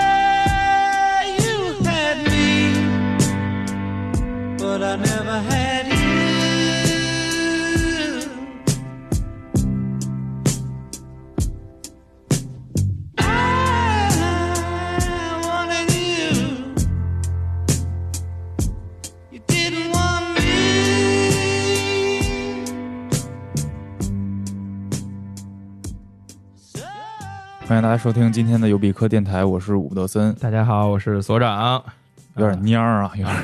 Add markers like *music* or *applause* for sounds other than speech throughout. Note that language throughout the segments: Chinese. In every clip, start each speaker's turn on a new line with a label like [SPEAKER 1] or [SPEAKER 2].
[SPEAKER 1] Mother, you had me, but I never had you. I wanted you, you didn't want me. So.
[SPEAKER 2] 欢迎大家收听今天的尤比克电台，我是伍德森，
[SPEAKER 3] 大家好，我是所长。
[SPEAKER 2] 有点蔫儿啊，有点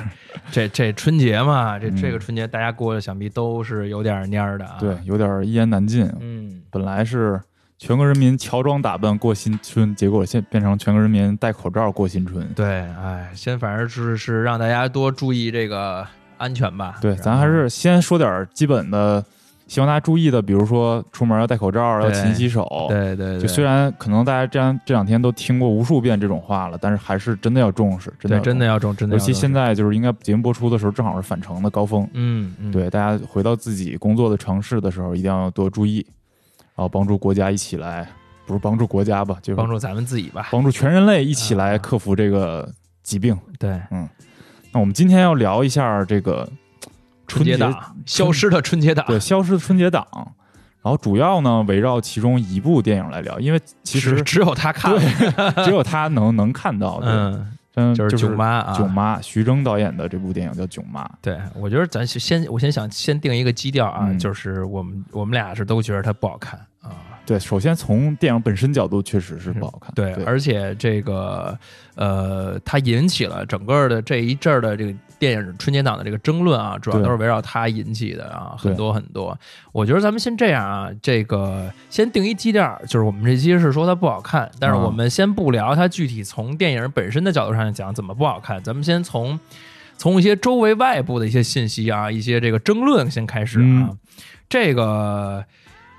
[SPEAKER 3] 这这春节嘛，
[SPEAKER 2] 嗯
[SPEAKER 3] 这这个春节大家过得想必都是有点蔫儿的啊。
[SPEAKER 2] 对，，有点一言难尽。
[SPEAKER 3] 嗯，
[SPEAKER 2] 本来是全国人民乔装打扮过新春，结果现变成全国人民戴口罩过新春。
[SPEAKER 3] 对，哎，先反正是是让大家多注意这个安全吧。
[SPEAKER 2] 对，
[SPEAKER 3] 然后
[SPEAKER 2] 咱还是先说点基本的，希望大家注意的，比如说出门要戴口罩，要
[SPEAKER 3] 对
[SPEAKER 2] 勤洗手。
[SPEAKER 3] 对对对，
[SPEAKER 2] 就虽然可能大家这样这两天都听过无数遍这种话了，但是还是真的要重视，真的
[SPEAKER 3] 对
[SPEAKER 2] 要
[SPEAKER 3] 真的要重，真的
[SPEAKER 2] 尤
[SPEAKER 3] 要
[SPEAKER 2] 其
[SPEAKER 3] 重
[SPEAKER 2] 现，在就是应该节目播出的时候，正好是返程的高峰。
[SPEAKER 3] 嗯嗯，
[SPEAKER 2] 对，大家回到自己工作的城市的时候，一定要多注意，然后帮助国家一起来，不是帮助国家吧，就是
[SPEAKER 3] 帮助咱们自己吧。
[SPEAKER 2] 帮助全人类一起来
[SPEAKER 3] 啊
[SPEAKER 2] 克服这个疾病。
[SPEAKER 3] 对，
[SPEAKER 2] 那我们今天要聊一下这个春
[SPEAKER 3] 节
[SPEAKER 2] 节
[SPEAKER 3] 档消失的春节档，
[SPEAKER 2] 对消失的春节档，然后主要呢围绕其中一部电影来聊，因为其实
[SPEAKER 3] 只只有他看了。
[SPEAKER 2] 对只有他能能看到，对，
[SPEAKER 3] 嗯，
[SPEAKER 2] 嗯，
[SPEAKER 3] 就是是囧妈啊，
[SPEAKER 2] 囧妈，徐峥导演的这部电影叫《囧妈》，
[SPEAKER 3] 对，我觉得咱先先，我先想先定一个基调啊，
[SPEAKER 2] 嗯
[SPEAKER 3] 就是我们我们俩是都觉得它不好看啊，
[SPEAKER 2] 对，首先从电影本身角度确实是不好看，
[SPEAKER 3] 对，
[SPEAKER 2] 对
[SPEAKER 3] 而且这个呃，它引起了整个的这一阵儿的这个电影春节档的这个争论啊，主要
[SPEAKER 2] 对
[SPEAKER 3] 都是围绕它引起的啊，
[SPEAKER 2] 对
[SPEAKER 3] 很多很多。我觉得咱们先这样啊，这个先定一基调，就是我们这期是说它不好看，但是
[SPEAKER 2] 啊
[SPEAKER 3] 我们先不聊它具体从电影本身的角度上讲怎么不好看，咱们先从。从一些周围外部的一些信息啊，一些这个争论先开始啊。
[SPEAKER 2] 嗯
[SPEAKER 3] 这个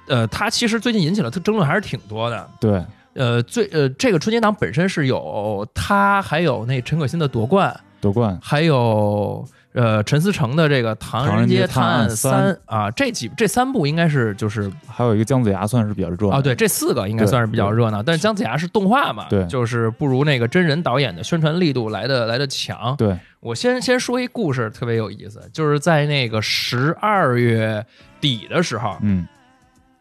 [SPEAKER 3] 呃，它其实最近引起了争论还是挺多的。
[SPEAKER 2] 对，
[SPEAKER 3] 呃，最呃，这个春节档本身是有他，还有那陈可辛的夺冠，
[SPEAKER 2] 夺冠
[SPEAKER 3] 还有呃陈思诚的这个《唐人
[SPEAKER 2] 唐
[SPEAKER 3] 探案
[SPEAKER 2] 人街探案
[SPEAKER 3] 三》啊，这几这三部应该是就是
[SPEAKER 2] 还有一个姜子牙算是比较热
[SPEAKER 3] 啊，
[SPEAKER 2] 门
[SPEAKER 3] 对，这四个应该
[SPEAKER 2] 对
[SPEAKER 3] 算是比较
[SPEAKER 2] 对
[SPEAKER 3] 热闹。但是姜子牙是动画嘛，
[SPEAKER 2] 对
[SPEAKER 3] 就是不如那个真人导演的宣传力度来的来的强。
[SPEAKER 2] 对
[SPEAKER 3] 我先先说一故事，特别有意思，就是在那个十二月底的时候，
[SPEAKER 2] 嗯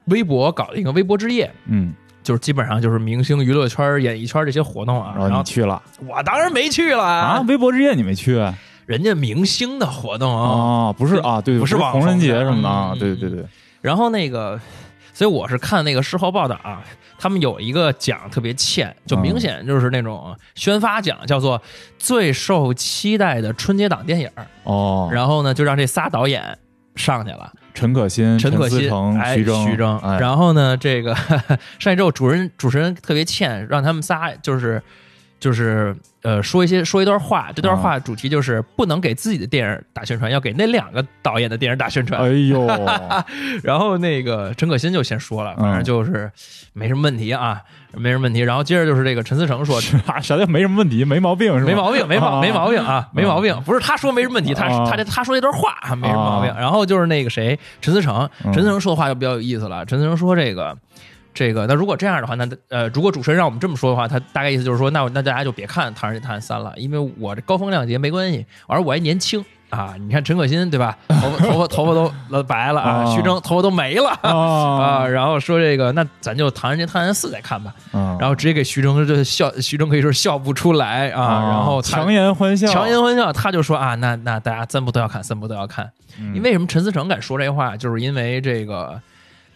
[SPEAKER 3] 微博搞了一个微博之夜，
[SPEAKER 2] 嗯，
[SPEAKER 3] 就是基本上就是明星、娱乐圈、演艺圈这些活动啊。
[SPEAKER 2] 然
[SPEAKER 3] 然
[SPEAKER 2] 后
[SPEAKER 3] 后
[SPEAKER 2] 哦你去了
[SPEAKER 3] 我当然没去了
[SPEAKER 2] 啊？微博之夜你没去啊？
[SPEAKER 3] 人家明星的活动啊。
[SPEAKER 2] 哦，不是啊，对，
[SPEAKER 3] 不是
[SPEAKER 2] 是
[SPEAKER 3] 网
[SPEAKER 2] 红
[SPEAKER 3] 红
[SPEAKER 2] 人节
[SPEAKER 3] 的
[SPEAKER 2] 什么的啊，
[SPEAKER 3] 嗯
[SPEAKER 2] 对
[SPEAKER 3] 嗯
[SPEAKER 2] 对对，
[SPEAKER 3] 然后那个，所以我是看那个事后报道啊，他们有一个奖特别欠，
[SPEAKER 2] 嗯
[SPEAKER 3] 就明显就是那种宣发奖，叫做最受期待的春节档电影儿。
[SPEAKER 2] 哦，
[SPEAKER 3] 然后呢，就让这仨导演上去了。
[SPEAKER 2] 陈可辛、
[SPEAKER 3] 陈可
[SPEAKER 2] 思
[SPEAKER 3] 辛、
[SPEAKER 2] 诚、
[SPEAKER 3] 哎
[SPEAKER 2] 徐峥、
[SPEAKER 3] 徐峥。
[SPEAKER 2] 哎，
[SPEAKER 3] 然后呢，这个上一周主人主持人特别欠，让他们仨就是就是呃说一些说一段话，这
[SPEAKER 2] 啊
[SPEAKER 3] 段话主题就是不能给自己的电影打宣传，要给那两个导演的电影打宣传。
[SPEAKER 2] *laughs* 哎呦，
[SPEAKER 3] *laughs* 然后那个陈可辛就先说了，反
[SPEAKER 2] 嗯
[SPEAKER 3] 正就是没什么问题啊，没什么问题。然后接着就是这个陈思
[SPEAKER 2] *laughs*
[SPEAKER 3] 诚说。
[SPEAKER 2] 啥啥叫没什么问题，没毛病是吧？
[SPEAKER 3] 没毛病，没毛
[SPEAKER 2] 啊
[SPEAKER 3] 没毛病啊，没毛病。不是他说没什么问题，他
[SPEAKER 2] 啊
[SPEAKER 3] 他他说那段话啊没什么毛病
[SPEAKER 2] 啊。
[SPEAKER 3] 然后就是那个谁，陈思诚，
[SPEAKER 2] 嗯
[SPEAKER 3] 陈思诚说的话就比较有意思了。陈思诚说这个。这个，那如果这样的话，那呃，如果主持人让我们这么说的话，他大概意思就是说，那我那大家就别看《唐人街探案三》了，因为我这高风亮节没关系，而我还年轻啊。你看陈可辛对吧？
[SPEAKER 2] *laughs*
[SPEAKER 3] 头发头发头发都呃白了啊，
[SPEAKER 2] 啊
[SPEAKER 3] 徐峥头发都没了
[SPEAKER 2] 啊
[SPEAKER 3] 啊。然后说这个，那咱就《唐人街探案四》再看吧。
[SPEAKER 2] 嗯，
[SPEAKER 3] 然后直接给徐峥就笑，徐峥可以说笑不出来啊。然后他
[SPEAKER 2] 强颜欢笑，
[SPEAKER 3] 强颜欢笑，他就说啊，那那大家三部都要看，三部都要看。
[SPEAKER 2] 嗯
[SPEAKER 3] 你为什么陈思诚敢说这话？就是因为这个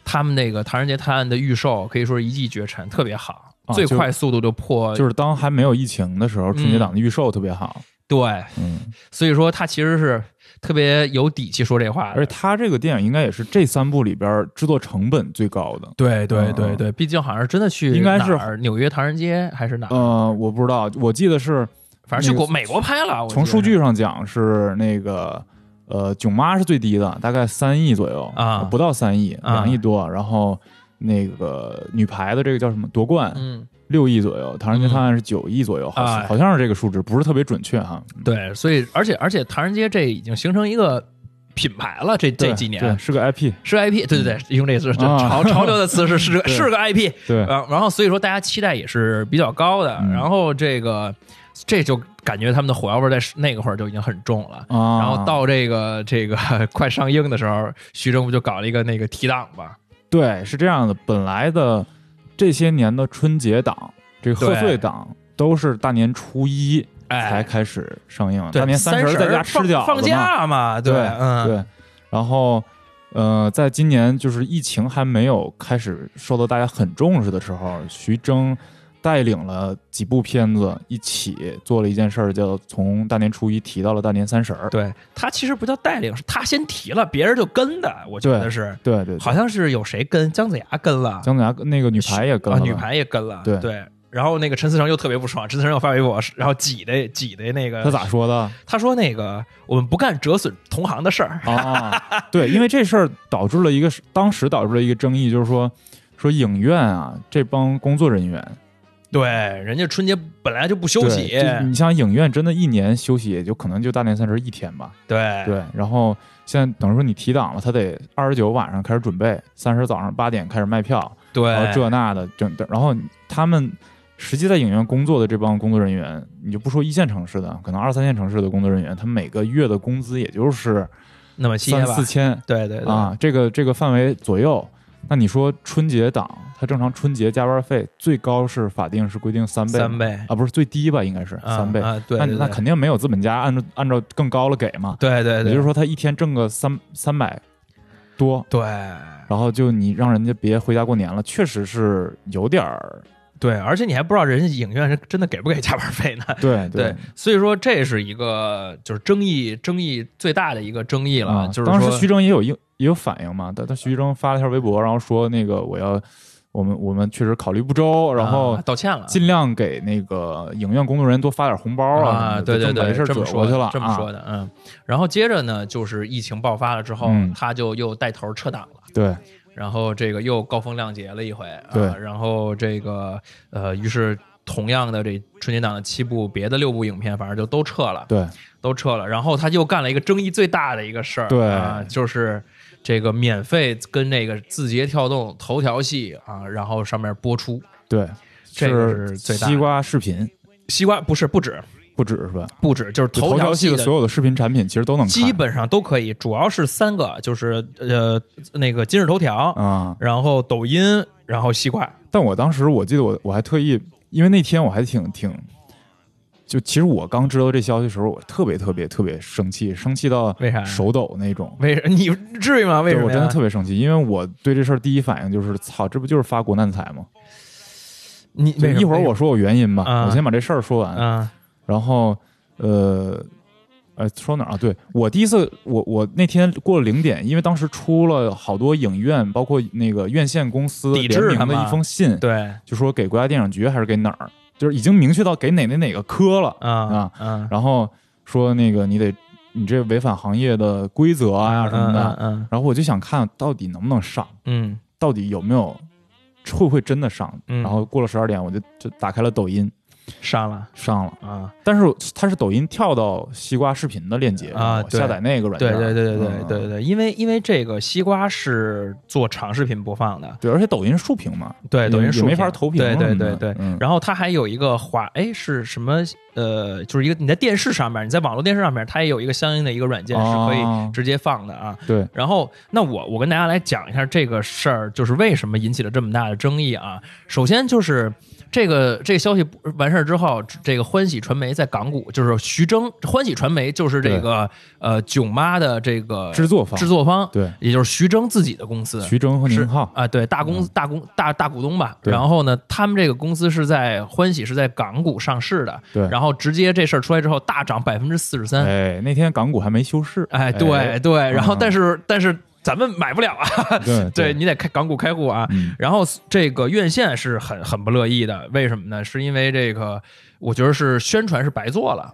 [SPEAKER 3] 他们那个《唐人街探案》的预售可以说是一骑绝尘，特别好，
[SPEAKER 2] 啊
[SPEAKER 3] 最
[SPEAKER 2] 就
[SPEAKER 3] 快速度就破，
[SPEAKER 2] 就是当还没有疫情的时候，春节档的预售特别好，
[SPEAKER 3] 对，
[SPEAKER 2] 嗯，
[SPEAKER 3] 所以说他其实是特别有底气说这话
[SPEAKER 2] 而且
[SPEAKER 3] 的。
[SPEAKER 2] 他这个电影应该也是这三部里边儿制作成本最高的。
[SPEAKER 3] 对
[SPEAKER 2] 对对
[SPEAKER 3] 对，嗯毕竟好像是真的去
[SPEAKER 2] 应该
[SPEAKER 3] 哪
[SPEAKER 2] 是
[SPEAKER 3] 儿纽约唐人街还是哪儿，
[SPEAKER 2] 呃，我不知道，我记得是
[SPEAKER 3] 反正去
[SPEAKER 2] 那个
[SPEAKER 3] 国美国拍了。我记得
[SPEAKER 2] 从数据上讲是那个呃，囧妈是最低的，大概三亿左右
[SPEAKER 3] 啊
[SPEAKER 2] 不到三亿，
[SPEAKER 3] 啊
[SPEAKER 2] 两亿多。然后那个女排的这个叫什么夺冠，
[SPEAKER 3] 嗯，
[SPEAKER 2] 六亿左右，《唐人街
[SPEAKER 3] 嗯
[SPEAKER 2] 探案》是九亿左右，好像
[SPEAKER 3] 哎
[SPEAKER 2] 好像是这个数值，不是特别准确哈。
[SPEAKER 3] 对，所以而且而且唐人街这已经形成一个品牌了，这这
[SPEAKER 2] 对
[SPEAKER 3] 几年
[SPEAKER 2] 对是个 IP，
[SPEAKER 3] 是 IP，对对对，用这是
[SPEAKER 2] 啊
[SPEAKER 3] 潮潮流的
[SPEAKER 2] *laughs*
[SPEAKER 3] 词是是个
[SPEAKER 2] 对
[SPEAKER 3] 是个 IP，
[SPEAKER 2] 对，
[SPEAKER 3] 啊，然后所以说大家期待也是比较高的，
[SPEAKER 2] 嗯
[SPEAKER 3] 然后这个这就感觉他们的火药味儿在那个会儿就已经很重了。
[SPEAKER 2] 啊，
[SPEAKER 3] 然后到这个这个 *laughs* 快上映的时候，徐峥不就搞了一个那个提档嘛？
[SPEAKER 2] 对是这样的，本来的这些年的春节档，这个贺
[SPEAKER 3] 对
[SPEAKER 2] 岁档都是大年初一才
[SPEAKER 3] 哎，
[SPEAKER 2] 开始上映，
[SPEAKER 3] 对
[SPEAKER 2] 大年三
[SPEAKER 3] 十
[SPEAKER 2] 十
[SPEAKER 3] 儿
[SPEAKER 2] 在家吃
[SPEAKER 3] 放
[SPEAKER 2] 饺
[SPEAKER 3] 放
[SPEAKER 2] 子嘛，
[SPEAKER 3] 假嘛，
[SPEAKER 2] 对
[SPEAKER 3] 嗯，
[SPEAKER 2] 对，然后。呃，在今年就是疫情还没有开始受到大家很重视的时候，徐峥带领了几部片子一起做了一件事儿，叫从大年初一提到了大年三十儿。
[SPEAKER 3] 对他其实不叫带领，是他先提了，别人就跟的，我觉得
[SPEAKER 2] 对
[SPEAKER 3] 是，
[SPEAKER 2] 对对，对
[SPEAKER 3] 好像是有谁跟姜子牙跟了，
[SPEAKER 2] 姜子牙那个女排也跟了
[SPEAKER 3] 啊，
[SPEAKER 2] 吧，
[SPEAKER 3] 女排也跟了，
[SPEAKER 2] 对
[SPEAKER 3] 然后那个陈思诚又特别不爽，陈思诚又发微博，然后挤的挤的那个
[SPEAKER 2] 他咋说
[SPEAKER 3] *laughs*
[SPEAKER 2] 的
[SPEAKER 3] 他说那个我们不干折损同行的事儿，
[SPEAKER 2] 啊？对，因为这事儿导致了一个当时导致了一个争议，就是说说影院啊这帮工作人员
[SPEAKER 3] 对，人家春节本来就不休息，
[SPEAKER 2] 对就是你像影院真的一年休息也就可能就大年三十一天吧，
[SPEAKER 3] 对
[SPEAKER 2] 对。然后现在等于说你提档了，他得二十九晚上开始准备，三十早上八点开始卖票，然后
[SPEAKER 3] 对
[SPEAKER 2] 这那的整整，然后他们。实际在影院工作的这帮工作人员，你就不说一线城市的，可能二三线城市的工作人员，他们每个月的工资也就是
[SPEAKER 3] 那么些
[SPEAKER 2] 三
[SPEAKER 3] 吧
[SPEAKER 2] 四，千
[SPEAKER 3] 对对对，
[SPEAKER 2] 啊，这个这个范围左右。那你说春节档，它正常春节加班费最高是法定是规定三倍
[SPEAKER 3] 三
[SPEAKER 2] 嘛
[SPEAKER 3] 倍
[SPEAKER 2] 啊，不是最低吧？应该是
[SPEAKER 3] 啊
[SPEAKER 2] 三倍。
[SPEAKER 3] 啊，对，
[SPEAKER 2] 那
[SPEAKER 3] 对
[SPEAKER 2] 那
[SPEAKER 3] 对
[SPEAKER 2] 肯定没有资本家按照按照更高了给嘛。
[SPEAKER 3] 对对对，
[SPEAKER 2] 也就是说，他一天挣个三三百多，
[SPEAKER 3] 对
[SPEAKER 2] 然后就你让人家别回家过年了，确实是有点儿
[SPEAKER 3] 对，而且你还不知道人家影院是真的给不给加班费呢。
[SPEAKER 2] 对
[SPEAKER 3] 对，所以说这是一个就是争议争议最大的一个争议了，
[SPEAKER 2] 啊，
[SPEAKER 3] 就是
[SPEAKER 2] 当时
[SPEAKER 3] 说
[SPEAKER 2] 徐峥也有应也有反应嘛，但但徐峥发了一条微博，然后说那个我要我们我们确实考虑不周，然后
[SPEAKER 3] 啊道歉了，
[SPEAKER 2] 尽量给那个影院工作人员多发点红包啊，
[SPEAKER 3] 对对
[SPEAKER 2] 这
[SPEAKER 3] 对，
[SPEAKER 2] 么把这事儿
[SPEAKER 3] 这么
[SPEAKER 2] 转
[SPEAKER 3] 说
[SPEAKER 2] 过去了
[SPEAKER 3] 的，，这么说
[SPEAKER 2] 啊，
[SPEAKER 3] 的，嗯。然后接着呢，就是疫情爆发了之后，
[SPEAKER 2] 嗯
[SPEAKER 3] 他就又带头撤档了。
[SPEAKER 2] 对，
[SPEAKER 3] 然后这个又高风亮节了一回，啊、
[SPEAKER 2] 对
[SPEAKER 3] 然后这个呃，于是同样的这春节档的七部，别的六部影片反正就都撤了，
[SPEAKER 2] 对，
[SPEAKER 3] 都撤了。然后他又干了一个争议最大的一个事儿，
[SPEAKER 2] 对
[SPEAKER 3] 啊，就是这个免费跟那个字节跳动头条系啊，然后上面播出
[SPEAKER 2] 对，
[SPEAKER 3] 这个是
[SPEAKER 2] 是
[SPEAKER 3] 最大的
[SPEAKER 2] 西瓜视频
[SPEAKER 3] 西瓜不是不止
[SPEAKER 2] 不止是吧？
[SPEAKER 3] 不止，就是
[SPEAKER 2] 就头
[SPEAKER 3] 条
[SPEAKER 2] 条系
[SPEAKER 3] 的
[SPEAKER 2] 的所有的视频产品其实都能看，
[SPEAKER 3] *laughs* 基本上都可以，主要是三个，就是呃那个今日头条，
[SPEAKER 2] 啊、
[SPEAKER 3] 然后抖音，然后西瓜。
[SPEAKER 2] 但我当时我记得我我还特意，因为那天我还挺挺，就其实我刚知道这消息的时候，我特别特别特别生气，生气到
[SPEAKER 3] 为啥
[SPEAKER 2] 手抖那种。
[SPEAKER 3] 为 *laughs* 什你至于吗？为
[SPEAKER 2] 对
[SPEAKER 3] 什
[SPEAKER 2] 我
[SPEAKER 3] 么呀？
[SPEAKER 2] 真的特别生气，因为我对这事儿第一反应就是，操，这不就是发国难财吗？
[SPEAKER 3] 你
[SPEAKER 2] 就一会儿我说我原因吧，
[SPEAKER 3] 啊
[SPEAKER 2] 我先把这事儿说完。
[SPEAKER 3] 嗯
[SPEAKER 2] 然后呃呃，说哪儿啊？对我第一次，我我那天过了零点，因为当时出了好多影院，包括那个院线公司
[SPEAKER 3] 抵制
[SPEAKER 2] 联
[SPEAKER 3] 他
[SPEAKER 2] 名的
[SPEAKER 3] 们
[SPEAKER 2] 一封信，
[SPEAKER 3] 对
[SPEAKER 2] 就说给国家电影局还是给哪儿，就是已经明确到给哪哪哪个科了，
[SPEAKER 3] 啊
[SPEAKER 2] 啊
[SPEAKER 3] 嗯
[SPEAKER 2] 然后说那个你得你这违反行业的规则啊什么的，
[SPEAKER 3] 嗯
[SPEAKER 2] 然后我就想看到底能不能上，
[SPEAKER 3] 嗯
[SPEAKER 2] 到底有没有。会不会真的上？
[SPEAKER 3] 嗯
[SPEAKER 2] 然后过了十二点，我就就打开了抖音，
[SPEAKER 3] 嗯上了
[SPEAKER 2] 上了。
[SPEAKER 3] 啊！
[SPEAKER 2] 但是它是抖音跳到西瓜视频的链接
[SPEAKER 3] 啊
[SPEAKER 2] 我
[SPEAKER 3] 对
[SPEAKER 2] 下载那个软件
[SPEAKER 3] 对
[SPEAKER 2] 儿。
[SPEAKER 3] 对对对对
[SPEAKER 2] 嗯
[SPEAKER 3] 对对，因为因为这个西瓜是做长视频播放的，
[SPEAKER 2] 对而且抖音竖屏嘛，
[SPEAKER 3] 对抖音
[SPEAKER 2] 也
[SPEAKER 3] 竖
[SPEAKER 2] 没法投屏
[SPEAKER 3] 对
[SPEAKER 2] 什
[SPEAKER 3] 对
[SPEAKER 2] 么
[SPEAKER 3] 对
[SPEAKER 2] 的
[SPEAKER 3] 对。
[SPEAKER 2] 嗯
[SPEAKER 3] 然后它还有一个滑，哎是什么？呃，就是一个你在电视上面，你在网络电视上面，它也有一个相应的一个软件是可
[SPEAKER 2] 哦
[SPEAKER 3] 以直接放的啊。
[SPEAKER 2] 对
[SPEAKER 3] 然后，那我我跟大家来讲一下这个事儿，就是为什么引起了这么大的争议啊？首先就是这个这个消息不完事儿事之后，这个欢喜传媒在港股就是徐峥，欢喜传媒就是这个呃囧妈的这个
[SPEAKER 2] 制作方
[SPEAKER 3] 制作方，
[SPEAKER 2] 对
[SPEAKER 3] 也就是徐峥自己的公司。
[SPEAKER 2] 徐峥和
[SPEAKER 3] 是
[SPEAKER 2] 宁浩，嗯
[SPEAKER 3] 啊，对，大公大公大大股东吧。
[SPEAKER 2] 对
[SPEAKER 3] 然后呢，他们这个公司是在欢喜是在港股上市的，
[SPEAKER 2] 对
[SPEAKER 3] 然后直接这事儿出来之后大涨百分之四十三，
[SPEAKER 2] 哎，那天港股还没休市，
[SPEAKER 3] 嗯哎，对对，然后但是、但是咱们买不了啊，
[SPEAKER 2] *laughs* 对
[SPEAKER 3] *laughs* 对你得开港股开户啊。
[SPEAKER 2] 嗯
[SPEAKER 3] *laughs* 然后这个院线是很很不乐意的，为什么呢？是因为这个，我觉得是宣传是白做了。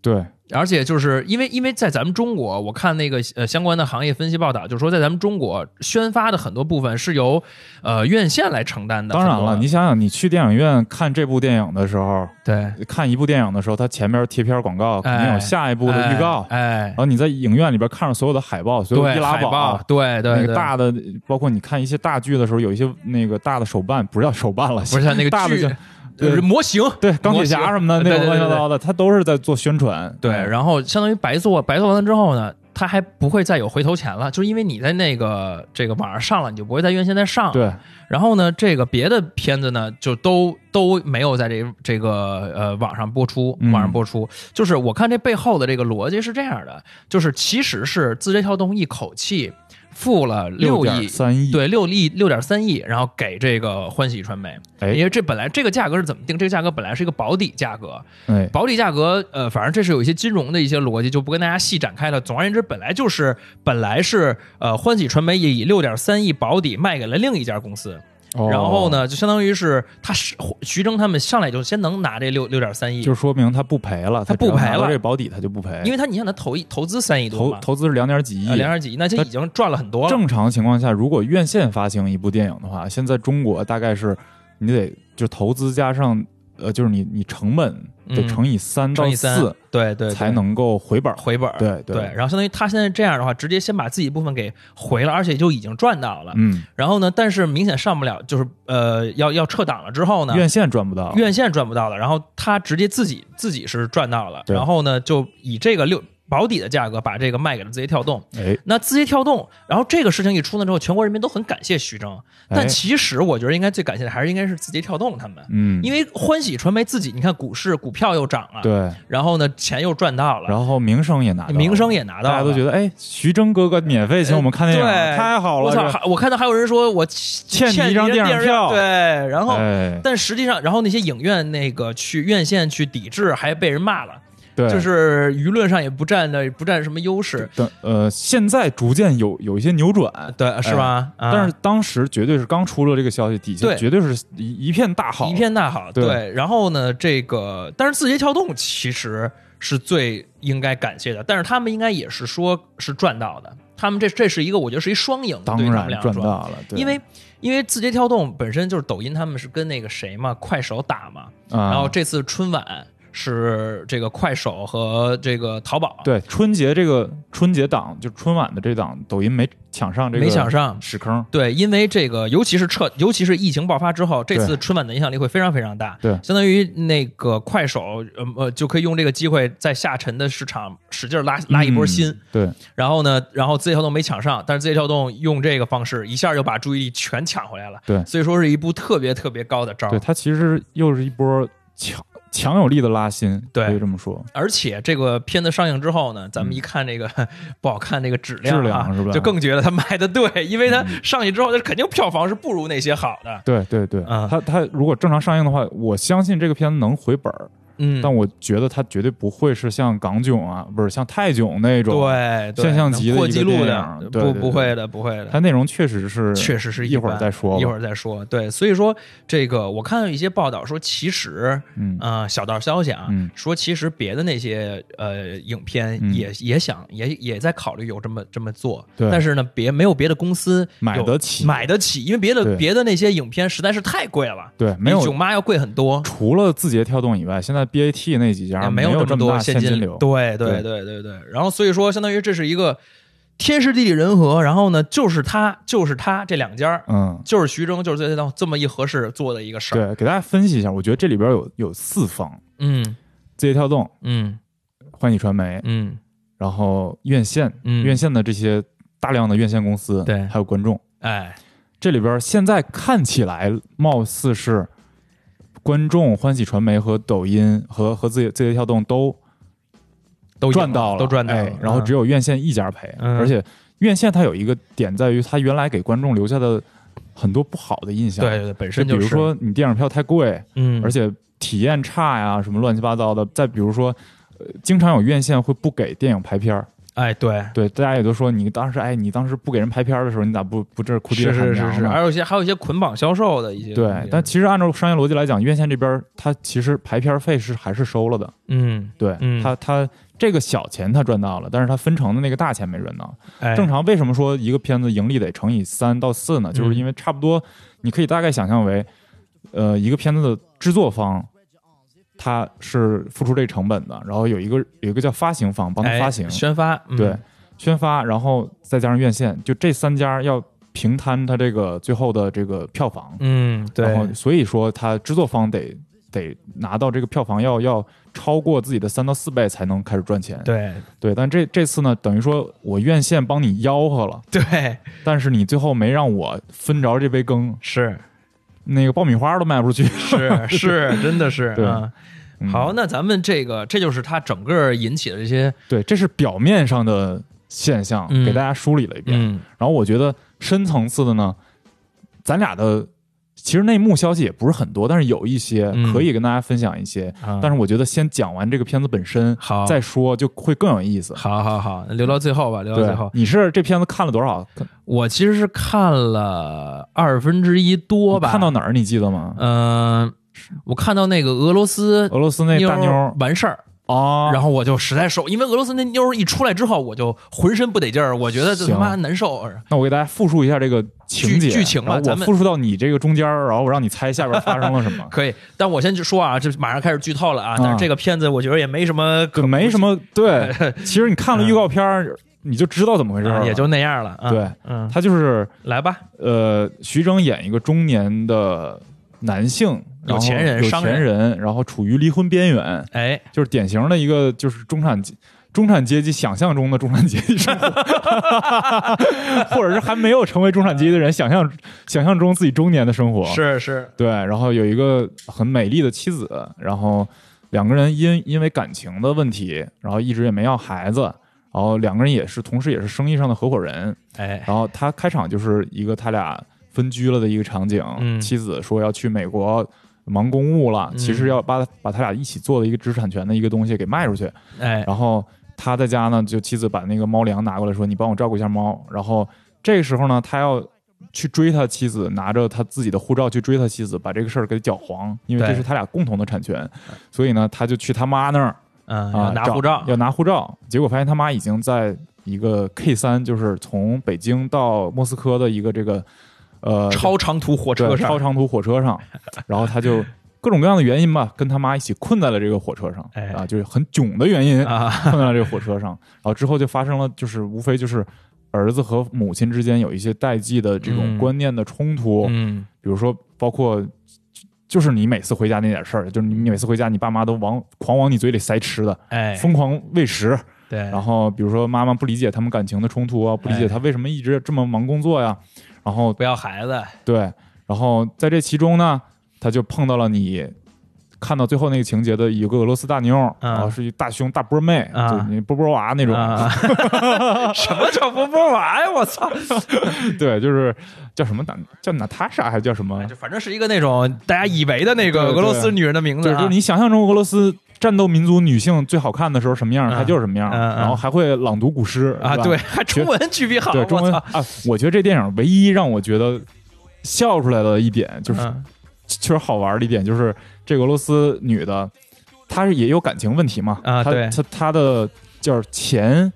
[SPEAKER 2] 对，
[SPEAKER 3] 而且就是因为因为在咱们中国，我看那个呃相关的行业分析报道，就是说在咱们中国宣发的很多部分是由呃院线来承担的。
[SPEAKER 2] 当然
[SPEAKER 3] 很多啊
[SPEAKER 2] 了，你想想，你去电影院看这部电影的时候，
[SPEAKER 3] 对
[SPEAKER 2] 看一部电影的时候，它前面贴片广告，肯定有下一部的预告。啊
[SPEAKER 3] 哎，
[SPEAKER 2] 然后你在影院里边看着所有的海报，所有
[SPEAKER 3] 对
[SPEAKER 2] 易拉
[SPEAKER 3] 海报
[SPEAKER 2] 宝，，
[SPEAKER 3] 对对
[SPEAKER 2] 那
[SPEAKER 3] 对
[SPEAKER 2] 个大的，包括你看一些大剧的时候，有一些那个大的手办，不是叫手办了，
[SPEAKER 3] 不是像
[SPEAKER 2] *laughs*
[SPEAKER 3] 那
[SPEAKER 2] 大
[SPEAKER 3] 个
[SPEAKER 2] 的
[SPEAKER 3] 剧
[SPEAKER 2] 就对
[SPEAKER 3] 模型，
[SPEAKER 2] 对钢
[SPEAKER 3] 模
[SPEAKER 2] 铁
[SPEAKER 3] 型
[SPEAKER 2] 侠什么的
[SPEAKER 3] 对
[SPEAKER 2] 那
[SPEAKER 3] 对
[SPEAKER 2] 种
[SPEAKER 3] 对
[SPEAKER 2] 乱七
[SPEAKER 3] 对
[SPEAKER 2] 八
[SPEAKER 3] 对
[SPEAKER 2] 糟的，它都是在做宣传。
[SPEAKER 3] 对，
[SPEAKER 2] 嗯
[SPEAKER 3] 然后相当于白做，白做完了之后呢，它还不会再有回头钱了，就是因为你在那个这个网上上了，你就不会在院线再上。，
[SPEAKER 2] 对
[SPEAKER 3] 然后呢，这个别的片子呢，就都都没有在这这个呃网上播出，
[SPEAKER 2] 嗯
[SPEAKER 3] 网上播出。就是我看这背后的这个逻辑是这样的，就是其实是字节跳动一口气付了六亿
[SPEAKER 2] 点。三亿，
[SPEAKER 3] 对，六亿六点三亿，然后给这个欢喜传媒，因
[SPEAKER 2] 哎
[SPEAKER 3] 为这本来这个价格是怎么定？这个价格本来是一个保底价格，
[SPEAKER 2] 哎，
[SPEAKER 3] 保底价格，呃，反正这是有一些金融的一些逻辑，就不跟大家细展开了。总而言之，本来就是本来是呃，欢喜传媒也以六点三亿保底卖给了另一家公司，
[SPEAKER 2] 哦
[SPEAKER 3] 然后？呢，就相当于是他是徐峥他们上来就先能拿这六六点三亿，
[SPEAKER 2] 就说明他不赔了，他
[SPEAKER 3] 他不
[SPEAKER 2] 只要拿
[SPEAKER 3] 赔
[SPEAKER 2] 到
[SPEAKER 3] 了
[SPEAKER 2] 这保底他就不赔，
[SPEAKER 3] 因为他你想他投一投资三亿多
[SPEAKER 2] 投
[SPEAKER 3] 嘛，
[SPEAKER 2] 投资是两点几亿，
[SPEAKER 3] 呃两点几亿，那就
[SPEAKER 2] 他
[SPEAKER 3] 已经赚了很多了。
[SPEAKER 2] 正常情况下，如果院线发行一部电影的话，现在中国大概是你得就投资加上呃，就是你你成本得
[SPEAKER 3] 嗯
[SPEAKER 2] 乘以三
[SPEAKER 3] 乘
[SPEAKER 2] 到
[SPEAKER 3] 以三
[SPEAKER 2] 四，
[SPEAKER 3] 对对对
[SPEAKER 2] 才能够回本儿。
[SPEAKER 3] 回本儿。
[SPEAKER 2] 对
[SPEAKER 3] 对
[SPEAKER 2] 对
[SPEAKER 3] 然后相当于他现在这样的话，直接先把自己部分给回了，而且就已经赚到了。
[SPEAKER 2] 嗯，
[SPEAKER 3] 然后呢，但是明显上不了，就是呃，要要撤档了之后呢，
[SPEAKER 2] 院线赚不到。
[SPEAKER 3] 院线赚不到了，然后他直接自己自己是赚到了，
[SPEAKER 2] 对
[SPEAKER 3] 然后呢就以这个六保底的价格把这个卖给了字节跳动。
[SPEAKER 2] 哎，
[SPEAKER 3] 那字节跳动，然后这个事情一出呢之后，全国人民都很感谢徐峥，但
[SPEAKER 2] 哎
[SPEAKER 3] 其实我觉得应该最感谢的还是应该是字节跳动他们，
[SPEAKER 2] 嗯，
[SPEAKER 3] 因为欢喜传媒自己，你看股市股票又涨了，
[SPEAKER 2] 对，
[SPEAKER 3] 然后呢钱又赚到了，
[SPEAKER 2] 然后名声也拿到了，
[SPEAKER 3] 名声也拿到
[SPEAKER 2] 大
[SPEAKER 3] 了，
[SPEAKER 2] 家都觉得哎，徐峥哥哥免费请我们看电影，
[SPEAKER 3] 对
[SPEAKER 2] 太好了，
[SPEAKER 3] 我操，
[SPEAKER 2] 这
[SPEAKER 3] 还我看到还有人说我欠
[SPEAKER 2] 欠你一张
[SPEAKER 3] 人
[SPEAKER 2] 电影
[SPEAKER 3] 电
[SPEAKER 2] 票
[SPEAKER 3] 对，然后。
[SPEAKER 2] 哎，
[SPEAKER 3] 但实际上，然后那些影院那个去院线去抵制，还被人骂了，
[SPEAKER 2] 对，
[SPEAKER 3] 就是舆论上也不占的不占什么优势，
[SPEAKER 2] 等呃，现在逐渐有有一些扭转，
[SPEAKER 3] 对，是吧？啊
[SPEAKER 2] 但是当时绝对是刚出了这个消息，底下
[SPEAKER 3] 对
[SPEAKER 2] 绝对是一一片大好，
[SPEAKER 3] 一片大好，
[SPEAKER 2] 对
[SPEAKER 3] 对。然后呢，这个但是字节跳动其实是最应该感谢的，但是他们应该也是说是赚到的，他们这这是一个我觉得是一双赢，
[SPEAKER 2] 当
[SPEAKER 3] 对于他
[SPEAKER 2] 然
[SPEAKER 3] 们俩
[SPEAKER 2] 赚
[SPEAKER 3] 说。
[SPEAKER 2] 到了，对
[SPEAKER 3] 因为因为字节跳动本身就是抖音，他们是跟那个谁嘛，快手打嘛，
[SPEAKER 2] 啊，
[SPEAKER 3] 然后这次春晚是这个快手和这个淘宝，
[SPEAKER 2] 对春节这个春节档就春晚的这档，抖音没抢上这个
[SPEAKER 3] 没抢上。
[SPEAKER 2] 屎坑，
[SPEAKER 3] 对，因为这个，尤其是撤，尤其是疫情爆发之后，这次
[SPEAKER 2] 对
[SPEAKER 3] 春晚的影响力会非常非常大。
[SPEAKER 2] 对
[SPEAKER 3] 相当于那个快手，呃呃，就可以用这个机会在下沉的市场使劲拉拉一波新。
[SPEAKER 2] 嗯对，
[SPEAKER 3] 然后呢，然后字节跳动没抢上，但是字节跳动用这个方式一下就把注意力全抢回来了。
[SPEAKER 2] 对
[SPEAKER 3] 所以说是一步特别特别高的招。
[SPEAKER 2] 对，它其实又是一波强强有力的拉新，
[SPEAKER 3] 对
[SPEAKER 2] 可以这么说，
[SPEAKER 3] 而且这个片子上映之后呢，咱们一看这个、不好看，这个质量、
[SPEAKER 2] 嗯
[SPEAKER 3] 啊、
[SPEAKER 2] 质量是吧嗯
[SPEAKER 3] 就更觉得他卖的对，因为他上去之后，他肯定票房是不如那些好的。
[SPEAKER 2] 对对对，
[SPEAKER 3] 啊
[SPEAKER 2] 它它如果正常上映的话，我相信这个片子能回本儿，
[SPEAKER 3] 嗯，
[SPEAKER 2] 但我觉得它绝对不会是像港囧啊，不是像泰囧那种，，
[SPEAKER 3] 对对
[SPEAKER 2] 现象级的
[SPEAKER 3] 破
[SPEAKER 2] 一个
[SPEAKER 3] 纪录
[SPEAKER 2] 电
[SPEAKER 3] 的
[SPEAKER 2] 影，对
[SPEAKER 3] 不
[SPEAKER 2] 对
[SPEAKER 3] 不
[SPEAKER 2] 对
[SPEAKER 3] 会的，不会的。
[SPEAKER 2] 它内容确实是
[SPEAKER 3] 确实是
[SPEAKER 2] 一会
[SPEAKER 3] 般
[SPEAKER 2] 儿再说吧，
[SPEAKER 3] 一会儿再说。对，所以说这个我看到一些报道说，其实，
[SPEAKER 2] 嗯
[SPEAKER 3] 呃，小道消息啊，
[SPEAKER 2] 嗯
[SPEAKER 3] 说其实别的那些呃影片
[SPEAKER 2] 嗯
[SPEAKER 3] 也、也想也也在考虑有这么这么做，
[SPEAKER 2] 对
[SPEAKER 3] 但是呢，别没有别的公司
[SPEAKER 2] 买
[SPEAKER 3] 有
[SPEAKER 2] 得起
[SPEAKER 3] 买得起，因为别的
[SPEAKER 2] 对
[SPEAKER 3] 别的那些影片实在是太贵了，
[SPEAKER 2] 对没有
[SPEAKER 3] 比囧妈要贵很多，
[SPEAKER 2] 除了字节跳动以外，现在 BAT 那几
[SPEAKER 3] 也
[SPEAKER 2] 家
[SPEAKER 3] 没
[SPEAKER 2] 有
[SPEAKER 3] 这么
[SPEAKER 2] 么
[SPEAKER 3] 多
[SPEAKER 2] 大现
[SPEAKER 3] 金
[SPEAKER 2] 流。
[SPEAKER 3] 对对对对对。然后所以说，相当于这是一个天时地利人和，然后呢，就是他就是他这两家儿，
[SPEAKER 2] 嗯，
[SPEAKER 3] 就是徐峥，就是这这这么一合适做的一个事儿。
[SPEAKER 2] 对，给大家分析一下，我觉得这里边有有四方：
[SPEAKER 3] 嗯
[SPEAKER 2] 字节跳动、
[SPEAKER 3] 嗯
[SPEAKER 2] 欢喜传媒，
[SPEAKER 3] 嗯，
[SPEAKER 2] 然后院线，
[SPEAKER 3] 嗯
[SPEAKER 2] 院线的这些大量的院线公司，
[SPEAKER 3] 对
[SPEAKER 2] 还有观众。
[SPEAKER 3] 哎，
[SPEAKER 2] 这里边现在看起来貌似是观众、欢喜传媒和抖音和和字节字节跳动都
[SPEAKER 3] 都赢
[SPEAKER 2] 赚到了，
[SPEAKER 3] 都赚到了
[SPEAKER 2] 哎然后只有院线一家赔，
[SPEAKER 3] 嗯
[SPEAKER 2] 而且院线它有一个点在于，它原来给观众留下的很多不好的印象，
[SPEAKER 3] 对，对对，本
[SPEAKER 2] 就
[SPEAKER 3] 身
[SPEAKER 2] 比
[SPEAKER 3] 就
[SPEAKER 2] 如
[SPEAKER 3] 是，
[SPEAKER 2] 说你电影票太贵，
[SPEAKER 3] 嗯，
[SPEAKER 2] 而且体验差呀，什么乱七八糟的。再比如说，呃经常有院线会不给电影排片儿，
[SPEAKER 3] 哎，对，
[SPEAKER 2] 对，大家也都说你当时，哎，你当时不给人排片儿的时候，你咋不不这儿哭爹
[SPEAKER 3] 是
[SPEAKER 2] 喊
[SPEAKER 3] 是
[SPEAKER 2] 娘
[SPEAKER 3] 是是，
[SPEAKER 2] 呢
[SPEAKER 3] 还有一些还有一些捆绑销售的一些东西，
[SPEAKER 2] 对，但其实按照商业逻辑来讲，院线这边儿它其实排片儿费是还是收了的，
[SPEAKER 3] 嗯，
[SPEAKER 2] 对，
[SPEAKER 3] 嗯
[SPEAKER 2] 它它这个小钱它赚到了，但是它分成的那个大钱没赚到。
[SPEAKER 3] 哎，嗯
[SPEAKER 2] 正常为什么说一个片子盈利得乘以三到四呢？就是因为差不多，你可以大概想象为，呃，一个片子的制作方，他是付出这个成本的，然后有一个有一个叫发行方帮他
[SPEAKER 3] 哎
[SPEAKER 2] 发行，
[SPEAKER 3] 宣发，嗯
[SPEAKER 2] 对，宣发，然后再加上院线，就这三家要平摊他这个最后的这个票房。
[SPEAKER 3] 嗯，对，
[SPEAKER 2] 然后所以说他制作方得得拿到这个票房要要超过自己的三到四倍才能开始赚钱。
[SPEAKER 3] 对
[SPEAKER 2] 对，但这这次呢，等于说我院线帮你吆喝了。
[SPEAKER 3] 对
[SPEAKER 2] 但是你最后没让我分着这杯羹，
[SPEAKER 3] 是
[SPEAKER 2] 那个爆米花都卖不出去。
[SPEAKER 3] 是是，真的是，
[SPEAKER 2] 对
[SPEAKER 3] 嗯
[SPEAKER 2] 嗯
[SPEAKER 3] *laughs* 好，，那咱们这个这就是它整个引起的这些，
[SPEAKER 2] 对，这是表面上的现象，
[SPEAKER 3] 嗯
[SPEAKER 2] 给大家梳理了一遍。
[SPEAKER 3] 嗯
[SPEAKER 2] 然后我觉得深层次的呢，咱俩的其实内幕消息也不是很多，但是有一些
[SPEAKER 3] 嗯
[SPEAKER 2] 可以跟大家分享一些。
[SPEAKER 3] 啊，
[SPEAKER 2] 但是我觉得先讲完这个片子本身，
[SPEAKER 3] 好，
[SPEAKER 2] 再说就会更有意思。
[SPEAKER 3] 好好好，留到最后吧，留到最
[SPEAKER 2] 对
[SPEAKER 3] 后，。
[SPEAKER 2] 你是这片子看了多少？看
[SPEAKER 3] 我其实是看了二分之一多吧，
[SPEAKER 2] 看到哪儿你记得吗？
[SPEAKER 3] 嗯，我看到那个俄罗斯
[SPEAKER 2] 俄罗斯那大妞
[SPEAKER 3] 呃儿
[SPEAKER 2] 儿
[SPEAKER 3] 完事儿，
[SPEAKER 2] 啊，
[SPEAKER 3] 然后我就实在受，因为俄罗斯那妞儿一出来之后，我就浑身不得劲儿，我觉得这他妈
[SPEAKER 2] 行
[SPEAKER 3] 难受。
[SPEAKER 2] 那我给大家复述一下这个情节
[SPEAKER 3] 剧剧情吧
[SPEAKER 2] 然后我
[SPEAKER 3] 咱们
[SPEAKER 2] 复述到你这个中间儿，然后我让你猜下边发生了什
[SPEAKER 3] *laughs*。
[SPEAKER 2] 么
[SPEAKER 3] 可以，但我先就说啊，这马上开始剧透了啊！
[SPEAKER 2] 啊
[SPEAKER 3] 但是这个片子我觉得也没什么可，嗯
[SPEAKER 2] 就没什么对，
[SPEAKER 3] *laughs*
[SPEAKER 2] 其实你看了预告片儿，你就知道怎么回事儿
[SPEAKER 3] 啊
[SPEAKER 2] 了。
[SPEAKER 3] 也就那样了。啊、
[SPEAKER 2] 对，
[SPEAKER 3] 嗯，
[SPEAKER 2] 他就是
[SPEAKER 3] 来吧，
[SPEAKER 2] 呃，徐峥演一个中年的男性，然后
[SPEAKER 3] 有钱人
[SPEAKER 2] 有
[SPEAKER 3] 商
[SPEAKER 2] 钱人，然后处于离婚边缘，
[SPEAKER 3] 哎，
[SPEAKER 2] 就是典型的一个就是中产阶中产阶级想象中的中产阶级生活， *laughs* 或者是还没有成为中产阶级的人想象想象中自己中年的生活
[SPEAKER 3] 是是，
[SPEAKER 2] 对，然后有一个很美丽的妻子，然后两个人因因为感情的问题，然后一直也没要孩子，然后两个人也是同时也是生意上的合伙人，
[SPEAKER 3] 哎，
[SPEAKER 2] 然后他开场就是一个他俩分居了的一个场景，
[SPEAKER 3] 嗯
[SPEAKER 2] 妻子说要去美国。忙公务了，
[SPEAKER 3] 嗯
[SPEAKER 2] 其实要把把他俩一起做的一个知识产权的一个东西给卖出去，
[SPEAKER 3] 哎，
[SPEAKER 2] 然后他在家呢，就妻子把那个猫粮拿过来说：“你帮我照顾一下猫。”然后这个时候呢，他要去追他妻子，拿着他自己的护照去追他妻子，把这个事儿给搅黄，因为这
[SPEAKER 3] 对
[SPEAKER 2] 是他俩共同的产权，所以呢，他就去他妈那儿
[SPEAKER 3] 嗯，
[SPEAKER 2] 啊
[SPEAKER 3] 要拿
[SPEAKER 2] 找
[SPEAKER 3] 护照，
[SPEAKER 2] 要拿护照，结果发现他妈已经在一个 K 三，就是从北京到莫斯科的一个这个呃
[SPEAKER 3] 超长途火
[SPEAKER 2] 对超
[SPEAKER 3] 车上，啊
[SPEAKER 2] 长途火车上，然后他就。各种各样的原因吧，跟他妈一起困在了这个火车上，
[SPEAKER 3] 哎
[SPEAKER 2] 啊，就是很囧的原因
[SPEAKER 3] 啊，
[SPEAKER 2] *laughs* 碰到这个火车上，然后之后就发生了，就是无非就是儿子和母亲之间有一些代际的这种
[SPEAKER 3] 嗯
[SPEAKER 2] 观念的冲突，
[SPEAKER 3] 嗯，
[SPEAKER 2] 比如说包括就是你每次回家那点事儿，就是你每次回家，你爸妈都往狂往你嘴里塞吃的，
[SPEAKER 3] 哎，
[SPEAKER 2] 疯狂喂食，
[SPEAKER 3] 对，
[SPEAKER 2] 然后比如说妈妈不理解他们感情的冲突啊，不理
[SPEAKER 3] 哎
[SPEAKER 2] 解他为什么一直这么忙工作呀，然后
[SPEAKER 3] 不要孩子，
[SPEAKER 2] 对，然后在这其中呢，他就碰到了你看到最后那个情节的有个俄罗斯大妞儿，
[SPEAKER 3] 嗯
[SPEAKER 2] 然后是一大胸大波妹，
[SPEAKER 3] 嗯
[SPEAKER 2] 就是你波波娃那种，
[SPEAKER 3] 啊，
[SPEAKER 2] *laughs*
[SPEAKER 3] 什么叫波波娃哎呀？我操！
[SPEAKER 2] 对，就是叫什么娜叫娜塔莎还是叫什么？
[SPEAKER 3] 哎就反正是一个那种大家以为的那个
[SPEAKER 2] 哎对对
[SPEAKER 3] 俄罗斯女人的名字
[SPEAKER 2] 对，
[SPEAKER 3] 啊，
[SPEAKER 2] 就是你想象中俄罗斯战斗民族女性最好看的时候什么样，
[SPEAKER 3] 嗯
[SPEAKER 2] 她就是什么样，
[SPEAKER 3] 嗯嗯
[SPEAKER 2] 然后还会朗读古诗
[SPEAKER 3] 啊，
[SPEAKER 2] 是吧 *laughs*
[SPEAKER 3] 对，还中文区别好， *laughs*
[SPEAKER 2] 对中文
[SPEAKER 3] 我
[SPEAKER 2] 啊
[SPEAKER 3] 操，，
[SPEAKER 2] 我觉得这电影唯一让我觉得笑出来的一点就是
[SPEAKER 3] 嗯
[SPEAKER 2] 确实好玩的一点就是，这个俄罗斯女的，她是也有感情问题嘛？
[SPEAKER 3] 啊
[SPEAKER 2] 她
[SPEAKER 3] 对
[SPEAKER 2] 她她的叫前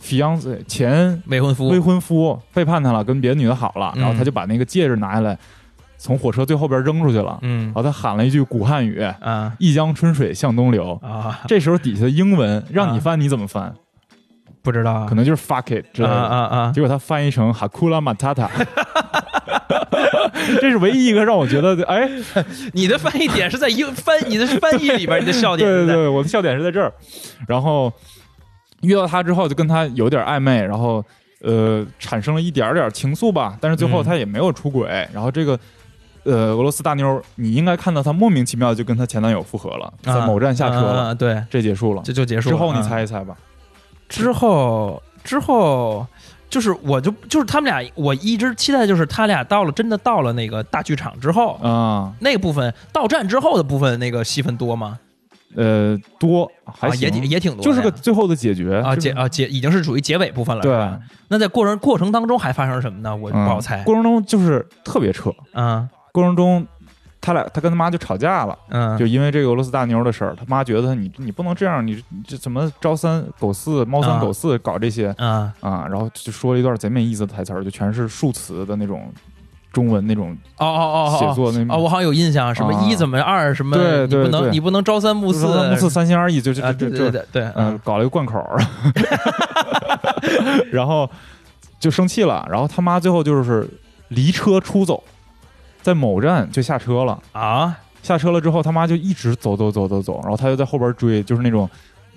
[SPEAKER 2] fiance 前
[SPEAKER 3] 未婚夫
[SPEAKER 2] 未，婚夫背叛她了，跟别的女的好了，
[SPEAKER 3] 嗯
[SPEAKER 2] 然后她就把那个戒指拿下来，从火车最后边扔出去了，
[SPEAKER 3] 嗯
[SPEAKER 2] 然后她喊了一句古汉语
[SPEAKER 3] 啊
[SPEAKER 2] “一江春水向东流”。
[SPEAKER 3] 啊，
[SPEAKER 2] 这时候底下的英文让你翻，你怎么翻？
[SPEAKER 3] 不知道啊
[SPEAKER 2] 可能就是 fuck it 之类
[SPEAKER 3] 啊
[SPEAKER 2] 的。
[SPEAKER 3] 啊啊，
[SPEAKER 2] 结果他翻译成 “Hakula Matata”，这是唯一一个让我觉得哎，
[SPEAKER 3] 你的翻译点是在英翻，你的翻译里边，你的笑点
[SPEAKER 2] 对
[SPEAKER 3] 是
[SPEAKER 2] 对
[SPEAKER 3] 在
[SPEAKER 2] 对，我的笑点是在这儿。然后遇到他之后，就跟他有点暧昧，然后呃，产生了一点点情愫吧。但是最后
[SPEAKER 3] 嗯
[SPEAKER 2] 他也没有出轨。然后这个呃俄罗斯大妞儿，你应该看到她莫名其妙就跟她前男友复合了，在某站下车
[SPEAKER 3] 啊
[SPEAKER 2] 了，
[SPEAKER 3] 啊对，
[SPEAKER 2] 这结束了。
[SPEAKER 3] 这就结束
[SPEAKER 2] 之
[SPEAKER 3] 了。
[SPEAKER 2] 后你
[SPEAKER 3] 啊
[SPEAKER 2] 猜一猜吧，
[SPEAKER 3] 之后之后就是我就就是他们俩，我一直期待就是他俩到了真的到了那个大剧场之后，
[SPEAKER 2] 啊，
[SPEAKER 3] 那个部分到站之后的部分那个戏份多吗？
[SPEAKER 2] 呃，多还
[SPEAKER 3] 啊，也
[SPEAKER 2] 行，
[SPEAKER 3] 挺也挺多的
[SPEAKER 2] 就
[SPEAKER 3] 呀，
[SPEAKER 2] 是个最后的解决
[SPEAKER 3] 啊
[SPEAKER 2] 就是
[SPEAKER 3] 结啊结已经是属于结尾部分了，
[SPEAKER 2] 对
[SPEAKER 3] 是吧。那在过程过程当中还发生了什么呢？我不
[SPEAKER 2] 嗯
[SPEAKER 3] 好猜。
[SPEAKER 2] 过程中就是特别扯，
[SPEAKER 3] 嗯
[SPEAKER 2] 过程中他俩他跟他妈就吵架了。
[SPEAKER 3] 嗯，
[SPEAKER 2] 就因为这个俄罗斯大妞的事儿，他妈觉得你你不能这样，你你这怎么朝三狗四、猫三
[SPEAKER 3] 啊
[SPEAKER 2] 狗四搞这些
[SPEAKER 3] 啊
[SPEAKER 2] 啊？然后就说了一段贼没意思的台词儿，就全是数词的那种中文那种
[SPEAKER 3] 哦哦哦
[SPEAKER 2] 写
[SPEAKER 3] 哦
[SPEAKER 2] 作那
[SPEAKER 3] 哦，我好像有印象，什么
[SPEAKER 2] 啊
[SPEAKER 3] 一怎么二什么，
[SPEAKER 2] 对
[SPEAKER 3] 你不
[SPEAKER 2] 对对
[SPEAKER 3] 能你不能朝三暮
[SPEAKER 2] 不
[SPEAKER 3] 四
[SPEAKER 2] 三不四三心二意，就就
[SPEAKER 3] 啊，
[SPEAKER 2] 就
[SPEAKER 3] 对
[SPEAKER 2] 就
[SPEAKER 3] 对
[SPEAKER 2] 就
[SPEAKER 3] 对对，
[SPEAKER 2] 嗯，搞了一个贯口
[SPEAKER 3] *laughs*
[SPEAKER 2] 儿，然后就生气了，然后他妈最后就是离车出走，在某站就下车了。
[SPEAKER 3] 啊
[SPEAKER 2] 下车了之后，他妈就一直走走走走走，然后他就在后边追，就是那种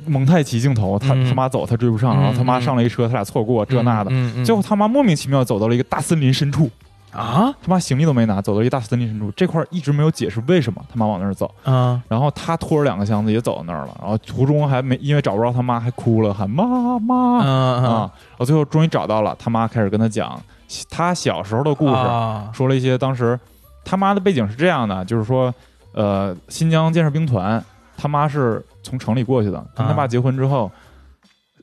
[SPEAKER 2] 蒙太奇镜头，他、
[SPEAKER 3] 嗯
[SPEAKER 2] 他妈走他追不上，然后他妈
[SPEAKER 3] 嗯嗯
[SPEAKER 2] 上了一车，他俩错过这那的，
[SPEAKER 3] 嗯嗯嗯
[SPEAKER 2] 最后他妈莫名其妙走到了一个大森林深处，
[SPEAKER 3] 啊
[SPEAKER 2] 他妈行李都没拿，走到一个大森林深处，这块儿一直没有解释为什么他妈往那儿走，
[SPEAKER 3] 嗯
[SPEAKER 2] 然后他拖着两个箱子也走到那儿了，然后途中还没因为找不着他妈还哭了，喊妈妈啊、
[SPEAKER 3] 嗯嗯
[SPEAKER 2] 然后最后终于找到了，他妈开始跟他讲他小时候的故事，
[SPEAKER 3] 啊
[SPEAKER 2] 说了一些当时他妈的背景是这样的，就是说，呃，新疆建设兵团，他妈是从城里过去的，跟他爸结婚之后，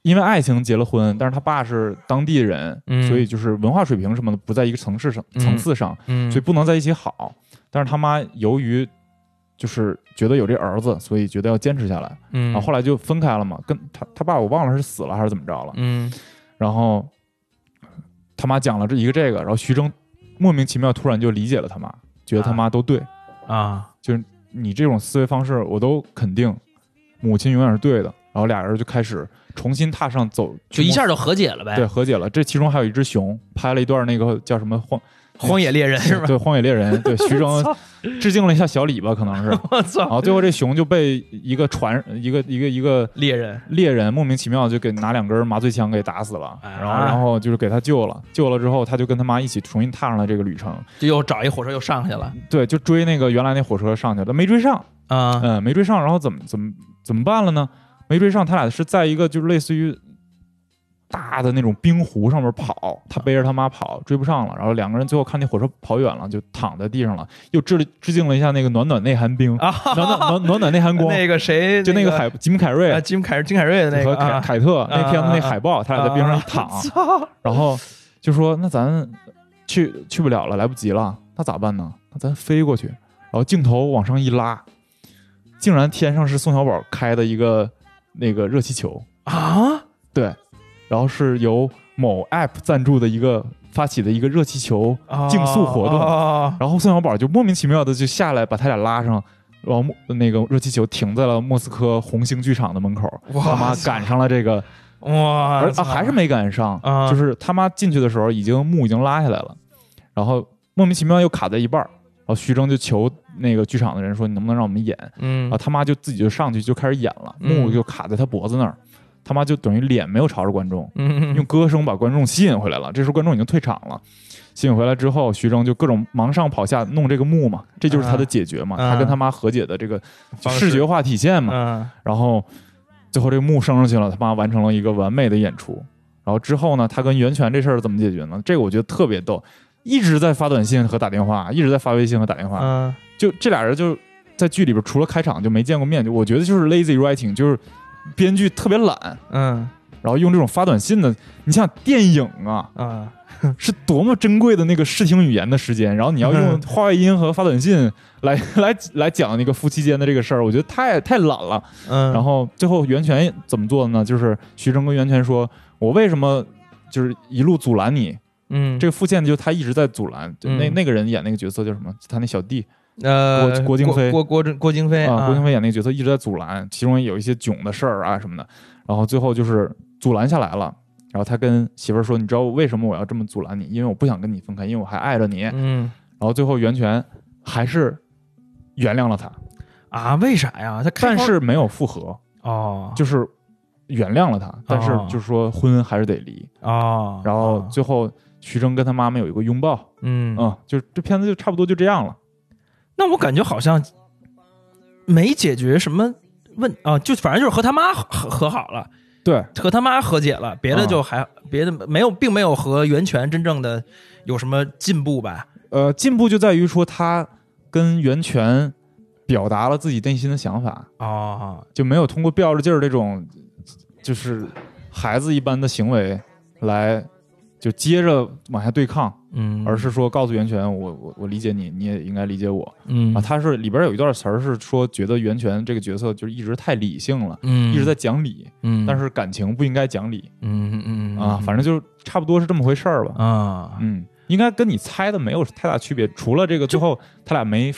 [SPEAKER 2] 因为爱情结了婚，但是他爸是当地人，
[SPEAKER 3] 嗯
[SPEAKER 2] 所以就是文化水平什么的不在一个层次上、
[SPEAKER 3] 嗯
[SPEAKER 2] 层次上，
[SPEAKER 3] 嗯，
[SPEAKER 2] 所以不能在一起好。但是他妈由于就是觉得有这儿子，所以觉得要坚持下来，
[SPEAKER 3] 嗯
[SPEAKER 2] 然啊后后来就分开了嘛。跟他他爸我忘了是死了还是怎么着了，
[SPEAKER 3] 嗯
[SPEAKER 2] 然后他妈讲了这一个这个，然后徐峥莫名其妙突然就理解了他妈，觉得他妈都对，
[SPEAKER 3] 啊
[SPEAKER 2] 你这种思维方式我都肯定，母亲永远是对的。然后俩人就开始重新踏上走，
[SPEAKER 3] 就一下就和解了呗，
[SPEAKER 2] 对和解了。这其中还有一只熊，拍了一段那个叫什么荒
[SPEAKER 3] 荒野猎人 *laughs* 是吧？ *laughs*
[SPEAKER 2] 对荒野猎人，对徐峥
[SPEAKER 3] 操
[SPEAKER 2] 致敬了一下小李吧，可
[SPEAKER 3] *laughs*
[SPEAKER 2] 能是。
[SPEAKER 3] 我操
[SPEAKER 2] 然，后最后这熊就被一个船一个一个一个
[SPEAKER 3] 猎人
[SPEAKER 2] 猎人莫名其妙就给拿两根麻醉枪给打死了，
[SPEAKER 3] 啊
[SPEAKER 2] 然后然后就是给他救了，救了之后他就跟他妈一起重新踏上了这个旅程，
[SPEAKER 3] 就又找一火车又上去了
[SPEAKER 2] 对，就追那个原来那火车上去了，但没追上，
[SPEAKER 3] 啊
[SPEAKER 2] 嗯，没追上，然后怎么怎么怎么办了呢？没追上，他俩是在一个就是类似于大的那种冰湖上面跑，他背着他妈跑，追不上了，然后两个人最后看那火车跑远了，就躺在地上了，又致致敬了一下那个暖暖内涵冰，
[SPEAKER 3] 啊
[SPEAKER 2] 暖暖暖暖暖内涵光，
[SPEAKER 3] *laughs* 那个谁
[SPEAKER 2] 就那个
[SPEAKER 3] 个
[SPEAKER 2] 海吉姆凯瑞
[SPEAKER 3] 啊，金凯金凯瑞的那
[SPEAKER 2] 和
[SPEAKER 3] 个
[SPEAKER 2] 凯、
[SPEAKER 3] 啊，
[SPEAKER 2] 凯特那片子
[SPEAKER 3] 啊
[SPEAKER 2] 那海报，他俩在冰上一躺，
[SPEAKER 3] 操
[SPEAKER 2] 然后就说那咱去去不了了，来不及了，那咋办呢？那咱飞过去，然后镜头往上一拉，竟然天上是宋小宝开的一个那个热气球，
[SPEAKER 3] 啊
[SPEAKER 2] 对，然后是由某 app 赞助的一个发起的一个热气球，
[SPEAKER 3] 啊
[SPEAKER 2] 竞速活动
[SPEAKER 3] 啊
[SPEAKER 2] 然后宋小宝就莫名其妙的就下来把他俩拉上。然后莫那个热气球停在了莫斯科红星剧场的门口，
[SPEAKER 3] 哇
[SPEAKER 2] 他妈
[SPEAKER 3] 塞
[SPEAKER 2] 赶上了这个
[SPEAKER 3] 哇
[SPEAKER 2] 而啊还是没赶上，
[SPEAKER 3] 啊
[SPEAKER 2] 就是他妈进去的时候已经幕已经拉下来了，然后莫名其妙又卡在一半儿，然后徐峥就求那个剧场的人说你能不能让我们演，
[SPEAKER 3] 嗯
[SPEAKER 2] 然后他妈就自己就上去就开始演了，
[SPEAKER 3] 嗯
[SPEAKER 2] 幕就卡在他脖子那儿，他妈就等于脸没有朝着观众，
[SPEAKER 3] 嗯
[SPEAKER 2] 用歌声把观众吸引回来了，这时候观众已经退场了。吸引回来之后，徐峥就各种忙上跑下弄这个幕嘛，这就是他的解决嘛，
[SPEAKER 3] 啊
[SPEAKER 2] 他跟他妈和解的这个
[SPEAKER 3] 方式
[SPEAKER 2] 视觉化体现嘛。
[SPEAKER 3] 嗯
[SPEAKER 2] 然后最后这个幕升上去了，他妈完成了一个完美的演出。然后之后呢，他跟袁泉这事儿怎么解决呢？这个我觉得特别逗，一直在发短信和打电话，一直在发微信和打电话。
[SPEAKER 3] 嗯
[SPEAKER 2] 就这俩人就在剧里边除了开场就没见过面，就我觉得就是 lazy writing，就是编剧特别懒，
[SPEAKER 3] 嗯
[SPEAKER 2] 然后用这种发短信的。你想电影啊，
[SPEAKER 3] 啊
[SPEAKER 2] 是多么珍贵的那个视听语言的时间，然后你要用
[SPEAKER 3] 嗯
[SPEAKER 2] 话外音和发短信来来来讲那个夫妻间的这个事儿，我觉得太太懒了。
[SPEAKER 3] 嗯，
[SPEAKER 2] 然
[SPEAKER 3] 后
[SPEAKER 2] 后最后袁泉怎么做的呢？就是徐峥跟袁泉说：“我为什么就是一路阻拦你？
[SPEAKER 3] 嗯
[SPEAKER 2] 这个副线就是他一直在阻拦。就那
[SPEAKER 3] 嗯
[SPEAKER 2] 那个人演那个角色叫什么？他那小弟
[SPEAKER 3] 呃
[SPEAKER 2] 郭郭京飞
[SPEAKER 3] 郭郭郭郭京飞
[SPEAKER 2] 啊，郭京
[SPEAKER 3] 飞
[SPEAKER 2] 飞演那个角色一直在阻拦，其中有一些囧的事儿啊什么的。然后最后就是阻拦下来了。然后他跟媳妇儿说：‘你知道为什么我要这么阻拦你？因为我不想跟你分开，因为我还爱着你。’
[SPEAKER 3] 嗯
[SPEAKER 2] 然后最后袁泉还是原谅了他，
[SPEAKER 3] 啊为啥呀？他开
[SPEAKER 2] 但
[SPEAKER 3] 头
[SPEAKER 2] 是没有复合，
[SPEAKER 3] 哦
[SPEAKER 2] 就是原谅了他，但是
[SPEAKER 3] 哦
[SPEAKER 2] 就是说婚还是得离。
[SPEAKER 3] 哦，
[SPEAKER 2] 然后
[SPEAKER 3] 哦
[SPEAKER 2] 最后徐峥跟他妈妈有一个拥抱，
[SPEAKER 3] 嗯
[SPEAKER 2] 嗯，就这片子就差不多就这样了。
[SPEAKER 3] 那我感觉好像没解决什么问啊，就反正就是和他妈和和好了，
[SPEAKER 2] 对，
[SPEAKER 3] 和他妈和解了，别的
[SPEAKER 2] 啊
[SPEAKER 3] 就还、别的没有，并没有和源泉真正的有什么进步吧？
[SPEAKER 2] 呃，进步就在于说他跟源泉表达了自己内心的想法，
[SPEAKER 3] 哦，
[SPEAKER 2] 就没有通过吊着劲儿这种就是孩子一般的行为来就接着往下对抗，
[SPEAKER 3] 嗯，
[SPEAKER 2] 而是说告诉源泉，我我我理解你，你也应该理解我
[SPEAKER 3] 嗯
[SPEAKER 2] 啊。他是里边有一段词儿是说，觉得源泉这个角色就是一直太理性了，
[SPEAKER 3] 嗯
[SPEAKER 2] 一直在讲理，
[SPEAKER 3] 嗯，
[SPEAKER 2] 但是感情不应该讲理
[SPEAKER 3] 嗯嗯嗯
[SPEAKER 2] 啊，反正就差不多是这么回事儿吧。
[SPEAKER 3] 啊，
[SPEAKER 2] 嗯，应该跟你猜的没有太大区别，除了这个最后他俩没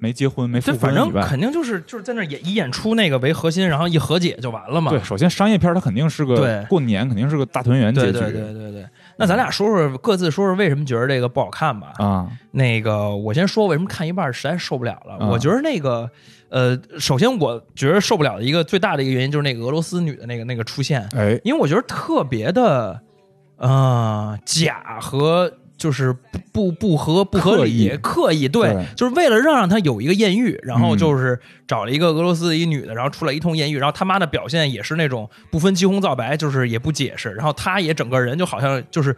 [SPEAKER 2] 没结婚没复
[SPEAKER 3] 这反
[SPEAKER 2] 婚
[SPEAKER 3] 正
[SPEAKER 2] 以外。
[SPEAKER 3] 肯定就是就是在那儿演以演出那个为核心，然后一和解就完了嘛。
[SPEAKER 2] 对，首先商业片它肯定是个
[SPEAKER 3] 对
[SPEAKER 2] 过年，肯定是个大团圆结
[SPEAKER 3] 对
[SPEAKER 2] 局。
[SPEAKER 3] 对对对对。那咱俩说说各自说说为什么觉得这个不好看吧。
[SPEAKER 2] 啊，
[SPEAKER 3] 那个我先说为什么看一半实在受不了了。
[SPEAKER 2] 啊
[SPEAKER 3] 我觉得那个呃，首先我觉得受不了的一个最大的一个原因就是那个俄罗斯女的那个那个出现，
[SPEAKER 2] 哎，
[SPEAKER 3] 因为我觉得特别的呃假和。就是不不不合不合理，
[SPEAKER 2] 刻意
[SPEAKER 3] 刻意对，
[SPEAKER 2] 对
[SPEAKER 3] 就是为了让让他有一个艳遇，然后
[SPEAKER 2] 嗯
[SPEAKER 3] 就是找了一个俄罗斯的一女的，然后出来一通艳遇，然后他妈的表现也是那种不分青红皂白，就是也不解释，然后他也整个人就好像就是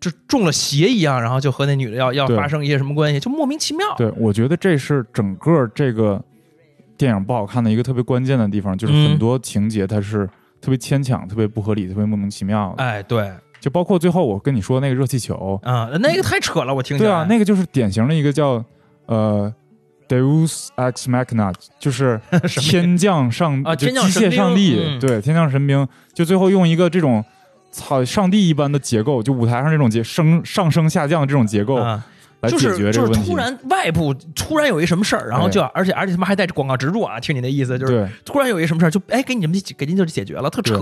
[SPEAKER 3] 就中了邪一样，然后就和那女的要要
[SPEAKER 2] 对
[SPEAKER 3] 发生一些什么关系，就莫名其妙。
[SPEAKER 2] 对，我觉得这是整个这个电影不好看的一个特别关键的地方，就是
[SPEAKER 3] 嗯
[SPEAKER 2] 很多情节它是特别牵强、特别不合理、特别莫名其妙的。
[SPEAKER 3] 哎，对，
[SPEAKER 2] 就包括最后我跟你说那个热气球，
[SPEAKER 3] 啊、那个太扯了，我听起
[SPEAKER 2] 对
[SPEAKER 3] 来。
[SPEAKER 2] 啊，那个就是典型的一个叫呃 Deus ex machina，就是
[SPEAKER 3] *laughs*
[SPEAKER 2] 天降上
[SPEAKER 3] 啊
[SPEAKER 2] 就
[SPEAKER 3] 天降
[SPEAKER 2] 机
[SPEAKER 3] 神
[SPEAKER 2] 械
[SPEAKER 3] 兵
[SPEAKER 2] 上帝，
[SPEAKER 3] 嗯
[SPEAKER 2] 对，天降神兵，就最后用一个这种操上帝一般的结构，就舞台上这种结升上升下降这种结构
[SPEAKER 3] 啊
[SPEAKER 2] 来
[SPEAKER 3] 就
[SPEAKER 2] 解
[SPEAKER 3] 是
[SPEAKER 2] 决这
[SPEAKER 3] 就
[SPEAKER 2] 个
[SPEAKER 3] 是
[SPEAKER 2] 问题。
[SPEAKER 3] 突然外部突然有一什么事儿，然后
[SPEAKER 2] 哎
[SPEAKER 3] 就要而且而且他妈还带着广告植入啊，听你那意思就是
[SPEAKER 2] 对，
[SPEAKER 3] 突然有一什么事儿就哎给你们给您就解决了，特扯、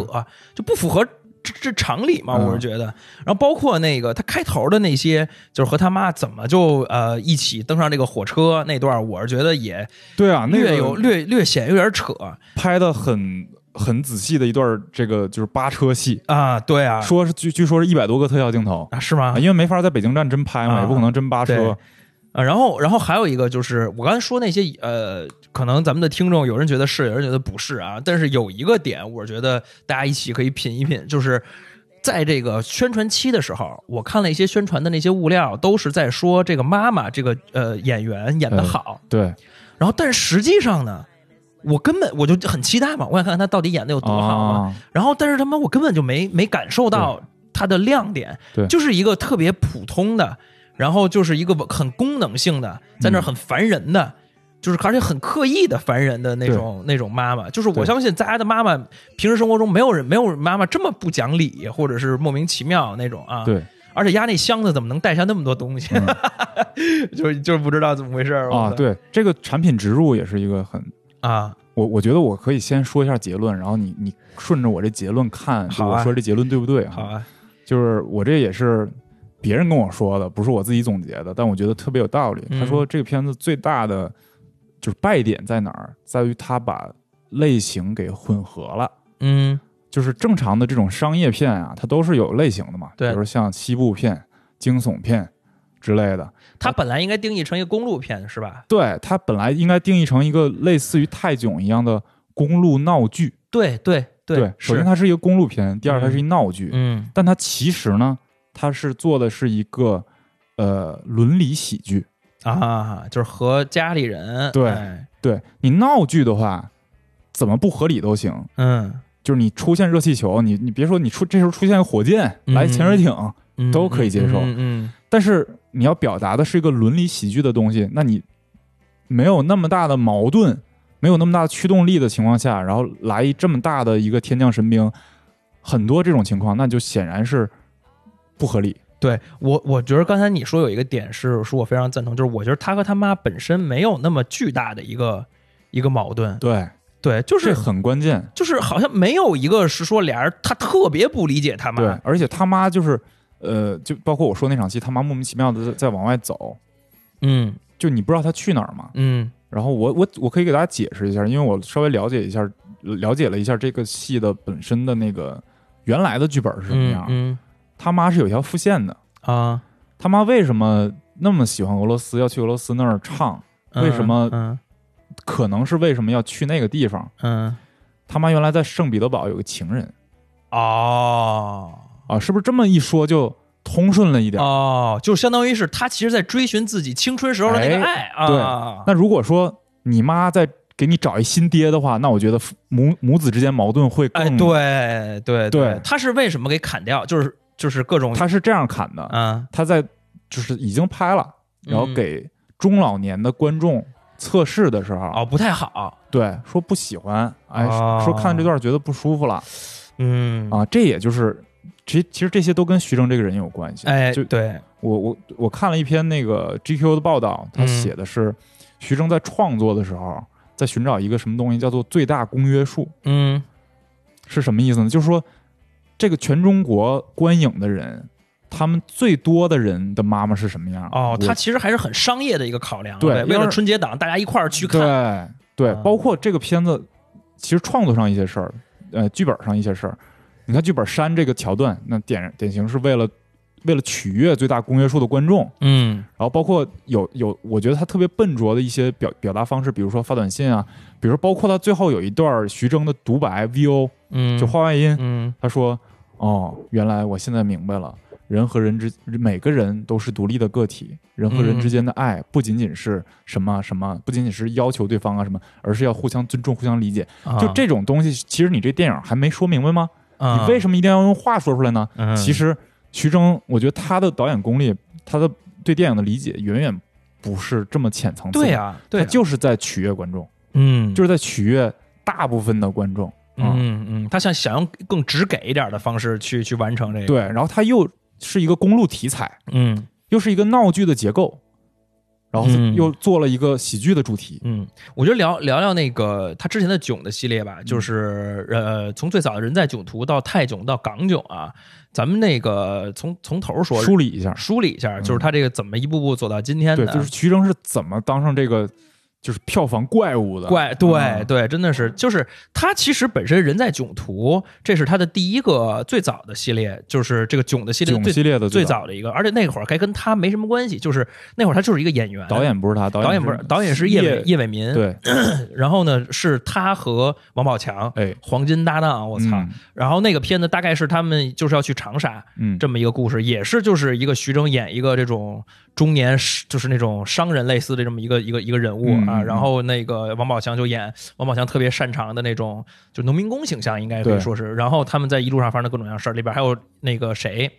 [SPEAKER 3] 就不符合这这常理嘛，
[SPEAKER 2] 嗯
[SPEAKER 3] 我是觉得。然后包括那个他开头的那些，就是和他妈怎么就呃一起登上这个火车那段儿，我是觉得也
[SPEAKER 2] 对啊，那
[SPEAKER 3] 略有、
[SPEAKER 2] 个
[SPEAKER 3] 略略显有点扯啊
[SPEAKER 2] 拍的很很仔细的一段这个就是扒车戏，
[SPEAKER 3] 啊，对啊，
[SPEAKER 2] 说是据据说是一百多个特效镜头。
[SPEAKER 3] 啊是吗
[SPEAKER 2] 啊，？因为没法在北京站真拍嘛，
[SPEAKER 3] 啊
[SPEAKER 2] 也不可能真扒车
[SPEAKER 3] 对。啊，然后，然后还有一个就是我刚才说那些，呃，可能咱们的听众有人觉得是，有人觉得不是啊。但是有一个点，我觉得大家一起可以品一品，就是在这个宣传期的时候，我看了一些宣传的那些物料，都是在说这个妈妈这个呃演员演的
[SPEAKER 2] 嗯
[SPEAKER 3] 好，
[SPEAKER 2] 对，
[SPEAKER 3] 然后但实际上呢，我根本我就很期待嘛，我想看看她到底演的有多好嘛。
[SPEAKER 2] 啊，
[SPEAKER 3] 然后，但是他妈我根本就没没感受到它的亮点，
[SPEAKER 2] 对
[SPEAKER 3] 就是一个特别普通的，然后就是一个很功能性的，在
[SPEAKER 2] 嗯
[SPEAKER 3] 那儿很烦人的，就是而且很刻意的烦人的那种那种妈妈。就是我
[SPEAKER 2] 对
[SPEAKER 3] 相信大家的妈妈平时生活中没有人没有妈妈这么不讲理，或者是莫名其妙那种啊。，
[SPEAKER 2] 对
[SPEAKER 3] 而且压那箱子怎么能带下那么多东西？ *laughs* 就就是不知道怎么回事儿
[SPEAKER 2] 嗯啊，
[SPEAKER 3] 我
[SPEAKER 2] 对，这个产品植入也是一个很
[SPEAKER 3] 啊，
[SPEAKER 2] 我我觉得我可以先说一下结论，然后你你顺着我这结论看，就
[SPEAKER 3] 好啊
[SPEAKER 2] 我说这结论对不对啊？
[SPEAKER 3] 好啊，
[SPEAKER 2] 就是我这也是别人跟我说的，不是我自己总结的，但我觉得特别有道理。
[SPEAKER 3] 嗯
[SPEAKER 2] 他说这个片子最大的就是败点在哪儿，在于他把类型给混合了。
[SPEAKER 3] 嗯
[SPEAKER 2] 就是正常的这种商业片啊，它都是有类型的嘛，比
[SPEAKER 3] 对
[SPEAKER 2] 如说像西部片、惊悚片之类的。
[SPEAKER 3] 它本来应该定义成一个公路片是吧？
[SPEAKER 2] 对，它本来应该定义成一个类似于泰囧一样的公路闹剧。
[SPEAKER 3] 对对对，
[SPEAKER 2] 首
[SPEAKER 3] 是
[SPEAKER 2] 先它是一个公路片，第二它
[SPEAKER 3] 嗯
[SPEAKER 2] 是一闹剧，
[SPEAKER 3] 嗯。
[SPEAKER 2] 但它其实呢，它是做的是一个呃伦理喜剧。
[SPEAKER 3] 啊，就是和家里人
[SPEAKER 2] 对
[SPEAKER 3] 哎
[SPEAKER 2] 对你闹剧的话，怎么不合理都行，
[SPEAKER 3] 嗯，
[SPEAKER 2] 就是你出现热气球，你你别说你出这时候出现个火箭
[SPEAKER 3] 嗯
[SPEAKER 2] 来潜水艇，
[SPEAKER 3] 嗯
[SPEAKER 2] 都可以接受
[SPEAKER 3] 嗯嗯
[SPEAKER 2] 但是你要表达的是一个伦理喜剧的东西，那你没有那么大的矛盾，没有那么大的驱动力的情况下，然后来一这么大的一个天降神兵，很多这种情况，那就显然是不合理。
[SPEAKER 3] 对我，我觉得刚才你说有一个点是，是我非常赞同，就是我觉得他和他妈本身没有那么巨大的一个一个矛盾，
[SPEAKER 2] 对，
[SPEAKER 3] 对，就
[SPEAKER 2] 这
[SPEAKER 3] 是
[SPEAKER 2] 很关键。
[SPEAKER 3] 就是好像没有一个是说俩人他特别不理解他
[SPEAKER 2] 对
[SPEAKER 3] 妈，，
[SPEAKER 2] 而且他妈就是，呃，就包括我说那场戏，他妈莫名其妙的在在往外走，
[SPEAKER 3] 嗯
[SPEAKER 2] 就你不知道他去哪儿嘛。
[SPEAKER 3] 嗯
[SPEAKER 2] 然后我我我可以给大家解释一下，因为我稍微了解一下，了解了一下这个戏的本身的那个原来的剧本是什么样儿。
[SPEAKER 3] 嗯嗯
[SPEAKER 2] 他妈是有一条副线的，
[SPEAKER 3] 啊
[SPEAKER 2] 他妈为什么那么喜欢俄罗斯，要去俄罗斯那儿唱？
[SPEAKER 3] 嗯
[SPEAKER 2] 为什么
[SPEAKER 3] 嗯
[SPEAKER 2] 可能是为什么要去那个地方？
[SPEAKER 3] 嗯
[SPEAKER 2] 他妈原来在圣彼得堡有个情人
[SPEAKER 3] 哦
[SPEAKER 2] 啊，是不是这么一说就通顺了一点？
[SPEAKER 3] 哦，就相当于是他其实在追寻自己青春时候的那个爱
[SPEAKER 2] 哎对
[SPEAKER 3] 啊。
[SPEAKER 2] 那如果说你妈再给你找一新爹的话，那我觉得父母母子之间矛盾会更
[SPEAKER 3] 哎，对对
[SPEAKER 2] 嗯对
[SPEAKER 3] 他是为什么给砍掉？就是就是各种
[SPEAKER 2] 他是这样砍的，
[SPEAKER 3] 啊，
[SPEAKER 2] 他在就是已经拍了，然后
[SPEAKER 3] 嗯
[SPEAKER 2] 给中老年的观众测试的时候，
[SPEAKER 3] 哦，不太好，
[SPEAKER 2] 对，说不喜欢，哎，
[SPEAKER 3] 哦
[SPEAKER 2] 说看这段觉得不舒服了
[SPEAKER 3] 嗯，
[SPEAKER 2] 啊，这也就是。其实其实这些都跟徐峥这个人有关系。
[SPEAKER 3] 哎，
[SPEAKER 2] 就
[SPEAKER 3] 对，
[SPEAKER 2] 我我我看了一篇那个 GQ 的报道，他
[SPEAKER 3] 嗯
[SPEAKER 2] 写的是徐峥在创作的时候，在寻找一个什么东西叫做最大公约数，
[SPEAKER 3] 嗯
[SPEAKER 2] 是什么意思呢？就是说，这个全中国观影的人，他们最多的人的妈妈是什么样？
[SPEAKER 3] 哦
[SPEAKER 2] 我，
[SPEAKER 3] 他其实还是很商业的一个考量，啊
[SPEAKER 2] 对
[SPEAKER 3] 为
[SPEAKER 2] 要
[SPEAKER 3] 了
[SPEAKER 2] 是
[SPEAKER 3] 春节档大家一块儿去看，
[SPEAKER 2] 对
[SPEAKER 3] 啊
[SPEAKER 2] 对，包括这个片子，其实创作上一些事儿，呃，剧本上一些事儿。你看剧本删这个桥段，那典典型是为了为了取悦最大公约数的观众，
[SPEAKER 3] 嗯
[SPEAKER 2] 然后包括有有，我觉得他特别笨拙的一些表表达方式，比如说发短信啊，比如说包括他最后有一段徐峥的独白 VO，
[SPEAKER 3] 嗯，
[SPEAKER 2] 就话外音，
[SPEAKER 3] 嗯
[SPEAKER 2] 他说：“哦，原来我现在明白了，人和人之每个人都是独立的个体，人和人之
[SPEAKER 3] 嗯
[SPEAKER 2] 间的爱不仅仅是什么什么，不仅仅是要求对方啊什么，而是要互相尊重、互相理解。就，这种东西，其实你这电影还没说明白吗？
[SPEAKER 3] 啊
[SPEAKER 2] 你为什么一定要用话说出来呢？
[SPEAKER 3] 嗯
[SPEAKER 2] 其实徐峥，我觉得他的导演功力，他的对电影的理解远远不是这么浅层次的。
[SPEAKER 3] 对呀，对啊
[SPEAKER 2] 他
[SPEAKER 3] 呀，
[SPEAKER 2] 就是在取悦观众，
[SPEAKER 3] 嗯
[SPEAKER 2] 就是在取悦大部分的观众。啊
[SPEAKER 3] 嗯嗯，他想想用更直给一点的方式去去完成这个，，
[SPEAKER 2] 对，然后他又是一个公路题材。”
[SPEAKER 3] 嗯
[SPEAKER 2] 又是一个闹剧的结构，然后
[SPEAKER 3] 嗯
[SPEAKER 2] 又做了一个喜剧的主题。
[SPEAKER 3] 嗯，我觉得聊聊聊那个他之前的囧的系列
[SPEAKER 2] 嗯
[SPEAKER 3] 吧，就是呃，从最早的人在囧途到泰囧到港囧啊，咱们那个从从头说
[SPEAKER 2] 梳理一下，嗯
[SPEAKER 3] 梳理一下，就是他这个怎么一步步走到今天的，
[SPEAKER 2] 对，就是徐峥是怎么当上这个就是票房怪物的？
[SPEAKER 3] 怪，对
[SPEAKER 2] 嗯
[SPEAKER 3] 对，真的是，就是他其实本身人在囧途，这是他的第一个最早的系列，就是这个囧的系列
[SPEAKER 2] 囧
[SPEAKER 3] 最
[SPEAKER 2] 系列的
[SPEAKER 3] 最
[SPEAKER 2] 早
[SPEAKER 3] 早的一个，而且那会儿该跟他没什么关系，就是那会儿他就是一个演员，
[SPEAKER 2] 导演不是他，导
[SPEAKER 3] 导演
[SPEAKER 2] 演
[SPEAKER 3] 不是导演是叶伟
[SPEAKER 2] 叶
[SPEAKER 3] 叶伟民，
[SPEAKER 2] 对，
[SPEAKER 3] 然后呢是他和王宝强。
[SPEAKER 2] 哎，
[SPEAKER 3] 黄金搭档，我操！
[SPEAKER 2] 嗯
[SPEAKER 3] 然后那个片子大概是他们就是要去长沙
[SPEAKER 2] 嗯，
[SPEAKER 3] 这么一个故事，也是就是一个徐峥演一个这种中年就是那种商人类似的这么一个一个一个人物
[SPEAKER 2] 嗯
[SPEAKER 3] 啊。
[SPEAKER 2] 嗯
[SPEAKER 3] 然后那个王宝强就演王宝强特别擅长的那种就农民工形象，应该可以
[SPEAKER 2] 对
[SPEAKER 3] 说是。然后他们在一路上发生的各种各样的事儿，里边还有那个谁。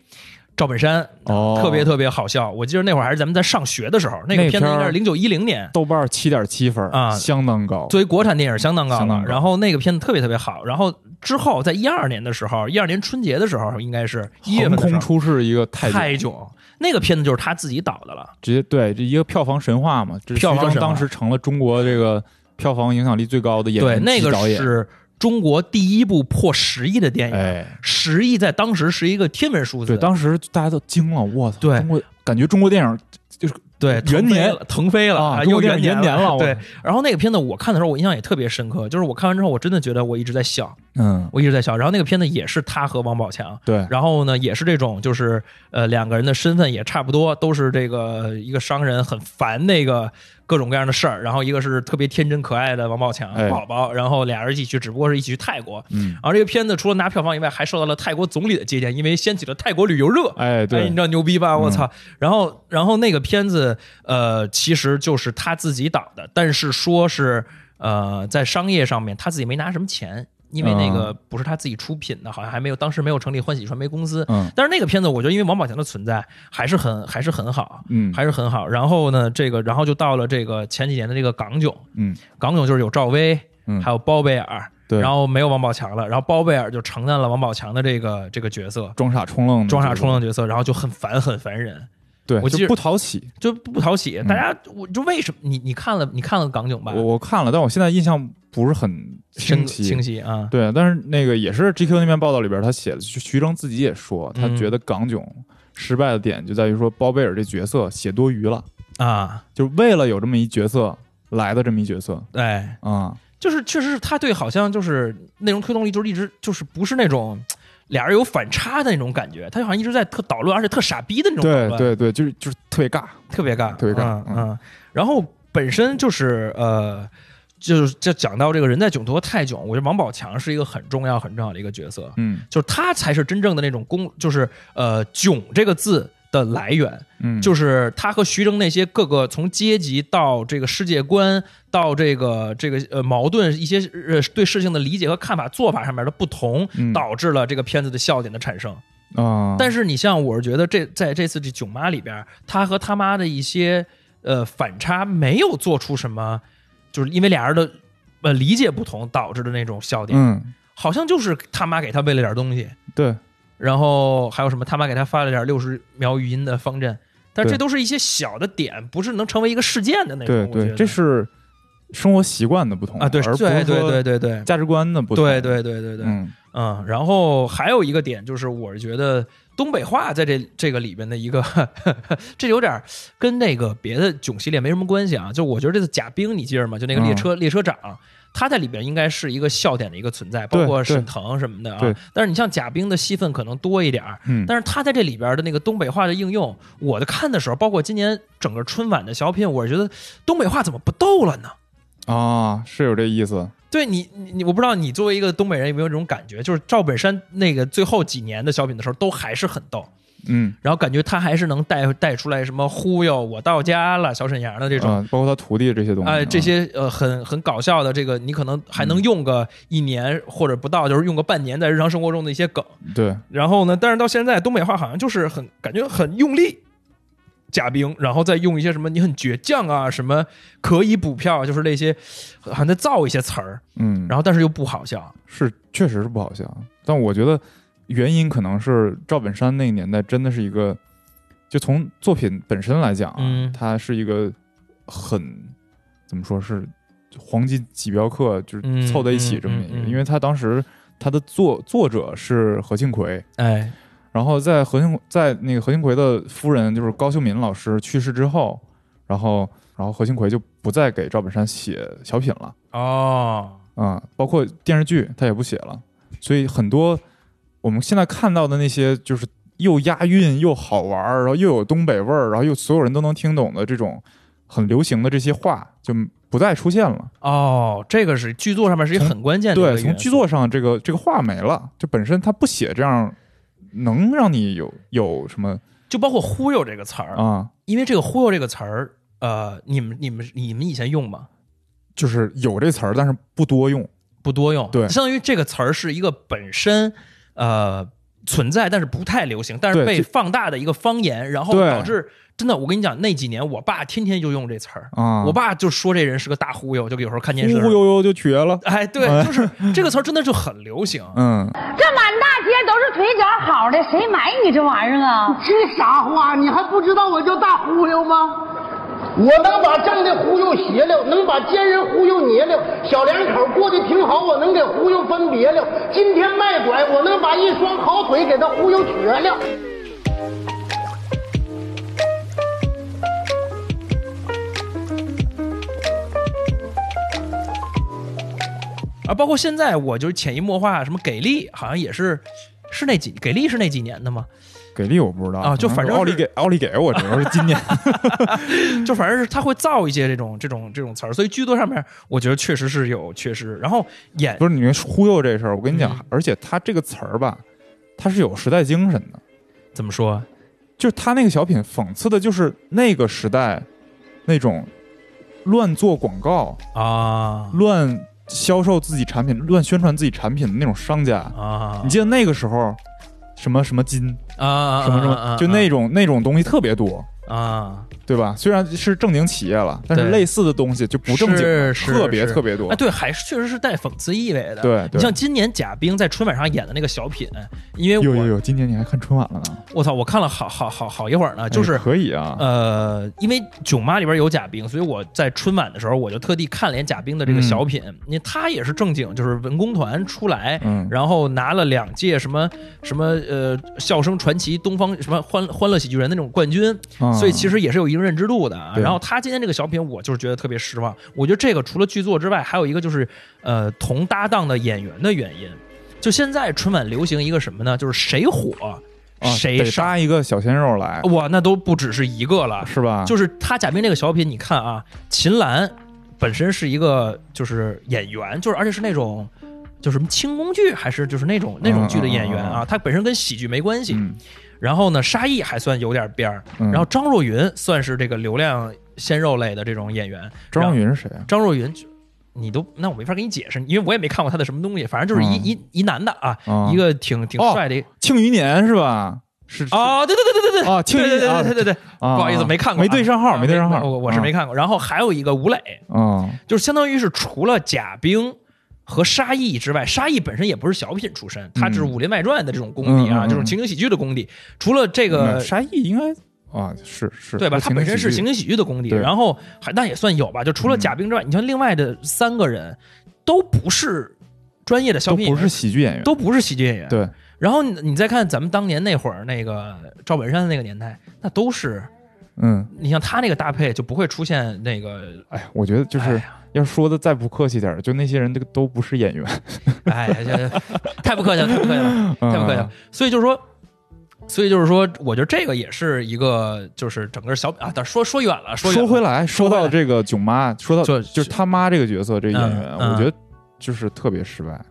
[SPEAKER 3] 赵本山、
[SPEAKER 2] 哦
[SPEAKER 3] 特别特别好笑，我记得那会儿还是咱们在上学的时候，那个
[SPEAKER 2] 那
[SPEAKER 3] 片子
[SPEAKER 2] 片儿
[SPEAKER 3] 应该是零九一零年，
[SPEAKER 2] 豆瓣七点七分
[SPEAKER 3] 啊
[SPEAKER 2] 相当高。
[SPEAKER 3] 作为国产电影相当高
[SPEAKER 2] 相
[SPEAKER 3] 了
[SPEAKER 2] 当。高
[SPEAKER 3] 然后那个片子特别特别好。然后之后在一二年的时候，一二年春节的时候，应该是一月份
[SPEAKER 2] 横
[SPEAKER 3] 的时
[SPEAKER 2] 空出
[SPEAKER 3] 候，
[SPEAKER 2] 世一个泰囧
[SPEAKER 3] 泰囧那个片子就是他自己导的了。
[SPEAKER 2] 直接对这一个票房神话嘛，这是徐
[SPEAKER 3] 票房
[SPEAKER 2] 峥
[SPEAKER 3] 神话
[SPEAKER 2] 当时成了中国这个票房影响力最高的演
[SPEAKER 3] 对，
[SPEAKER 2] 员
[SPEAKER 3] 那
[SPEAKER 2] 及
[SPEAKER 3] 个
[SPEAKER 2] 导演，
[SPEAKER 3] 是中国第一部破十亿的电影，
[SPEAKER 2] 哎，
[SPEAKER 3] 十亿在当时是一个天文数字。
[SPEAKER 2] 对，当时大家都惊了，我操！
[SPEAKER 3] 对
[SPEAKER 2] 中国感觉中国电影
[SPEAKER 3] 对
[SPEAKER 2] 元
[SPEAKER 3] 腾飞
[SPEAKER 2] 年
[SPEAKER 3] 了腾飞了
[SPEAKER 2] 啊
[SPEAKER 3] 又
[SPEAKER 2] 中国电影
[SPEAKER 3] 元
[SPEAKER 2] 元年了我
[SPEAKER 3] 对，然后那个片子我看的时候，我印象也特别深刻，就是我看完之后，我真的觉得我一直在笑，
[SPEAKER 2] 嗯，
[SPEAKER 3] 我一直在笑。然后那个片子也是他和王宝强，
[SPEAKER 2] 对，
[SPEAKER 3] 然后呢，也是这种，就是呃，两个人的身份也差不多，都是这个一个商人很烦那个各种各样的事儿，然后一个是特别天真可爱的王宝强
[SPEAKER 2] 哎
[SPEAKER 3] 宝宝，然后俩人一起去，只不过是一起去泰国。
[SPEAKER 2] 嗯，
[SPEAKER 3] 然后这个片子除了拿票房以外，还受到了泰国总理的接见，因为掀起了泰国旅游热。
[SPEAKER 2] 哎，
[SPEAKER 3] 哎，
[SPEAKER 2] 对，
[SPEAKER 3] 你知道牛逼吧？我操！
[SPEAKER 2] 嗯
[SPEAKER 3] 然后，然后那个片子，呃，其实就是他自己导的，但是说是呃，在商业上面他自己没拿什么钱，因为那
[SPEAKER 2] 嗯
[SPEAKER 3] 个不是他自己出品的，好像还没有，当时没有成立欢喜传媒公司。
[SPEAKER 2] 嗯
[SPEAKER 3] 但是那个片子，我觉得因为王宝强的存在，还是很还是很好，
[SPEAKER 2] 嗯
[SPEAKER 3] 还是很好。然后呢，这个然后就到了这个前几年的这个港囧，
[SPEAKER 2] 嗯，
[SPEAKER 3] 港囧就是有赵薇，
[SPEAKER 2] 嗯
[SPEAKER 3] 还有包贝尔。
[SPEAKER 2] 对
[SPEAKER 3] 然后没有王宝强了，然后包贝尔就承担了王宝强的这个这个角色，
[SPEAKER 2] 装傻充愣的，
[SPEAKER 3] 装傻充愣的角色，然后就很烦很烦人，
[SPEAKER 2] 对，
[SPEAKER 3] 我记
[SPEAKER 2] 就
[SPEAKER 3] 着
[SPEAKER 2] 不讨喜。
[SPEAKER 3] 就不讨喜。大家，我就为什么你你看了你看了港囧吧？
[SPEAKER 2] 嗯我我看了，但我现在印象不是很
[SPEAKER 3] 清
[SPEAKER 2] 清晰。
[SPEAKER 3] 清晰啊，
[SPEAKER 2] 对，但是那个也是 GQ 那篇报道里边他写的，徐徐峥自己也说，他
[SPEAKER 3] 嗯
[SPEAKER 2] 觉得港囧失败的点就在于说包贝尔这角色写多余了，
[SPEAKER 3] 啊，
[SPEAKER 2] 就为了有这么一角色来的这么一角色
[SPEAKER 3] 哎，
[SPEAKER 2] 啊，
[SPEAKER 3] 就是确实是他对好像就是内容推动力就是一直就是不是那种俩人有反差的那种感觉，他就好像一直在特捣乱，而且特傻逼的那种捣
[SPEAKER 2] 对
[SPEAKER 3] 乱，
[SPEAKER 2] 对对，就是就是特别尬，
[SPEAKER 3] 特别尬，啊
[SPEAKER 2] 特别尬
[SPEAKER 3] 嗯嗯。然后本身就是呃，就是就讲到这个人在囧途和泰囧，我觉得王宝强是一个很重要很重要的一个角色，
[SPEAKER 2] 嗯
[SPEAKER 3] 就是他才是真正的那种公，就是呃“囧”这个字的来源，
[SPEAKER 2] 嗯，
[SPEAKER 3] 就是他和徐峥那些各个从阶级到这个世界观到这个这个呃矛盾一些呃对事情的理解和看法做法上面的不同
[SPEAKER 2] 嗯，
[SPEAKER 3] 导致了这个片子的笑点的产生。
[SPEAKER 2] 啊，
[SPEAKER 3] 但
[SPEAKER 2] 是
[SPEAKER 3] 是你像我是觉得这在这次这囧妈里边，他和他妈的一些呃反差没有做出什么，就是因为俩人的呃理解不同导致的那种笑点，
[SPEAKER 2] 嗯，
[SPEAKER 3] 好像就是他妈给他喂了点东西，
[SPEAKER 2] 对，
[SPEAKER 3] 然后还有什么他妈给他发了点六十秒语音的方阵，但
[SPEAKER 2] 对
[SPEAKER 3] 这都是一些小的点，不是能成为一个事件的那种。
[SPEAKER 2] 对
[SPEAKER 3] 我觉
[SPEAKER 2] 对，
[SPEAKER 3] 得
[SPEAKER 2] 这是生活习惯的不同
[SPEAKER 3] 啊，对
[SPEAKER 2] 而不
[SPEAKER 3] 对
[SPEAKER 2] 是
[SPEAKER 3] 对
[SPEAKER 2] 说
[SPEAKER 3] 对对对
[SPEAKER 2] 价值观的不同，
[SPEAKER 3] 对对对对对，
[SPEAKER 2] 嗯
[SPEAKER 3] 嗯，然后还有一个点就是，我是觉得东北话在这这个里边的一个， *laughs* 这有点跟那个别的囧系列没什么关系啊。就我觉得这次贾冰，你记着吗？就那
[SPEAKER 2] 嗯
[SPEAKER 3] 个列车、列车长，他在里边应该是一个笑点的一个存在，包
[SPEAKER 2] 对
[SPEAKER 3] 括
[SPEAKER 2] 对
[SPEAKER 3] 沈腾什么的
[SPEAKER 2] 对
[SPEAKER 3] 啊。但是你像贾冰的戏份可能多一点儿，
[SPEAKER 2] 嗯，
[SPEAKER 3] 但是他在这里边的那个东北话的应用，我的看的时候，包括今年整个春晚的小品，我是觉得东北话怎么不逗了呢？
[SPEAKER 2] 啊是有这意思，
[SPEAKER 3] 对你，你你我不知道你作为一个东北人有没有这种感觉，就是赵本山那个最后几年的小品的时候，都还是很逗，
[SPEAKER 2] 嗯
[SPEAKER 3] 然后感觉他还是能带带出来什么忽悠我到家了小沈阳的这种，
[SPEAKER 2] 啊，包括他徒弟这些东西，
[SPEAKER 3] 哎、
[SPEAKER 2] 啊嗯
[SPEAKER 3] 这些呃很很搞笑的这个，你可能还能用个一年或者不到，就是用个半年在日常生活中的一些梗。
[SPEAKER 2] 对，
[SPEAKER 3] 然后呢，但是到现在东北话好像就是很感觉很用力。贾冰，然后再用一些什么你很倔强啊，什么可以补票，就是那些还在造一些词儿，
[SPEAKER 2] 嗯，
[SPEAKER 3] 然后但是又不好笑，
[SPEAKER 2] 是确实是不好笑，但我觉得原因可能是赵本山那个年代真的是一个，就从作品本身来讲啊，
[SPEAKER 3] 嗯
[SPEAKER 2] 它是一个很怎么说是黄金几镖客，就是
[SPEAKER 3] 嗯
[SPEAKER 2] 凑在一起
[SPEAKER 3] 嗯
[SPEAKER 2] 这么一个，
[SPEAKER 3] 嗯嗯
[SPEAKER 2] 因为他当时他的作作者是何庆魁。
[SPEAKER 3] 哎，
[SPEAKER 2] 然后在何庆在那个何庆魁的夫人就是高秀敏老师去世之后，然后然后何庆魁就不再给赵本山写小品了。
[SPEAKER 3] 哦，
[SPEAKER 2] 啊、包括电视剧他也不写了，所以很多我们现在看到的那些就是又押韵又好玩儿，然后又有东北味儿，然后又所有人都能听懂的这种很流行的这些话就不再出现了。
[SPEAKER 3] 哦，这个是剧作上面是一个
[SPEAKER 2] 从
[SPEAKER 3] 很关键的一个
[SPEAKER 2] 对，从
[SPEAKER 3] 元素
[SPEAKER 2] 剧作上这个这个话没了，就本身他不写这样能让你有有什么
[SPEAKER 3] 就包括“忽悠”这个词儿，
[SPEAKER 2] 啊、
[SPEAKER 3] 因为这个“忽悠”这个词儿，呃，你们、你们、你们以前用吗？
[SPEAKER 2] 就是有这词儿，但是不多用。
[SPEAKER 3] 不多用，
[SPEAKER 2] 对
[SPEAKER 3] 相当于这个词儿是一个本身呃存在，但是不太流行，但是
[SPEAKER 2] 对
[SPEAKER 3] 被
[SPEAKER 2] 这
[SPEAKER 3] 放大的一个方言，然后
[SPEAKER 2] 对
[SPEAKER 3] 导致真的，我跟你讲，那几年我爸天天就用这词儿，
[SPEAKER 2] 啊
[SPEAKER 3] 我爸就说这人是个大忽悠，就有时候看
[SPEAKER 2] 忽
[SPEAKER 3] 电视，
[SPEAKER 2] 忽悠悠就瘸了。
[SPEAKER 3] 哎，对，
[SPEAKER 2] 哎 *laughs*
[SPEAKER 3] 就是这个词儿真的就很流行，
[SPEAKER 2] 嗯，
[SPEAKER 4] 这满大街都是腿脚好的，谁买你这玩意儿啊？
[SPEAKER 5] 你傻话，你还不知道我叫大忽悠吗？我能把正的忽悠邪了，能把奸人忽悠捏了，小两口过得挺好，我能给忽悠分别了。今天卖拐，我能把一双好腿给他忽悠瘸了。
[SPEAKER 3] 啊，包括现在我就是潜移默化，什么给力好像也是，是那几给力是那几年的吗？
[SPEAKER 2] 给力我不知道
[SPEAKER 3] 啊就
[SPEAKER 2] 可能
[SPEAKER 3] 反
[SPEAKER 2] 是
[SPEAKER 3] 正
[SPEAKER 2] 奥利
[SPEAKER 3] 是
[SPEAKER 2] 给奥利给我，只能是今
[SPEAKER 3] *laughs*
[SPEAKER 2] 年
[SPEAKER 3] 就反正是他会造一些这种这种这种词儿，所以剧作上面我觉得确实是有缺失。然后演
[SPEAKER 2] 不是你们忽悠这事儿，我跟你讲，
[SPEAKER 3] 嗯
[SPEAKER 2] 而且他这个词儿吧，他是有时代精神的，
[SPEAKER 3] 怎么说？
[SPEAKER 2] 就是他那个小品讽刺的就是那个时代那种乱做广告、
[SPEAKER 3] 啊
[SPEAKER 2] 乱销售自己产品、乱宣传自己产品的那种商家。
[SPEAKER 3] 啊
[SPEAKER 2] 你记得那个时候，什么什么金，
[SPEAKER 3] 啊
[SPEAKER 2] 什么什么，就那种那种东西特别多，
[SPEAKER 3] 啊，
[SPEAKER 2] 对吧？虽然是正经企业了，但是
[SPEAKER 3] 对
[SPEAKER 2] 类似的东西就不正经了，
[SPEAKER 3] 是是
[SPEAKER 2] 特别
[SPEAKER 3] 是
[SPEAKER 2] 特别多
[SPEAKER 3] 哎，。对，还是确实是带讽刺意味的。
[SPEAKER 2] 对对
[SPEAKER 3] 你像今年贾冰在春晚上演的那个小品，因为
[SPEAKER 2] 有有
[SPEAKER 3] 哎我
[SPEAKER 2] 有，今年你还看春晚了呢？
[SPEAKER 3] 我操，我看了好好好好一会儿呢， *laughs* 就
[SPEAKER 2] 哎
[SPEAKER 3] 是
[SPEAKER 2] 可以啊，
[SPEAKER 3] 呃，因为《囧妈》里边有贾冰，所以我在春晚的时候我就特地看了眼贾冰的这个
[SPEAKER 2] 嗯
[SPEAKER 3] 小品，因为他也是正经，就是文工团出来，
[SPEAKER 2] 嗯
[SPEAKER 3] 然后拿了两届什么什么呃笑声传奇、东方什么欢欢乐喜剧人的那种冠军，
[SPEAKER 2] 啊
[SPEAKER 3] 所以其实也是有一定认知度的啊。
[SPEAKER 2] 对
[SPEAKER 3] 然后他今天这个小品，我就是觉得特别失望。我觉得这个除了剧作之外，还有一个就是呃同搭档的演员的原因。就现在春晚流行一个什么呢？就是谁火
[SPEAKER 2] 啊
[SPEAKER 3] 谁
[SPEAKER 2] 得
[SPEAKER 3] 上
[SPEAKER 2] 搭一个小鲜肉来，
[SPEAKER 3] 哇，那都不只是一
[SPEAKER 2] *laughs*
[SPEAKER 3] 个了，
[SPEAKER 2] 是吧？
[SPEAKER 3] 就是他贾冰这个小品，你看啊，秦岚本身是一个就是演员，就是而且是那种就是什么轻功剧还是就是那种那种剧的演员
[SPEAKER 2] 嗯嗯嗯
[SPEAKER 3] 啊，他本身跟喜剧没关系。
[SPEAKER 2] 嗯
[SPEAKER 3] 然后呢，沙溢还算有点边儿，
[SPEAKER 2] 嗯
[SPEAKER 3] 然后张若昀算是这个流量鲜肉类的这种演员。
[SPEAKER 2] 张若
[SPEAKER 3] 然后
[SPEAKER 2] 昀是谁啊？
[SPEAKER 3] 张若昀就，你都那我没法给你解释，因为我也没看过他的什么东西，反正就是一、
[SPEAKER 2] 嗯
[SPEAKER 3] 一一男的啊，
[SPEAKER 2] 嗯
[SPEAKER 3] 一个挺挺帅的一个。
[SPEAKER 2] 庆余年是吧？是
[SPEAKER 3] *laughs*
[SPEAKER 2] 是
[SPEAKER 3] 哦，对对对对对对，
[SPEAKER 2] 啊庆余
[SPEAKER 3] 对对对对对对，
[SPEAKER 2] 啊
[SPEAKER 3] 不好意思，没看过啊，
[SPEAKER 2] 没对上号
[SPEAKER 3] 啊
[SPEAKER 2] 没对上号
[SPEAKER 3] 我我是没看过。然后还有一个吴磊，
[SPEAKER 2] 嗯
[SPEAKER 3] 就是相当于是除了贾冰和沙溢之外，沙溢本身也不是小品出身，他只是《武林外传》的这种功底
[SPEAKER 2] 嗯嗯嗯
[SPEAKER 3] 啊，
[SPEAKER 2] 嗯嗯
[SPEAKER 3] 这种情景喜剧的功底。除了这
[SPEAKER 2] 那
[SPEAKER 3] 个，
[SPEAKER 2] 沙溢应该啊是是
[SPEAKER 3] 呃对吧？他本身是情
[SPEAKER 2] 行
[SPEAKER 3] 景喜剧的功底，
[SPEAKER 2] 对嗯
[SPEAKER 3] 然后还那也算有吧。就除了贾冰之外，你像另外的三个人都不是专业的小
[SPEAKER 2] 都
[SPEAKER 3] 品演
[SPEAKER 2] 不
[SPEAKER 3] 员，
[SPEAKER 2] 是喜剧演员，
[SPEAKER 3] 都不是喜剧演员。
[SPEAKER 2] 对
[SPEAKER 3] 然后你你再看咱们当年那会儿那个赵本山那个年代，那都是
[SPEAKER 2] 嗯。
[SPEAKER 3] 你像他那个搭配就不会出现那个
[SPEAKER 2] 哎，我觉得就是要说的再不客气点儿，就那些人这个都不是演员，
[SPEAKER 3] 哎呀，这
[SPEAKER 2] *laughs*
[SPEAKER 3] 太不客气了，太不客气了，太不客气了
[SPEAKER 2] 嗯。
[SPEAKER 3] 所以就是说，所以就是说，我觉得这个也是一个，就是整个小啊，但说说远了，说
[SPEAKER 2] 说回
[SPEAKER 3] 来，
[SPEAKER 2] 来，说
[SPEAKER 3] 回
[SPEAKER 2] 到
[SPEAKER 3] 来
[SPEAKER 2] 这个囧妈，说到
[SPEAKER 3] 就
[SPEAKER 2] 就是他妈这个角色，这个演员，
[SPEAKER 3] 嗯嗯
[SPEAKER 2] 我觉得就是特别失败。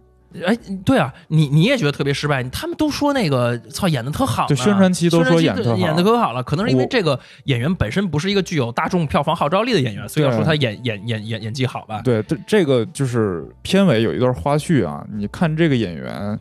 [SPEAKER 3] 哎，对啊，你你也觉得特别失败，他们都说那个操演的特好呢，
[SPEAKER 2] 对宣传期都说演得特好
[SPEAKER 3] 宣传期演的可好了，可能是因为
[SPEAKER 2] 我
[SPEAKER 3] 这个演员本身不是一个具有大众票房号召力的演员，所以要
[SPEAKER 2] 对
[SPEAKER 3] 说他演演演演演技好吧？
[SPEAKER 2] 对，这这个就是片尾有一段花絮啊，你看这个演员，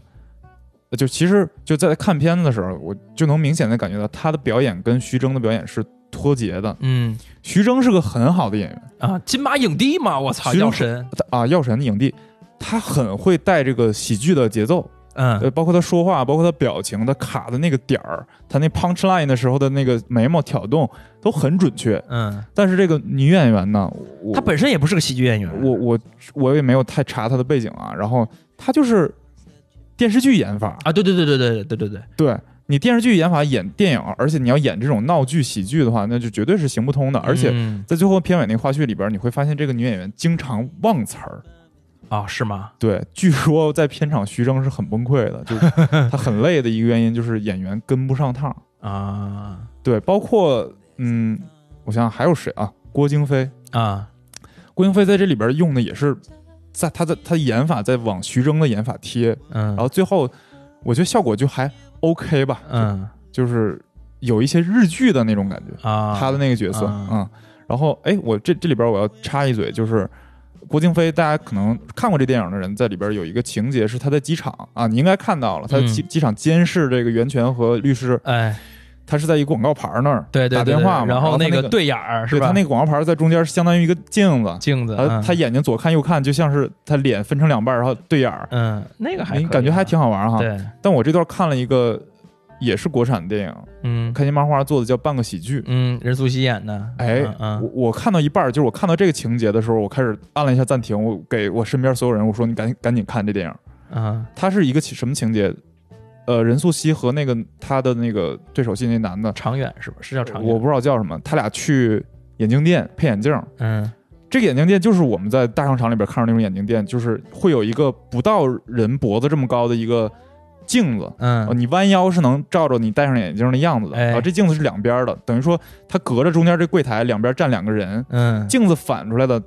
[SPEAKER 2] 呃就其实就在看片子的时候，我就能明显的感觉到他的表演跟徐峥的表演是脱节的。
[SPEAKER 3] 嗯
[SPEAKER 2] 徐峥是个很好的演员
[SPEAKER 3] 啊，金马影帝嘛，我操，
[SPEAKER 2] 徐峥
[SPEAKER 3] 药神，
[SPEAKER 2] 他啊，药神的影帝，他很会带这个喜剧的节奏，呃，
[SPEAKER 3] 嗯
[SPEAKER 2] 包括他说话，包括他表情，他卡的那个点儿，他那 punch line 的时候的那个眉毛挑动都很准确。
[SPEAKER 3] 嗯，
[SPEAKER 2] 但是这个女演员呢，我
[SPEAKER 3] 他本身也不是个喜剧演员，
[SPEAKER 2] 我我我也没有太查她的背景啊，然后她就是电视剧演法，
[SPEAKER 3] 啊，对对对对对对对对，
[SPEAKER 2] 对你电视剧演法演电影，而且你要演这种闹剧喜剧的话，那就绝对是行不通的。而且
[SPEAKER 3] 嗯
[SPEAKER 2] 在最后片尾那花絮里边，你会发现这个女演员经常忘词儿。
[SPEAKER 3] 啊是吗？
[SPEAKER 2] 对，据说在片场徐峥是很崩溃的，就是他很累的一个原因就是演员跟不上趟。
[SPEAKER 3] 啊
[SPEAKER 2] 对，包括嗯，我想想还有谁啊？郭京飞，
[SPEAKER 3] 啊
[SPEAKER 2] 郭京飞在这里边用的也是在他的他的演法在往徐峥的演法贴，
[SPEAKER 3] 嗯，
[SPEAKER 2] 然后最后我觉得效果就还 OK 吧，
[SPEAKER 3] 嗯
[SPEAKER 2] 就就是有一些日剧的那种感觉，
[SPEAKER 3] 啊，
[SPEAKER 2] 他的那个角色，
[SPEAKER 3] 啊
[SPEAKER 2] 嗯，然后哎，我这这里边我要插一嘴，就是。郭京飞，大家可能看过这电影的人，在里边有一个情节是他在机场啊，你应该看到了，他在机、
[SPEAKER 3] 嗯
[SPEAKER 2] 机场监视这个袁泉和律师，
[SPEAKER 3] 哎，
[SPEAKER 2] 他是在一个广告牌那儿
[SPEAKER 3] 对对对，
[SPEAKER 2] 打电
[SPEAKER 3] 对
[SPEAKER 2] 话嘛，
[SPEAKER 3] 然
[SPEAKER 2] 他
[SPEAKER 3] 后
[SPEAKER 2] 那
[SPEAKER 3] 个对眼儿是
[SPEAKER 2] 对
[SPEAKER 3] 吧？
[SPEAKER 2] 他那个广告牌在中间是相当于一个镜子，
[SPEAKER 3] 镜子，
[SPEAKER 2] 他
[SPEAKER 3] 嗯
[SPEAKER 2] 他眼睛左看右看，就像是他脸分成两半，然后对眼儿，
[SPEAKER 3] 嗯，那个还可以
[SPEAKER 2] 你
[SPEAKER 3] 啊
[SPEAKER 2] 感觉还挺好啊玩哈。
[SPEAKER 3] 对，
[SPEAKER 2] 但我这段看了一个也是国产电影，
[SPEAKER 3] 嗯
[SPEAKER 2] 开心麻花做的叫《半个喜剧》。
[SPEAKER 3] 嗯，任素汐演的，
[SPEAKER 2] 哎，
[SPEAKER 3] 嗯
[SPEAKER 2] 我
[SPEAKER 3] 嗯
[SPEAKER 2] 我看到一半儿，就是我看到这个情节的时候，我开始按了一下暂停，我给我身边所有人我说：“你赶紧赶紧看这电影。
[SPEAKER 3] 嗯”
[SPEAKER 2] 它是一个起什么情节？呃，任素汐和那个她的那个对手戏那男的，
[SPEAKER 3] 长远是吧？是叫长远？
[SPEAKER 2] 我不知道叫什么，他俩去眼镜店配眼镜，
[SPEAKER 3] 嗯
[SPEAKER 2] 这个眼镜店就是我们在大商场里边看到那种眼镜店，就是会有一个不到人脖子这么高的一个镜子，呃
[SPEAKER 3] 嗯
[SPEAKER 2] 你弯腰是能照着你戴上眼镜的样子的。
[SPEAKER 3] 哎
[SPEAKER 2] 啊，这镜子是两边的，等于说它隔着中间这柜台两边站两个人，
[SPEAKER 3] 嗯，
[SPEAKER 2] 镜子反出来的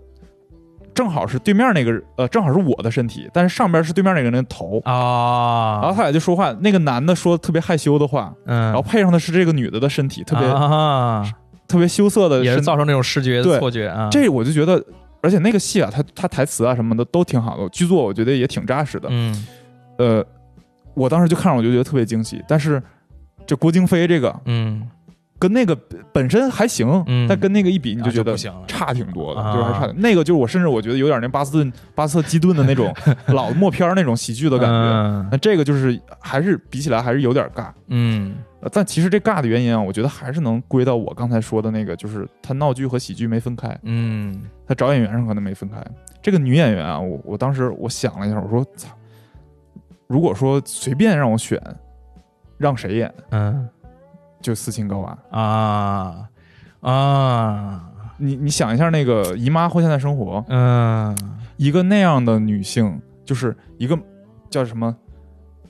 [SPEAKER 2] 正好是对面那个呃，正好是我的身体，但是上边是对面那个人的头。
[SPEAKER 3] 啊，
[SPEAKER 2] 然后他俩就说话，那个男的说特别害羞的话，
[SPEAKER 3] 嗯，
[SPEAKER 2] 然后配上的是这个女的的身体，特别、
[SPEAKER 3] 啊，
[SPEAKER 2] 特别羞涩的
[SPEAKER 3] 也
[SPEAKER 2] 身
[SPEAKER 3] 是
[SPEAKER 2] 体
[SPEAKER 3] 造成这种视觉
[SPEAKER 2] 对
[SPEAKER 3] 的错觉啊，
[SPEAKER 2] 这我就觉得，而且那个戏啊，他他台词啊什么的都挺好的，剧作我觉得也挺扎实的。
[SPEAKER 3] 嗯
[SPEAKER 2] 呃，我当时就看着我就觉得特别惊喜，但是这郭京飞这个
[SPEAKER 3] 嗯
[SPEAKER 2] 跟那个本身还行，
[SPEAKER 3] 嗯
[SPEAKER 2] 但跟那个一比，你觉
[SPEAKER 3] 啊就
[SPEAKER 2] 得
[SPEAKER 3] 不行了
[SPEAKER 2] 差挺多的，
[SPEAKER 3] 啊
[SPEAKER 2] 就是还差点。那个就是我甚至我觉得有点那巴斯顿巴斯特基顿的那
[SPEAKER 3] *laughs*
[SPEAKER 2] 种老默片儿那种喜剧的感觉。
[SPEAKER 3] 嗯
[SPEAKER 2] 那这个就是还是比起来还是有点尬。
[SPEAKER 3] 嗯
[SPEAKER 2] 呃但其实这尬的原因啊，我觉得还是能归到我刚才说的那个，就是他闹剧和喜剧没分开。
[SPEAKER 3] 嗯
[SPEAKER 2] 他找演员上可能没分开。这个女演员啊，我我当时我想了一下，我说操，如果说随便让我选，让谁演
[SPEAKER 3] 嗯。
[SPEAKER 2] 就斯琴高娃。
[SPEAKER 3] 啊啊，
[SPEAKER 2] 你你想一下那个《姨妈或现代生活》，
[SPEAKER 3] 嗯
[SPEAKER 2] 一个那样的女性，就是一个叫什么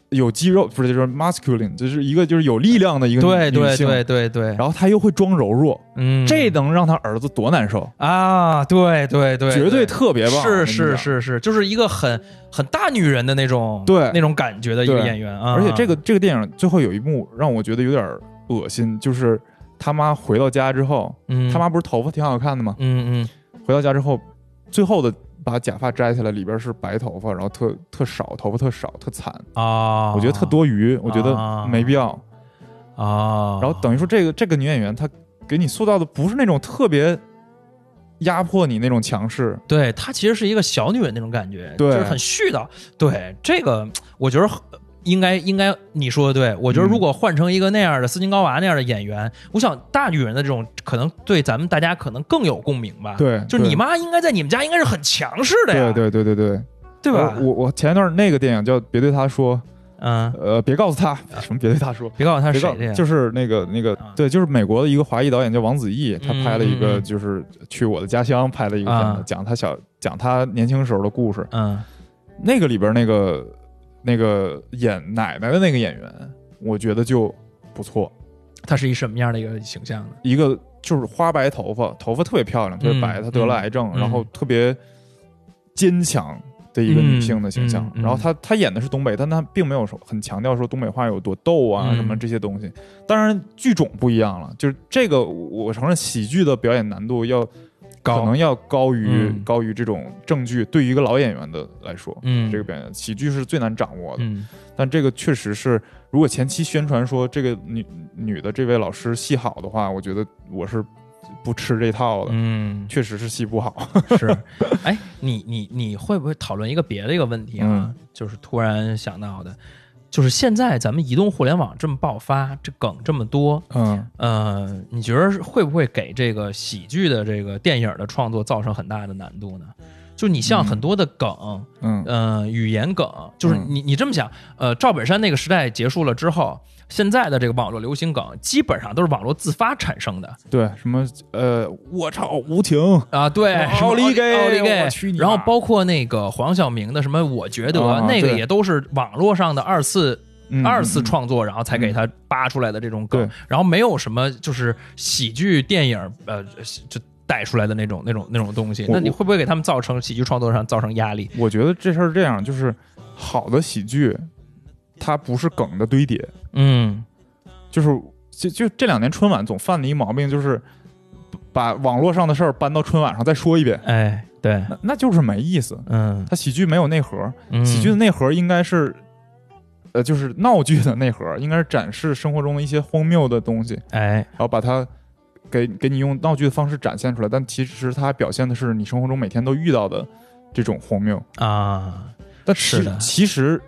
[SPEAKER 2] 有肌肉，不是就是 masculine，就是一个就是有力量的一个
[SPEAKER 3] 对
[SPEAKER 2] 女
[SPEAKER 3] 对
[SPEAKER 2] 性
[SPEAKER 3] 对对对，
[SPEAKER 2] 然后她又会装柔弱，
[SPEAKER 3] 嗯，
[SPEAKER 2] 这能让她儿子多难受？
[SPEAKER 3] 啊，对对对，
[SPEAKER 2] 绝对特别棒
[SPEAKER 3] 是
[SPEAKER 2] 我跟
[SPEAKER 3] 是
[SPEAKER 2] 你讲
[SPEAKER 3] 是是，就是一个很很大女人的那种
[SPEAKER 2] 对
[SPEAKER 3] 那种感觉的一个
[SPEAKER 2] 对
[SPEAKER 3] 演员啊，
[SPEAKER 2] 而且这个这个电影最后有一幕让我觉得有点恶心，就是他妈回到家之后，
[SPEAKER 3] 嗯
[SPEAKER 2] 他妈不是头发挺好看的吗？
[SPEAKER 3] 嗯嗯
[SPEAKER 2] 回到家之后，最后的把假发摘下来，里边是白头发，然后特特少，头发特少，特惨，
[SPEAKER 3] 啊，
[SPEAKER 2] 我觉得特多余，我觉得没必要。
[SPEAKER 3] 啊，
[SPEAKER 2] 然后等于说这个这个女演员她给你塑造的不是那种特别压迫你那种强势，
[SPEAKER 3] 对她其实是一个小女人那种感觉，
[SPEAKER 2] 对
[SPEAKER 3] 就是很絮叨。对这个，我觉得很应该应该你说的对，我觉得
[SPEAKER 2] 嗯
[SPEAKER 3] 如果换成一个那样的斯琴高娃那样的演员，我想大女人的这种可能对咱们大家可能更有共鸣吧。
[SPEAKER 2] 对
[SPEAKER 3] 就是你
[SPEAKER 2] 对
[SPEAKER 3] 妈应该在你们家应该是很强势的呀，
[SPEAKER 2] 对对对对对，
[SPEAKER 3] 啊对吧？
[SPEAKER 2] 我我前一段那个电影叫《别对她说》，
[SPEAKER 3] 嗯，
[SPEAKER 2] 呃，别告诉她什么，别对她说。
[SPEAKER 3] 别告诉她是
[SPEAKER 2] 别
[SPEAKER 3] 谁
[SPEAKER 2] 告
[SPEAKER 3] 这样，
[SPEAKER 2] 就是那个那个
[SPEAKER 3] 啊，
[SPEAKER 2] 对，就是美国的一个华裔导演叫王子异，他
[SPEAKER 3] 嗯
[SPEAKER 2] 拍了一
[SPEAKER 3] 嗯
[SPEAKER 2] 个
[SPEAKER 3] 嗯
[SPEAKER 2] 就是去我的家乡拍了一个片
[SPEAKER 3] 啊
[SPEAKER 2] 子，讲他小讲他年轻时候的故事。
[SPEAKER 3] 嗯
[SPEAKER 2] 那个里边那个那个演奶奶的那个演员，我觉得就不错，，
[SPEAKER 3] 她是一什么样的一个形象呢？
[SPEAKER 2] 一个就是花白头发，头发特别漂亮，特别白，
[SPEAKER 3] 嗯
[SPEAKER 2] 她得了癌症，
[SPEAKER 3] 嗯
[SPEAKER 2] 然后特别坚强的一个女性的形象。
[SPEAKER 3] 嗯嗯嗯
[SPEAKER 2] 然后她她演的是东北，但她并没有说很强调说东北话有多逗啊、
[SPEAKER 3] 嗯
[SPEAKER 2] 什么这些东西。当然剧种不一样了，就是这个我我承认喜剧的表演难度要
[SPEAKER 3] 高
[SPEAKER 2] 可能要高于、
[SPEAKER 3] 嗯
[SPEAKER 2] 高于这种正剧，对于一个老演员的来说，
[SPEAKER 3] 嗯
[SPEAKER 2] 这个表演喜剧是最难掌握的。
[SPEAKER 3] 嗯
[SPEAKER 2] 但这个确实是，如果前期宣传说这个女女的这位老师戏好的话，我觉得我是不吃这套的，
[SPEAKER 3] 嗯，
[SPEAKER 2] 确实是戏不好。
[SPEAKER 3] 是。 *laughs* 哎，你你你会不会讨论一个别的一个问题
[SPEAKER 2] 嗯
[SPEAKER 3] 啊？就是突然想到的，就是现在咱们移动互联网这么爆发，这梗这么多，
[SPEAKER 2] 嗯，
[SPEAKER 3] 呃，你觉得是会不会给这个喜剧的这个电影的创作造成很大的难度呢？就你像很多的梗，
[SPEAKER 2] 嗯
[SPEAKER 3] 呃，语言梗，就是
[SPEAKER 2] 嗯
[SPEAKER 3] 你你这么想，呃，赵本山那个时代结束了之后，现在的这个网络流行梗基本上都是网络自发产生的，
[SPEAKER 2] *laughs* 对，什么呃，我操，无情，
[SPEAKER 3] 啊，对，
[SPEAKER 2] 哦奥
[SPEAKER 3] 什么
[SPEAKER 2] 利给
[SPEAKER 3] 奥利给
[SPEAKER 2] 我去你，妈
[SPEAKER 3] 然后包括那个黄晓明的什么，我觉得
[SPEAKER 2] 啊
[SPEAKER 3] 那个
[SPEAKER 2] 对
[SPEAKER 3] 也都是网络上的二次。
[SPEAKER 2] 嗯
[SPEAKER 3] 二次创作，然后才给他扒出来的这种梗
[SPEAKER 2] 对，
[SPEAKER 3] 然后没有什么就是喜剧电影呃就带出来的那种那种那种东西。
[SPEAKER 2] 我
[SPEAKER 3] 那你
[SPEAKER 2] 我
[SPEAKER 3] 会不会给他们造成喜剧创作上造成压力？
[SPEAKER 2] 我觉得这事儿是这样，就是好的喜剧，它不是梗的堆叠，
[SPEAKER 3] 嗯
[SPEAKER 2] 就是就就这两年春晚总犯的一毛病，就是把网络上的事儿搬到春晚上再说一遍，
[SPEAKER 3] 哎，对，
[SPEAKER 2] 那那就是没意思。
[SPEAKER 3] 嗯，
[SPEAKER 2] 它喜剧没有内核，
[SPEAKER 3] 嗯
[SPEAKER 2] 喜剧的内核应该是，呃，就是闹剧的内核， *laughs* 应该是展示生活中的一些荒谬的东西，
[SPEAKER 3] 哎，
[SPEAKER 2] 然后把它给给你用闹剧的方式展现出来。但其实它表现的是你生活中每天都遇到的这种荒谬。
[SPEAKER 3] 啊，
[SPEAKER 2] 但其
[SPEAKER 3] 是的
[SPEAKER 2] 其实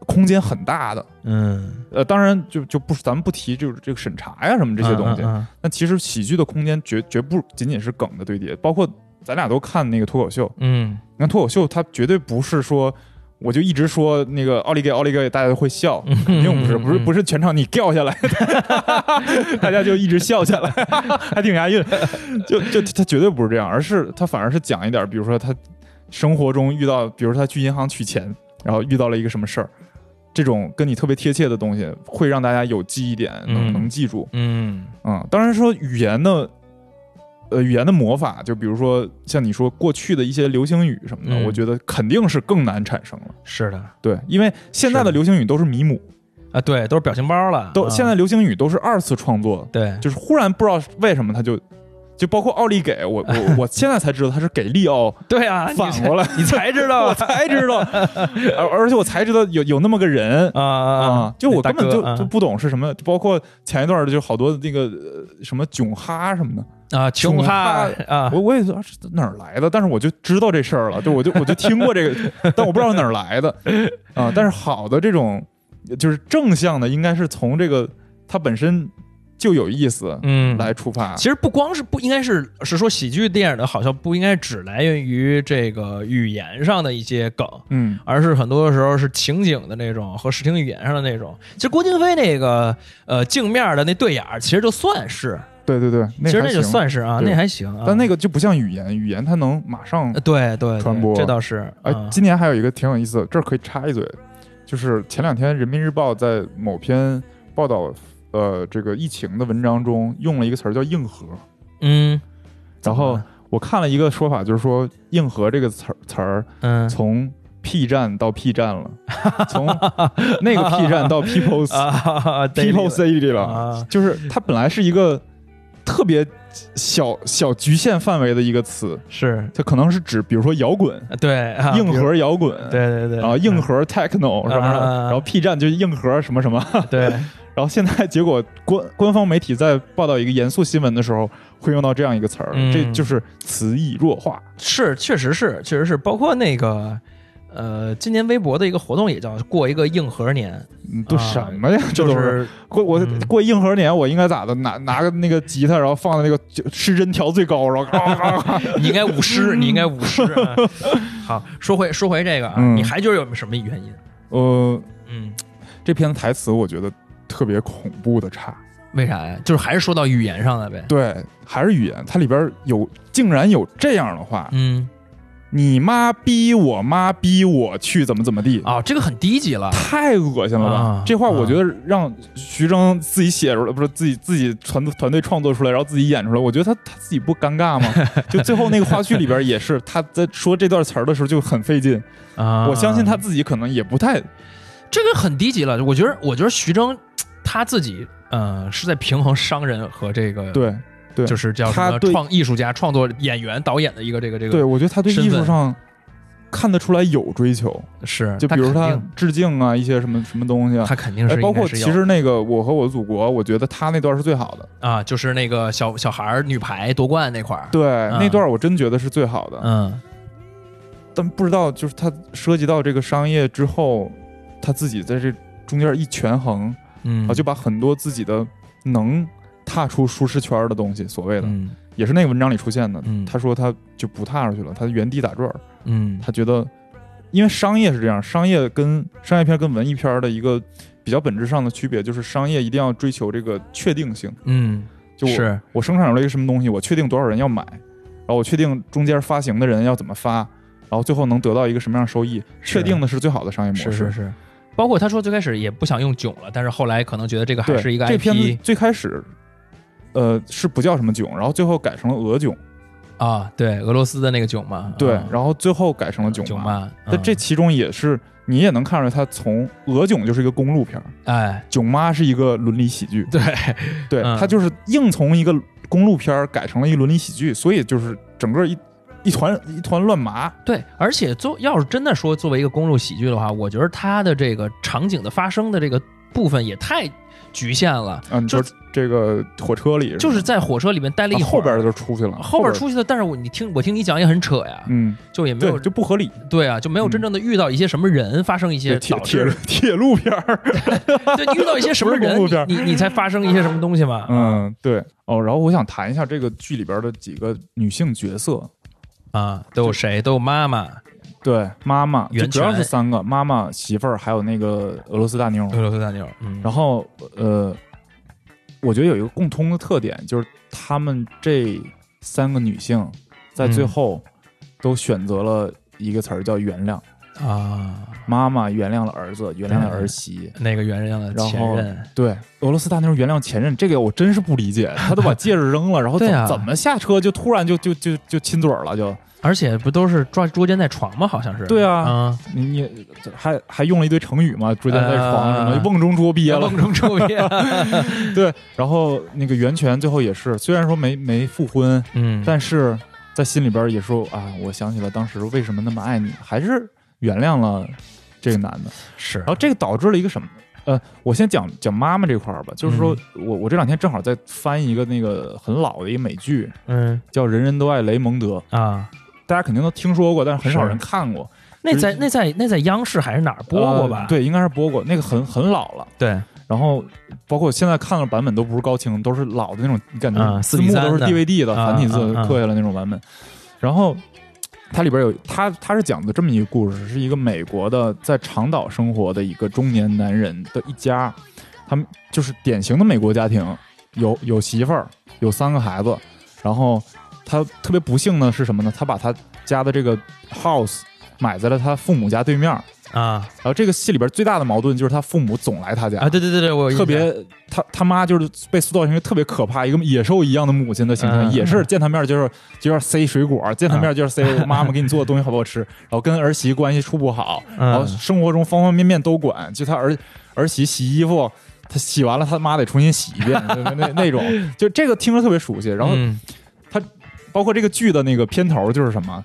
[SPEAKER 2] 空间很大的。
[SPEAKER 3] 嗯，
[SPEAKER 2] 呃，当然就就不，咱们不提就是这个审查呀什么这些东西。
[SPEAKER 3] 嗯嗯
[SPEAKER 2] 那其实喜剧的空间绝绝不仅仅是梗的堆叠，包括咱俩都看那个脱口秀，
[SPEAKER 3] 嗯
[SPEAKER 2] 你看脱口秀，它绝对不是说我就一直说那个奥利给奥利给，大家都会笑，肯定不是，不是不是全场你掉下来， *laughs* 大家就一直笑下来， *laughs* 还挺押韵。就就他绝对不是这样，而是他反而是讲一点，比如说他生活中遇到，比如说他去银行取钱，然后遇到了一个什么事儿。这种跟你特别贴切的东西，会让大家有记忆点，能
[SPEAKER 3] 嗯
[SPEAKER 2] 能记住。
[SPEAKER 3] 嗯
[SPEAKER 2] 嗯，当然说语言的，呃，语言的魔法，就比如说像你说过去的一些流行语什么的，
[SPEAKER 3] 嗯
[SPEAKER 2] 我觉得肯定是更难产生了。
[SPEAKER 3] 是的
[SPEAKER 2] 对，因为现在
[SPEAKER 3] 是的
[SPEAKER 2] 的流行语都是迷母，
[SPEAKER 3] 啊，对，都是表情包了，
[SPEAKER 2] 都、
[SPEAKER 3] 啊
[SPEAKER 2] 现在流行语都是二次创作，
[SPEAKER 3] 对，
[SPEAKER 2] 就是忽然不知道为什么他就。就包括奥利给，我我我现在才知道他是给力奥
[SPEAKER 3] 对 *laughs* 啊，你
[SPEAKER 2] 反
[SPEAKER 3] 才
[SPEAKER 2] 过来，
[SPEAKER 3] 你才知道啊
[SPEAKER 2] 我才知
[SPEAKER 3] *laughs*
[SPEAKER 2] 道，而而且我才知道有有那么个人
[SPEAKER 3] 啊
[SPEAKER 2] 啊
[SPEAKER 3] 啊！
[SPEAKER 2] 就我根本就
[SPEAKER 3] 大哥
[SPEAKER 2] 就不懂是什么，包括前一段就好多那个呃什么囧哈什么的，
[SPEAKER 3] 啊，穷哈
[SPEAKER 2] 穷
[SPEAKER 3] 啊，
[SPEAKER 2] 我我也说是哪儿来的，但是我就知道这事儿了，就我就我就听过这
[SPEAKER 3] *laughs*
[SPEAKER 2] 个，但我不知道哪儿来的啊、但是好的这种就是正向的，应该是从这个它本身就有意思
[SPEAKER 3] 嗯，
[SPEAKER 2] 来啊出发。
[SPEAKER 3] 其实不光是不应该是是说喜剧电影的好像不应该只来源于这个语言上的一些梗，
[SPEAKER 2] 嗯，
[SPEAKER 3] 而是很多时候是情景的那种和视听语言上的那种。其实郭京飞那个呃镜面的那对眼儿，其实就算是，
[SPEAKER 2] 对对对，
[SPEAKER 3] 其
[SPEAKER 2] 那
[SPEAKER 3] 实
[SPEAKER 2] 还
[SPEAKER 3] 那就
[SPEAKER 2] 行
[SPEAKER 3] 算是啊，
[SPEAKER 2] 对
[SPEAKER 3] 那还行啊。
[SPEAKER 2] 但那个就不像语言，语言它能马上
[SPEAKER 3] 呃。对对对
[SPEAKER 2] 传播
[SPEAKER 3] 这倒是
[SPEAKER 2] 哎
[SPEAKER 3] 嗯，
[SPEAKER 2] 今年还有一个挺有意思的，这儿可以插一嘴，就是前两天人民日报在某篇报道呃这个疫情的文章中用了一个词儿叫硬核，
[SPEAKER 3] 嗯
[SPEAKER 2] 然后我看了一个说法，就是说硬核这个词儿词儿
[SPEAKER 3] 嗯
[SPEAKER 2] 从 P 站到 P 站
[SPEAKER 3] *laughs*
[SPEAKER 2] 了，从那个 P 站到 People's
[SPEAKER 3] 啊 *laughs*
[SPEAKER 2] People City
[SPEAKER 3] 啊
[SPEAKER 2] 了，就是它本来是一个特别小小局限范围的一个词，
[SPEAKER 3] 是
[SPEAKER 2] 它可能是指比如说摇滚、
[SPEAKER 3] 对啊
[SPEAKER 2] 硬核摇滚，
[SPEAKER 3] 比如对对对，
[SPEAKER 2] 然后硬核 techno 什么
[SPEAKER 3] 啊啊
[SPEAKER 2] 的，
[SPEAKER 3] 啊啊
[SPEAKER 2] 然后 P 站就硬核什么什么， *laughs*
[SPEAKER 3] 对
[SPEAKER 2] 然后现在结果官官方媒体在报道一个严肃新闻的时候，会用到这样一个词儿，
[SPEAKER 3] 嗯
[SPEAKER 2] 这就是词义弱化。
[SPEAKER 3] 是确实是确实是，包括那个呃，今年微博的一个活动也叫过一个硬核年，
[SPEAKER 2] 嗯，都
[SPEAKER 3] 啊
[SPEAKER 2] 什么呀？这
[SPEAKER 3] 就
[SPEAKER 2] 都
[SPEAKER 3] 是
[SPEAKER 2] 过我
[SPEAKER 3] 嗯
[SPEAKER 2] 过硬核年，我应该咋的？拿拿个那个吉他，然后放在那个失真调最高，然后嘎嘎嘎
[SPEAKER 3] 你应该舞狮，你应该舞狮。啊好，说回说回这个啊，
[SPEAKER 2] 嗯
[SPEAKER 3] 你还觉得有什么原因？
[SPEAKER 2] 呃，
[SPEAKER 3] 嗯，
[SPEAKER 2] 这篇台词我觉得特别恐怖的差。
[SPEAKER 3] 为啥呀？就是还是说到语言上了呗。
[SPEAKER 2] 对，还是语言，它里边有竟然有这样的话，
[SPEAKER 3] 嗯，
[SPEAKER 2] 你妈逼我妈逼我去怎么怎么地。
[SPEAKER 3] 啊，这个很低级了。
[SPEAKER 2] 太恶心了吧！
[SPEAKER 3] 啊
[SPEAKER 2] 这话我觉得让徐峥自己写出来，不是自己自己团团队创作出来，然后自己演出来，我觉得他他自己不尴尬
[SPEAKER 3] *laughs*
[SPEAKER 2] 吗？就最后那个花絮里边也是，他在说这段词儿的时候就很费劲。
[SPEAKER 3] 啊，
[SPEAKER 2] 我相信他自己可能也不太
[SPEAKER 3] 这个很低级了。我觉得，我觉得徐峥他自己呃是在平衡商人和这个，
[SPEAKER 2] 对对，
[SPEAKER 3] 就是叫什
[SPEAKER 2] 他
[SPEAKER 3] 么
[SPEAKER 2] 对
[SPEAKER 3] 创艺术家、创作演员、导演的一个这个这个
[SPEAKER 2] 对，我觉得他对
[SPEAKER 3] 身
[SPEAKER 2] 艺术
[SPEAKER 3] 份
[SPEAKER 2] 上看得出来有追求，
[SPEAKER 3] 是，
[SPEAKER 2] 就比如
[SPEAKER 3] 他
[SPEAKER 2] 他
[SPEAKER 3] 肯
[SPEAKER 2] 致敬啊，一些什么什么东西
[SPEAKER 3] 定
[SPEAKER 2] 啊。
[SPEAKER 3] 他肯定
[SPEAKER 2] 哎
[SPEAKER 3] 是，
[SPEAKER 2] 包括
[SPEAKER 3] 应该是
[SPEAKER 2] 其
[SPEAKER 3] 要
[SPEAKER 2] 实那个《我和我的祖国》，我觉得他那段是最好的。
[SPEAKER 3] 啊，就是那个小小孩儿女排夺冠那块儿，
[SPEAKER 2] 对，那段我真觉得是最好的。
[SPEAKER 3] 嗯，
[SPEAKER 2] 但不知道就是他涉及到这个商业之后，他自己在这中间一权衡，
[SPEAKER 3] 嗯
[SPEAKER 2] 啊，就把很多自己的能踏出舒适圈的东西，所谓的、
[SPEAKER 3] 嗯
[SPEAKER 2] 也是那个文章里出现的。
[SPEAKER 3] 嗯
[SPEAKER 2] 他说他就不踏出去了，他原地打转儿，
[SPEAKER 3] 嗯
[SPEAKER 2] 他觉得，因为商业是这样，商业跟商业片跟文艺片的一个比较本质上的区别就是，商业一定要追求这个确定性，
[SPEAKER 3] 嗯，
[SPEAKER 2] 就我
[SPEAKER 3] 是
[SPEAKER 2] 我生产出来一个什么东西，我确定多少人要买，然后我确定中间发行的人要怎么发，然后最后能得到一个什么样的收益，
[SPEAKER 3] 是
[SPEAKER 2] 确定的是最好的商业模式。
[SPEAKER 3] 是是是，包括他说最开始也不想用囧了，但是后来可能觉得这个还
[SPEAKER 2] 对，
[SPEAKER 3] 是一个
[SPEAKER 2] 这片子
[SPEAKER 3] IP
[SPEAKER 2] 最开始，呃，是不叫什么囧，然后最后改成了俄囧，
[SPEAKER 3] 啊，对，俄罗斯的那个囧嘛，
[SPEAKER 2] 对，
[SPEAKER 3] 啊
[SPEAKER 2] 然后最后改成了囧
[SPEAKER 3] 囧
[SPEAKER 2] 妈。
[SPEAKER 3] 妈，
[SPEAKER 2] 但这
[SPEAKER 3] 嗯
[SPEAKER 2] 其中也是你也能看出来，它从俄囧就是一个公路片儿，
[SPEAKER 3] 哎，
[SPEAKER 2] 囧妈是一个伦理喜剧， *laughs*
[SPEAKER 3] 对，
[SPEAKER 2] 对，
[SPEAKER 3] 嗯
[SPEAKER 2] 它就是硬从一个公路片儿改成了一个伦理喜剧，所以就是整个一一团一团乱麻。
[SPEAKER 3] 对，而且作要是真的说作为一个公路喜剧的话，我觉得它的这个场景的发生的这个部分也太局限了，
[SPEAKER 2] 啊，你
[SPEAKER 3] 就
[SPEAKER 2] 说这个火车里
[SPEAKER 3] 就是是
[SPEAKER 2] 吗
[SPEAKER 3] 在火车里面待了
[SPEAKER 2] 啊
[SPEAKER 3] 一会
[SPEAKER 2] 后
[SPEAKER 3] 儿，
[SPEAKER 2] 边就出去了，
[SPEAKER 3] 后边出去的，但是我你听我听你讲也很扯呀，
[SPEAKER 2] 嗯，
[SPEAKER 3] 就也没有
[SPEAKER 2] 对，就不合理。
[SPEAKER 3] 对啊，就没有真正的遇到一些什么人发生一些
[SPEAKER 2] 嗯对铁
[SPEAKER 3] 导
[SPEAKER 2] 铁路
[SPEAKER 3] 致，
[SPEAKER 2] 铁路片儿，
[SPEAKER 3] *laughs* 对遇到一些什么
[SPEAKER 2] 不是公路片
[SPEAKER 3] 人
[SPEAKER 2] 儿，
[SPEAKER 3] 你你你才发生一些什么东西嘛，
[SPEAKER 2] 嗯，对哦。然后我想谈一下这个剧里边的几个女性角色，
[SPEAKER 3] 啊，都有谁？都有妈妈，
[SPEAKER 2] 对妈妈，就
[SPEAKER 3] 袁
[SPEAKER 2] 主要
[SPEAKER 3] 泉
[SPEAKER 2] 是三个妈妈、媳妇儿，还有那个俄罗斯大妞。
[SPEAKER 3] 俄罗斯大妞，嗯，
[SPEAKER 2] 然后呃，我觉得有一个共通的特点，就是她们这三个女性在最
[SPEAKER 3] 嗯
[SPEAKER 2] 后都选择了一个词儿叫原谅。
[SPEAKER 3] 啊，
[SPEAKER 2] 妈妈原谅了儿子，原谅
[SPEAKER 3] 嗯
[SPEAKER 2] 了儿媳，
[SPEAKER 3] 那个原谅的
[SPEAKER 2] 然
[SPEAKER 3] 前
[SPEAKER 2] 后
[SPEAKER 3] 任，
[SPEAKER 2] 对俄罗斯大妞原谅前任，这个我真是不理解，他都把戒指扔了，然后怎
[SPEAKER 3] 对
[SPEAKER 2] 么、
[SPEAKER 3] 啊
[SPEAKER 2] 怎么下车就突然就就就就亲嘴儿了？就
[SPEAKER 3] 而且不都是抓捉奸在床吗？好像是，
[SPEAKER 2] 对啊
[SPEAKER 3] 啊，
[SPEAKER 2] 你你还还用了一堆成语嘛，捉奸在床什么，
[SPEAKER 3] 呃
[SPEAKER 2] 瓮中捉鳖了
[SPEAKER 3] 梦。中抽
[SPEAKER 2] *laughs*
[SPEAKER 3] 烟，
[SPEAKER 2] 对，然后那个袁泉最后也是，虽然说没没复婚，
[SPEAKER 3] 嗯，
[SPEAKER 2] 但是在心里边也说啊，我想起了当时为什么那么爱你，还是原谅了这个男的。
[SPEAKER 3] 是
[SPEAKER 2] 然后这个导致了一个什么？呃，我先讲讲妈妈这块儿吧，就是说
[SPEAKER 3] 嗯
[SPEAKER 2] 我我这两天正好在翻一个那个很老的一个美剧，
[SPEAKER 3] 嗯
[SPEAKER 2] 叫《人人都爱雷蒙德》，
[SPEAKER 3] 啊，
[SPEAKER 2] 大家肯定都听说过，但是很少
[SPEAKER 3] 是
[SPEAKER 2] 人看过。
[SPEAKER 3] 那在那在那在央视还是哪儿播过吧？
[SPEAKER 2] 呃对，应该是播过，那个很很老了。
[SPEAKER 3] 对，
[SPEAKER 2] 然后包括现在看的版本都不是高清，都是老的那种，你感
[SPEAKER 3] 啊
[SPEAKER 2] 觉字
[SPEAKER 3] 4:3
[SPEAKER 2] 幕都是
[SPEAKER 3] 的
[SPEAKER 2] DVD 的
[SPEAKER 3] 啊
[SPEAKER 2] 繁体字
[SPEAKER 3] 啊啊啊
[SPEAKER 2] 刻下来那种版本。然后它里边有它它是讲的这么一个故事，是一个美国的在长岛生活的一个中年男人的一家，他们就是典型的美国家庭，有有媳妇儿，有三个孩子，然后他特别不幸的是什么呢？他把他家的这个 house 买在了他父母家对面儿，
[SPEAKER 3] 啊
[SPEAKER 2] 然后这个戏里边最大的矛盾就是他父母总来他家
[SPEAKER 3] 啊！对对对对，我有印
[SPEAKER 2] 特
[SPEAKER 3] 象
[SPEAKER 2] 别他他妈就是被塑造成一个特别可怕、一个野兽一样的母亲的形象，
[SPEAKER 3] 嗯
[SPEAKER 2] 也是见他面就是就要塞水果，见他面就是塞我妈妈给你做的东西好不好吃，然后跟儿媳关系处不好，
[SPEAKER 3] 嗯
[SPEAKER 2] 然后生活中方方面面都管，就他儿儿媳洗衣服。他洗完了，他妈得重新洗一遍，就那那那种，就这个听着特别熟悉。然后
[SPEAKER 3] 嗯
[SPEAKER 2] 包括这个剧的那个片头就是什么，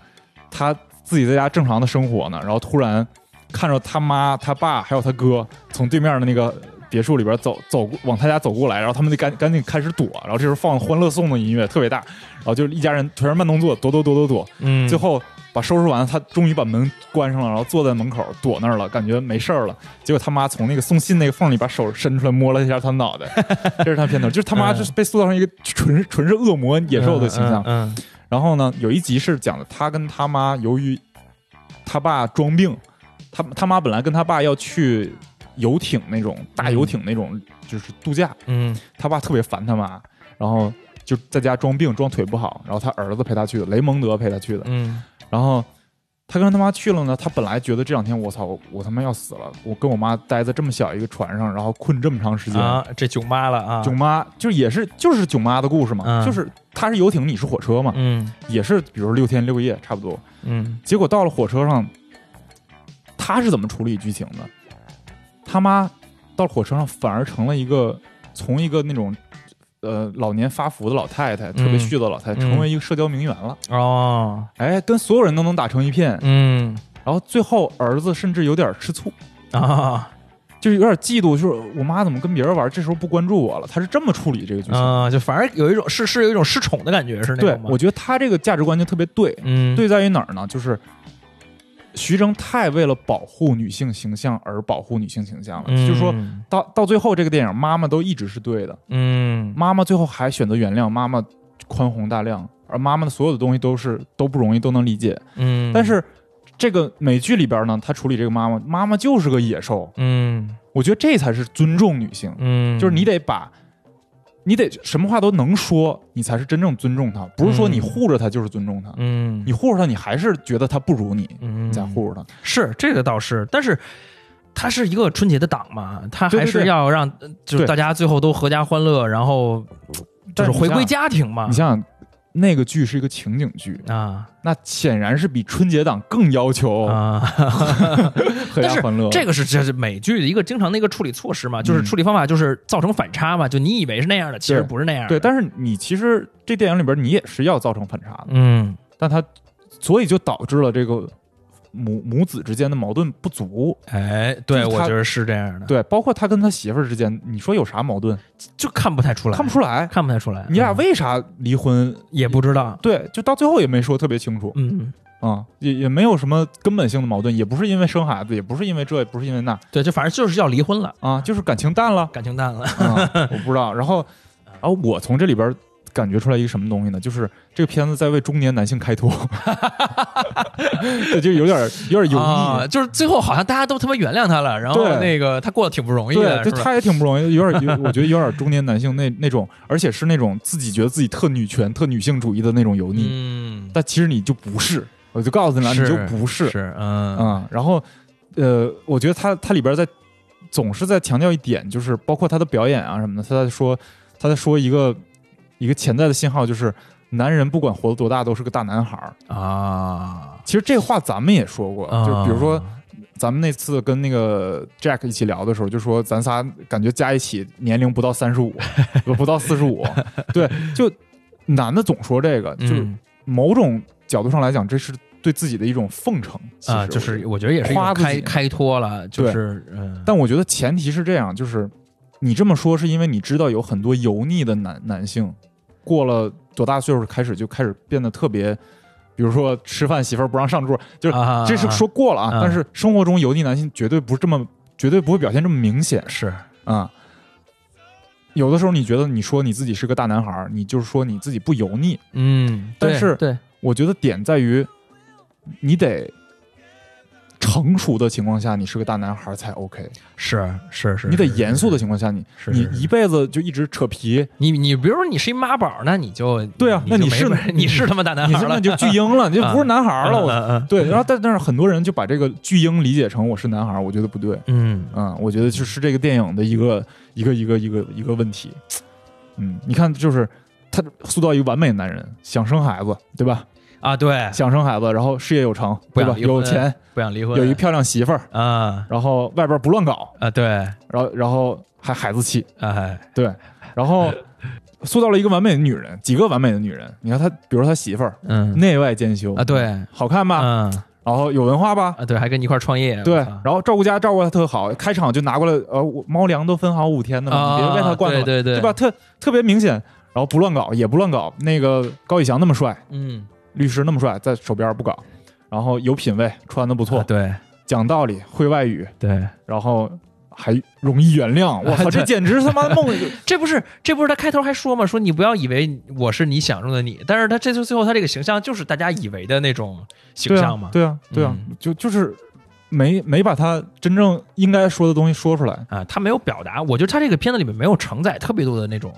[SPEAKER 2] 他自己在家正常的生活呢，然后突然看着他妈、他爸还有他哥从对面的那个别墅里边走走过往他家走过来，然后他们就赶赶紧开始躲，然后这时候放《欢乐颂》的音乐特别大，然后就是一家人全是慢动作躲躲躲躲躲，
[SPEAKER 3] 嗯，
[SPEAKER 2] 最后把收拾完，他终于把门关上了，然后坐在门口躲那儿了，感觉没事儿了。结果他妈从那个送信那个缝里把手伸出来摸了一下他脑袋，这是他片头，就是他妈就是被塑造成一个纯纯是恶魔野兽的形象。
[SPEAKER 3] 嗯，嗯
[SPEAKER 2] 然后呢，有一集是讲的他跟他妈由于他爸装病，他他妈本来跟他爸要去游艇那种大游艇那种就是度假，
[SPEAKER 3] 嗯
[SPEAKER 2] 他爸特别烦他妈，然后就在家装病装腿不好，然后他儿子陪他去的，雷蒙德陪他去的，
[SPEAKER 3] 嗯
[SPEAKER 2] 然后。他跟他妈去了呢，他本来觉得这两天我操，我我他妈要死了，我跟我妈待在这么小一个船上，然后困这么长时
[SPEAKER 3] 嗯
[SPEAKER 2] 间，
[SPEAKER 3] 啊，这囧妈了啊，
[SPEAKER 2] 囧妈就也是就是囧妈的故事嘛，
[SPEAKER 3] 嗯
[SPEAKER 2] 就是他是游艇，你是火车嘛，
[SPEAKER 3] 嗯
[SPEAKER 2] 也是比如六天六夜差不多，
[SPEAKER 3] 嗯
[SPEAKER 2] 结果到了火车上，他是怎么处理剧情的？他妈到了火车上反而成了一个从一个那种呃老年发福的老太太，特别絮叨的老太太，
[SPEAKER 3] 嗯
[SPEAKER 2] 成为一个社交名媛了。
[SPEAKER 3] 哦
[SPEAKER 2] 哎，跟所有人都能打成一片。
[SPEAKER 3] 嗯
[SPEAKER 2] 然后最后儿子甚至有点吃醋，
[SPEAKER 3] 啊
[SPEAKER 2] 就是有点嫉妒，就是我妈怎么跟别人玩，这时候不关注我了。他是这么处理这个剧情。
[SPEAKER 3] 啊，就反正有一种是是有一种失宠的感觉，是那
[SPEAKER 2] 对
[SPEAKER 3] 种，吗？
[SPEAKER 2] 我觉得他这个价值观就特别对。
[SPEAKER 3] 嗯
[SPEAKER 2] 对在于哪儿呢？就是徐峥太为了保护女性形象而保护女性形象了，
[SPEAKER 3] 嗯
[SPEAKER 2] 就是说到到最后这个电影，妈妈都一直是对的，
[SPEAKER 3] 嗯
[SPEAKER 2] 妈妈最后还选择原谅，妈妈宽宏大量，而妈妈的所有的东西都是都不容易，都能理解。
[SPEAKER 3] 嗯，
[SPEAKER 2] 但是这个美剧里边呢，他处理这个妈妈，妈妈就是个野兽，
[SPEAKER 3] 嗯
[SPEAKER 2] 我觉得这才是尊重女性，
[SPEAKER 3] 嗯，
[SPEAKER 2] 就是你得把。你得什么话都能说，你才是真正尊重她，不是说你
[SPEAKER 3] 嗯
[SPEAKER 2] 护着她就是尊重她。
[SPEAKER 3] 嗯
[SPEAKER 2] 你护着她，你还是觉得她不如你，
[SPEAKER 3] 嗯
[SPEAKER 2] 你在护着她。
[SPEAKER 3] 是这个倒是，但是它是一个春节的档嘛，它
[SPEAKER 2] 对
[SPEAKER 3] 还
[SPEAKER 2] 对
[SPEAKER 3] 是
[SPEAKER 2] 对
[SPEAKER 3] 要让呃就
[SPEAKER 2] 对
[SPEAKER 3] 是大家最后都合家欢乐，然后就
[SPEAKER 2] 但
[SPEAKER 3] 是
[SPEAKER 2] 是
[SPEAKER 3] 回
[SPEAKER 2] 你
[SPEAKER 3] 归
[SPEAKER 2] 像
[SPEAKER 3] 家庭嘛
[SPEAKER 2] 你想想，那个剧是一个情景剧，
[SPEAKER 3] 啊
[SPEAKER 2] 那显然是比春节档更要求 *laughs*
[SPEAKER 3] 啊！
[SPEAKER 2] 合
[SPEAKER 3] *laughs* 但
[SPEAKER 2] 家
[SPEAKER 3] 是
[SPEAKER 2] 欢乐。
[SPEAKER 3] 这个是这是美剧的一个经常的一个处理措施嘛，就是
[SPEAKER 2] 嗯
[SPEAKER 3] 处理方法就是造成反差嘛，就你以为是那样的，其实
[SPEAKER 2] 对
[SPEAKER 3] 不是那样的。
[SPEAKER 2] 对，但是你其实这电影里边你也是要造成反差的，
[SPEAKER 3] 嗯
[SPEAKER 2] 但它所以就导致了这个母母子之间的矛盾不足。
[SPEAKER 3] 哎，对，
[SPEAKER 2] 就是
[SPEAKER 3] 我
[SPEAKER 2] 他
[SPEAKER 3] 觉得是这样的，
[SPEAKER 2] 对，包括他跟他媳妇儿之间，你说有啥矛盾？
[SPEAKER 3] 就看不太出来，
[SPEAKER 2] 看不出来，
[SPEAKER 3] 看不太出来，
[SPEAKER 2] 你俩
[SPEAKER 3] 嗯
[SPEAKER 2] 为啥离婚？
[SPEAKER 3] 也不知道，
[SPEAKER 2] 对，就到最后也没说特别清楚
[SPEAKER 3] 嗯，
[SPEAKER 2] 啊、也也没有什么根本性的矛盾，也不是因为生孩子，也不是因为这，也不是因为那
[SPEAKER 3] 对，就反正就是要离婚了，
[SPEAKER 2] 啊，就是感情淡
[SPEAKER 3] *laughs*
[SPEAKER 2] 了。
[SPEAKER 3] 感情淡了，
[SPEAKER 2] 啊，我不知道。然后，
[SPEAKER 3] 嗯
[SPEAKER 2] 然后我从这里边感觉出来一个什么东西呢？就是这个片子在为中年男性开
[SPEAKER 3] *laughs*
[SPEAKER 2] 脱，对，就有点 *laughs* 有点油腻。
[SPEAKER 3] 啊，就是最后好像大家都他妈原谅他了，然后
[SPEAKER 2] 对
[SPEAKER 3] 那个他过得挺不容易
[SPEAKER 2] 对，
[SPEAKER 3] 的，
[SPEAKER 2] 就是
[SPEAKER 3] 吧？
[SPEAKER 2] 他也挺不容易，有点，有我觉得有点中年男性那那种，而且是那种自己觉得自己特女权、特女性主义的那种油腻，
[SPEAKER 3] 嗯，
[SPEAKER 2] 但其实你就不是，我就告诉你了，你
[SPEAKER 3] 是
[SPEAKER 2] 就不是，
[SPEAKER 3] 是嗯
[SPEAKER 2] 嗯，然后，呃，我觉得他他里边在总是在强调一点，就是包括他的表演啊什么的，他在说他在说一个一个潜在的信号，就是男人不管活得多大都是个大男孩儿。
[SPEAKER 3] 啊，
[SPEAKER 2] 其实这话咱们也说过，嗯
[SPEAKER 3] 啊
[SPEAKER 2] 就比如说咱们那次跟那个 Jack 一起聊的时候，就说咱仨感觉加一起年龄不到三十
[SPEAKER 3] *laughs*
[SPEAKER 2] 五，不到四十五， *laughs* 对，就男的总说这个，就是
[SPEAKER 3] 嗯
[SPEAKER 2] 某种角度上来讲，这是对自己的一种奉承其
[SPEAKER 3] 啊，
[SPEAKER 2] 实我
[SPEAKER 3] 就
[SPEAKER 2] 觉得
[SPEAKER 3] 是我觉得也是一
[SPEAKER 2] 夸
[SPEAKER 3] 种
[SPEAKER 2] 自己
[SPEAKER 3] 开开脱了，就
[SPEAKER 2] 对
[SPEAKER 3] 是嗯，
[SPEAKER 2] 但我觉得前提是这样，就是你这么说是因为你知道有很多油腻的男男性，过了多大岁数开始就开始变得特别，比如说吃饭媳妇儿不让上桌，就是
[SPEAKER 3] 啊
[SPEAKER 2] 这是说过了啊。
[SPEAKER 3] 啊
[SPEAKER 2] 但是生活中油腻男性绝对不是这么，绝对不会表现这么明显
[SPEAKER 3] 是
[SPEAKER 2] 啊。有的时候你觉得你说你自己是个大男孩儿，你就是说你自己不油腻。
[SPEAKER 3] 嗯，
[SPEAKER 2] 但
[SPEAKER 3] 对
[SPEAKER 2] 是
[SPEAKER 3] 对
[SPEAKER 2] 我觉得点在于，你得。成熟的情况下，你是个大男孩才 OK。
[SPEAKER 3] 是是是，
[SPEAKER 2] 你得严肃的情况下，你
[SPEAKER 3] 是
[SPEAKER 2] 你
[SPEAKER 3] 是是
[SPEAKER 2] 一辈子就一直扯
[SPEAKER 3] *laughs*
[SPEAKER 2] 皮，
[SPEAKER 3] 你你比如说你是一妈宝，那你就
[SPEAKER 2] 对啊
[SPEAKER 3] 你
[SPEAKER 2] 那
[SPEAKER 3] 就
[SPEAKER 2] 你
[SPEAKER 3] 没
[SPEAKER 2] 是
[SPEAKER 3] 本你是他妈大男
[SPEAKER 2] 你
[SPEAKER 3] 孩
[SPEAKER 2] 这
[SPEAKER 3] 了，
[SPEAKER 2] 么就巨婴
[SPEAKER 3] *laughs*
[SPEAKER 2] 了，你就不是男孩了。
[SPEAKER 3] 嗯 *laughs* 嗯
[SPEAKER 2] 我
[SPEAKER 3] 嗯
[SPEAKER 2] 对，然后但但是很多人就把这个巨婴理解成我是男孩，我觉得不对。
[SPEAKER 3] 嗯，
[SPEAKER 2] 嗯，我觉得就是这个电影的一个一个一个一个一个问题。嗯，你看，就是他塑造一个完美的男人，想生孩子，对吧？
[SPEAKER 3] *laughs* 啊，对，
[SPEAKER 2] 想生孩子，然后事业有成，
[SPEAKER 3] 不
[SPEAKER 2] 对
[SPEAKER 3] 想
[SPEAKER 2] 吧？
[SPEAKER 3] 离婚
[SPEAKER 2] 有钱，
[SPEAKER 3] 不想离婚，
[SPEAKER 2] 有一漂亮媳妇儿，
[SPEAKER 3] 啊
[SPEAKER 2] 然后外边不乱搞，
[SPEAKER 3] 啊，对，
[SPEAKER 2] 然后然后还孩子气，
[SPEAKER 3] 哎，
[SPEAKER 2] 对，然后塑造了一个完美的女人，几个完美的女人。你看他，比如说他媳妇儿，
[SPEAKER 3] 嗯
[SPEAKER 2] 内外兼修
[SPEAKER 3] 啊，对，
[SPEAKER 2] 好看吧，
[SPEAKER 3] 嗯
[SPEAKER 2] 然后有文化吧，
[SPEAKER 3] 啊，对，还跟你一块儿创业，
[SPEAKER 2] 对，
[SPEAKER 3] 我操
[SPEAKER 2] 然后照顾家照顾的特好，开场就拿过来，呃，我猫粮都分好五天的嘛，
[SPEAKER 3] 啊
[SPEAKER 2] 你别喂它罐头了，
[SPEAKER 3] 对对对
[SPEAKER 2] 吧？特特别明显，然后不乱搞，也不乱搞。那个高以翔那么帅，
[SPEAKER 3] 嗯，
[SPEAKER 2] 律师那么帅，在手边不搞，然后有品位，穿的不错，
[SPEAKER 3] 啊对
[SPEAKER 2] 讲道理，会外语，
[SPEAKER 3] 对，
[SPEAKER 2] 然后还容易原
[SPEAKER 3] *laughs*
[SPEAKER 2] 谅。我操，
[SPEAKER 3] 对
[SPEAKER 2] 这简直他妈的梦！
[SPEAKER 3] 这不是这不是他开头还说嘛，说你不要以为我是你想中的你，但是他这就最后他这个形象就是大家以为的那种形
[SPEAKER 2] 对
[SPEAKER 3] 象
[SPEAKER 2] 啊
[SPEAKER 3] 嘛，，
[SPEAKER 2] 对啊，对啊，
[SPEAKER 3] 嗯
[SPEAKER 2] 就就是没没把他真正应该说的东西说出来。
[SPEAKER 3] 啊，他没有表达，我觉得他这个片子里面没有承载特别多的那种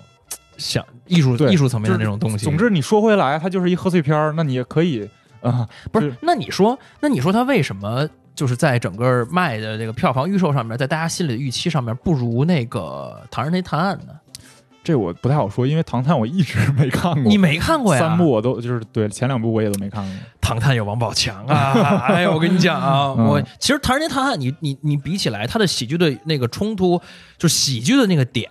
[SPEAKER 3] 想艺术
[SPEAKER 2] 对
[SPEAKER 3] 艺术层面的
[SPEAKER 2] 就是
[SPEAKER 3] 那种东西。
[SPEAKER 2] 总之，你说回来，他就是一贺岁片儿，那你也可以啊，
[SPEAKER 3] 不是
[SPEAKER 2] 就，
[SPEAKER 3] 那你说，那你说他为什么就是在整个卖的这个票房预售上面，在大家心里的预期上面不如那个《唐人街探案》呢？
[SPEAKER 2] *laughs* 这我不太好说，因为《唐探》我一直没看过，
[SPEAKER 3] 你没看过呀？
[SPEAKER 2] 三部我都就是对前两部我也都没看过。
[SPEAKER 3] 唐探有王宝强 *laughs* 啊！哎呀，我跟你讲啊，
[SPEAKER 2] 嗯
[SPEAKER 3] 我其实《唐人街探案》你，你你比起来，它的喜剧的那个冲突，就喜剧的那个点，